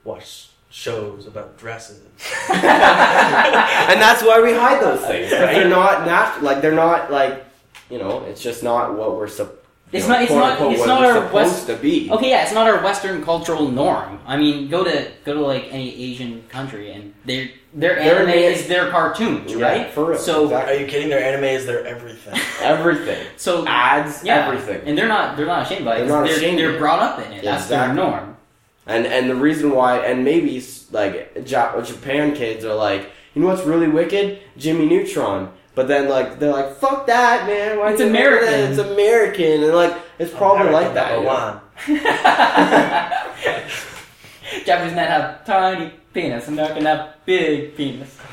Speaker 3: watch shows about dresses.
Speaker 2: and that's why we hide those things.
Speaker 3: Right.
Speaker 2: They're not nat- like they're not like you know. It's just not what we're supposed.
Speaker 1: It's not- it's not- it's not our
Speaker 2: supposed
Speaker 1: West-
Speaker 2: to be.
Speaker 1: Okay, yeah, it's not our Western cultural norm. I mean, go to go to like any Asian country, and their their
Speaker 2: Their
Speaker 1: anime
Speaker 2: anime-
Speaker 1: is their cartoons,
Speaker 2: Yeah,
Speaker 1: right?
Speaker 2: for real.
Speaker 1: So
Speaker 2: Exactly.
Speaker 3: Are you kidding? Their anime is their everything.
Speaker 2: Everything
Speaker 1: so
Speaker 2: ads
Speaker 1: yeah,
Speaker 2: everything,
Speaker 1: and they're not they're not ashamed by it.
Speaker 2: They're
Speaker 1: They're
Speaker 2: not
Speaker 1: they're,
Speaker 2: ashamed of it.
Speaker 1: brought up in it.
Speaker 2: Yeah,
Speaker 1: That's
Speaker 2: exactly.
Speaker 1: their norm.
Speaker 2: and and the reason why, and maybe like Ja- Japan kids are like, you know what's really wicked, Jimmy Neutron. But then like they're like, fuck that, man. Why
Speaker 1: It's
Speaker 2: do you do that?
Speaker 1: American.
Speaker 2: It's American, and like it's probably like that. you
Speaker 3: Number
Speaker 2: know?
Speaker 3: one.
Speaker 1: Japanese men have tiny penis, and American have big penis.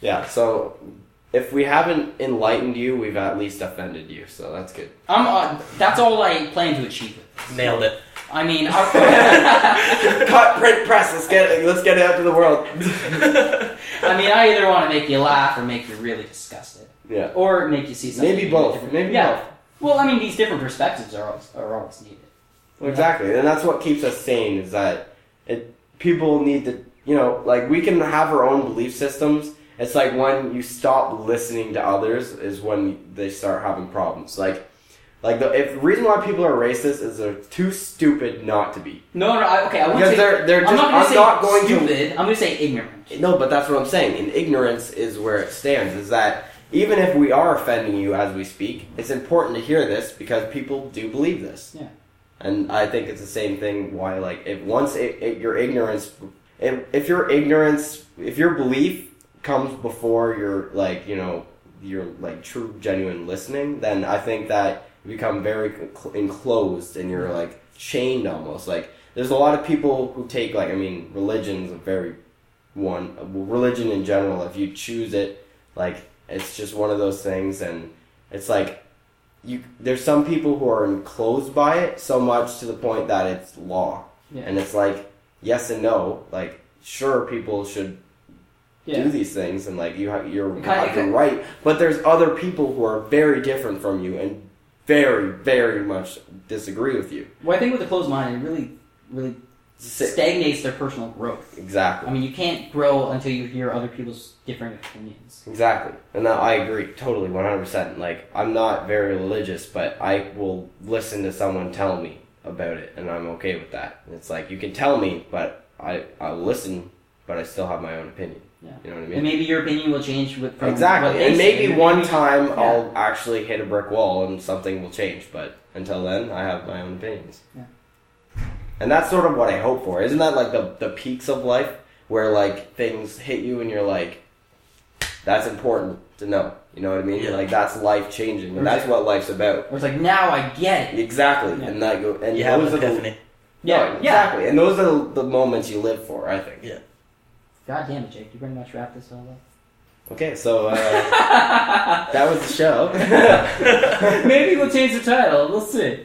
Speaker 2: Yeah. So if we haven't enlightened you, we've at least offended you. So that's good.
Speaker 1: I'm on, that's all I plan to achieve. with this.
Speaker 3: Nailed it.
Speaker 1: I mean, I,
Speaker 2: Cut, print, press. Let's get it. Let's get it out to the world.
Speaker 1: I mean, I either want to make you laugh or make you really disgusted,
Speaker 2: Yeah.
Speaker 1: or make you see something.
Speaker 2: Maybe both.
Speaker 1: different.
Speaker 2: Maybe
Speaker 1: yeah. Well, I mean, these different perspectives are always, are always needed.
Speaker 2: both. Exactly, and that's what keeps us sane. Is that it? People need to, you know, like we can have our own belief systems. It's like when you stop listening to others is when they start having problems. Like, like the if the reason why people are racist is they're too stupid not to be.
Speaker 1: No, no, I, okay, I won't
Speaker 2: Because
Speaker 1: say.
Speaker 2: they're- they're
Speaker 1: I'm
Speaker 2: just-
Speaker 1: not gonna
Speaker 2: I'm
Speaker 1: say
Speaker 2: not going to-
Speaker 1: stupid. I'm gonna say ignorant.
Speaker 2: No, but that's what I'm saying. And ignorance is where it stands. Is that even if we are offending you as we speak, it's important to hear this because people do believe this.
Speaker 1: Yeah.
Speaker 2: And I think it's the same thing. Why, like, if once it, it, your ignorance, if, if your ignorance, if your belief comes before your like, you know, your like true genuine listening, then I think that you become very cl- enclosed and you're like chained almost. Like, there's a lot of people who take like, I mean, religion's a very one religion in general if you choose it like it's just one of those things and it's like you there's some people who are enclosed by it so much to the point that it's law
Speaker 1: Yeah.
Speaker 2: and it's like yes and no like sure people should do these things and like you have you're,
Speaker 1: Kinda-
Speaker 2: have the right but there's other people who are very different from you and very very much disagree with you
Speaker 1: Well, I think with a closed mind, it really, really
Speaker 2: Sit-
Speaker 1: stagnates their personal growth.
Speaker 2: exactly
Speaker 1: I mean, you can't grow until you hear other people's different opinions.
Speaker 2: Exactly. And that, I agree totally 100%. Like, I'm not very religious, but I will listen to someone tell me about it, and I'm okay with that. And it's like, you can tell me, but I, I'll listen, but I still have my own opinion.
Speaker 1: Yeah.
Speaker 2: You know what
Speaker 1: And
Speaker 2: I mean?
Speaker 1: maybe your opinion will change with from What
Speaker 2: Exactly.
Speaker 1: they
Speaker 2: And
Speaker 1: say.
Speaker 2: maybe one time
Speaker 1: Yeah.
Speaker 2: I'll actually hit a brick wall and something will change, but until then, I have my own opinions.
Speaker 1: Yeah.
Speaker 2: And that's sort of what I hope for. Isn't that like the, the peaks of life? where like things hit you and you're like, that's important to know. You know what I mean?
Speaker 3: Yeah.
Speaker 2: Like that's life changing, and that's what life's about.
Speaker 1: Where it's like now I get it.
Speaker 2: Exactly,
Speaker 1: Yeah.
Speaker 2: and that go and
Speaker 3: You have
Speaker 2: those
Speaker 3: an
Speaker 2: are the-
Speaker 3: epiphany.
Speaker 2: yeah,
Speaker 1: Yeah, yeah.
Speaker 2: exactly, and those are the moments you live for. I think.
Speaker 1: God damn it, Jake! You pretty much wrapped this all
Speaker 2: Okay, so uh,
Speaker 1: up.
Speaker 2: that was the show.
Speaker 1: Maybe we'll change the title. We'll see.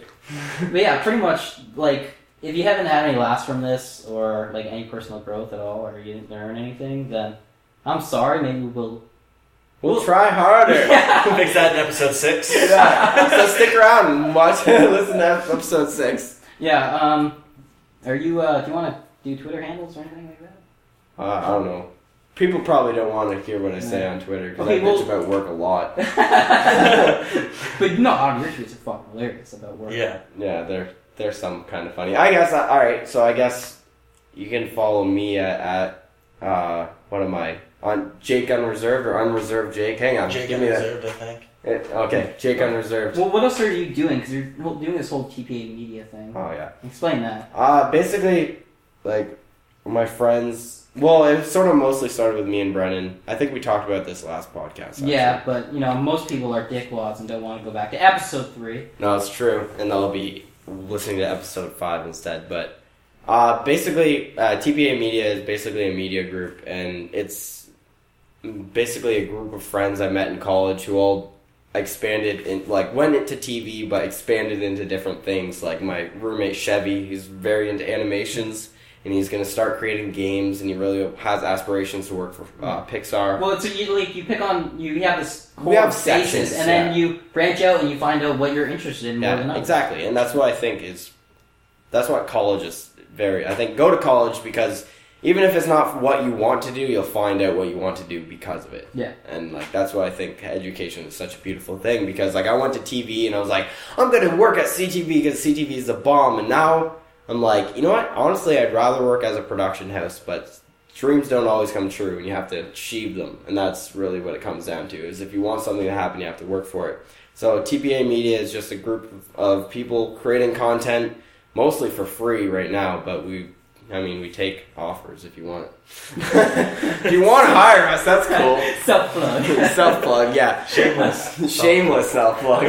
Speaker 1: But yeah, pretty much like if you haven't had any laughs from this or like any personal growth at all, or you didn't learn anything, then I'm sorry. Maybe we'll.
Speaker 2: we'll try harder.
Speaker 3: Fix that in episode six.
Speaker 2: Yeah. so stick around and watch listen to episode six.
Speaker 1: Yeah. Um. Are you? Uh, do you want to do Twitter handles or anything like that?
Speaker 2: Uh, I don't know. People probably don't want to hear what I say on Twitter because I
Speaker 1: Okay,
Speaker 2: bitch
Speaker 1: well-
Speaker 2: about work a lot.
Speaker 1: but no, on your tweets are fucking hilarious about work.
Speaker 3: Yeah.
Speaker 2: Yeah, they're they're some kind of funny. I guess. all right, so I guess you can follow me at, at uh, what am I on Jake Unreserved or Unreserved Jake? Hang on,
Speaker 3: Jake
Speaker 2: give me that.
Speaker 3: unreserved, I think.
Speaker 2: Eh, Okay, Jake Unreserved.
Speaker 1: Well, what else are you doing? Because you're well, doing this whole TPA media thing.
Speaker 2: Oh yeah.
Speaker 1: Explain that.
Speaker 2: Uh, basically, like, my friends. Well, it sort of mostly started with me and Brennan. I think we talked about this last podcast. actually.
Speaker 1: Yeah, but you know, most people are dickwads and don't want to go back to episode three.
Speaker 2: No, it's true, and they'll be listening to episode five instead. But uh, basically, uh, TPA Media is basically a media group, and it's basically a group of friends I met in college who all expanded in like went into TV, but expanded into different things. Like my roommate Chevy, he's very into animations. And he's going to start creating games, and he really has aspirations to work for uh, Pixar.
Speaker 1: Well, so you like you pick on you have this core
Speaker 2: We have
Speaker 1: basis,
Speaker 2: sections,
Speaker 1: and then you branch out and you find out what you're interested in more than
Speaker 2: Yeah,
Speaker 1: others.
Speaker 2: exactly, and that's what I think is. That's what college is very. I think go to college because even if it's not what you want to do, you'll find out what you want to do because of it.
Speaker 1: Yeah.
Speaker 2: and like that's why I think education is such a beautiful thing because like I went to TV and I was like, I'm gonna work at CTV because CTV is the bomb, and now I'm like, you know what? Honestly, I'd rather work as a production house, but dreams don't always come true and you have to achieve them and that's really what it comes down to is if you want something to happen you have to work for it so tpa media is just a group of, of people creating content mostly for free right now but we i mean we take offers if you want it if you want to hire us that's cool
Speaker 1: Self plug.
Speaker 2: self plug yeah
Speaker 3: Shameless.
Speaker 2: shameless self plug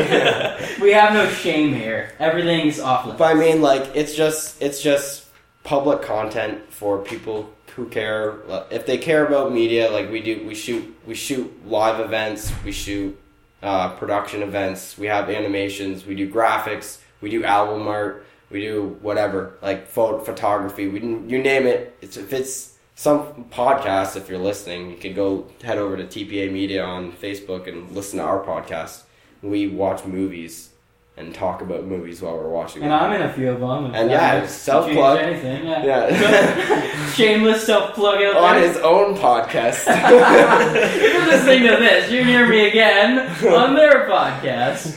Speaker 1: we have no shame here. Everything's off limits.
Speaker 2: But I mean, like, it's just it's just public content for people who care. If they care about media, like we do, we shoot we shoot live events, we shoot uh, production events, we have animations, we do graphics, we do album art, we do whatever, like photo, photography. We didn't- you name it. It's if it's some podcast, if you're listening, you can go head over to TPA Media on Facebook and listen to our podcast. We watch movies and talk about movies while we're watching.
Speaker 1: and
Speaker 2: them.
Speaker 1: I'm in a few of them.
Speaker 2: And yeah,
Speaker 1: if
Speaker 2: self
Speaker 1: you
Speaker 2: plug.
Speaker 1: change Anything, yeah.
Speaker 2: Yeah.
Speaker 1: Shameless self plug out
Speaker 2: on
Speaker 1: there.
Speaker 2: his own podcast.
Speaker 1: if you're listening to this, you hear me again on their podcast.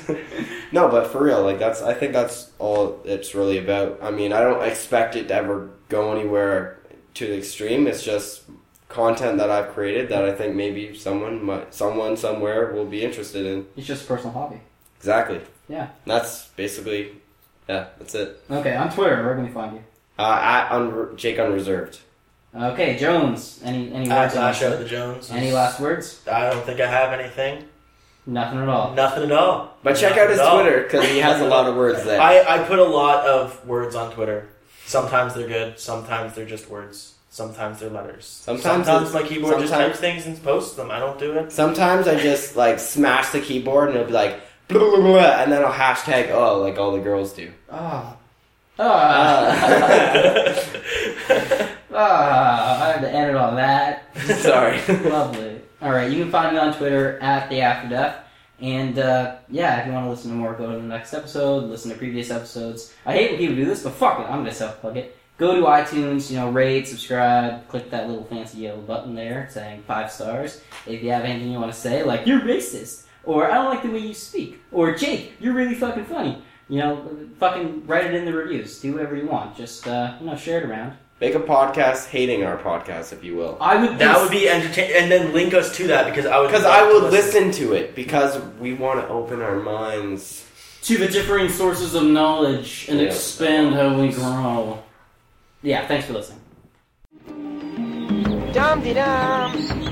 Speaker 2: no, but for real, like that's I think that's all it's really about. I mean, I don't expect it to ever go anywhere to the extreme. It's just content that I've created that I think maybe someone might, someone somewhere will be interested in.
Speaker 1: It's just a personal hobby.
Speaker 2: Exactly.
Speaker 1: Yeah.
Speaker 2: That's basically yeah, that's it.
Speaker 1: Okay, on Twitter, where can we find you?
Speaker 2: Uh, at unre- Jake Unreserved.
Speaker 1: Okay, Jones. Any any
Speaker 3: At
Speaker 1: words? on
Speaker 3: Lash Out
Speaker 1: that?
Speaker 3: the Jones.
Speaker 1: Any last words?
Speaker 3: I don't think I have anything.
Speaker 1: Nothing at all.
Speaker 3: Nothing at all.
Speaker 2: But check out his
Speaker 3: No.
Speaker 2: Twitter because he has a lot of words there.
Speaker 3: I, I put a lot of words on Twitter. Sometimes they're good. Sometimes they're just words. Sometimes they're letters.
Speaker 2: Sometimes
Speaker 3: my keyboard just
Speaker 2: sometimes-
Speaker 3: types things and posts them. I don't do it.
Speaker 2: Sometimes I just like smash the keyboard and it'll be like blah, blah, blah, and then I'll hashtag oh like all the girls do.
Speaker 1: Ah. Ah. Ah, I had to end it on that.
Speaker 2: Sorry.
Speaker 1: Lovely. All right, you can find me on Twitter at the After Death, and uh, yeah, if you want to listen to more, go to the next episode, listen to previous episodes. I hate when people do this, but fuck it, I'm gonna self plug it. Go to iTunes, you know, rate, subscribe, click that little fancy yellow button there saying five stars. If you have anything you want to say, like you're racist, or I don't like the way you speak, or Jake, you're really fucking funny. You know, fucking write it in the reviews. Do whatever you want. Just uh, you know, share it around.
Speaker 2: Make a podcast hating our podcast if you will.
Speaker 1: I would.
Speaker 3: That would be entertaining. And then link us to that because I would
Speaker 2: Because
Speaker 3: love
Speaker 2: I
Speaker 3: to
Speaker 2: will listen to it because we want to open our minds.
Speaker 1: to the differing sources of knowledge and
Speaker 2: Yeah.
Speaker 1: expand how we grow. Yeah, thanks for listening.
Speaker 4: Dum dee dum.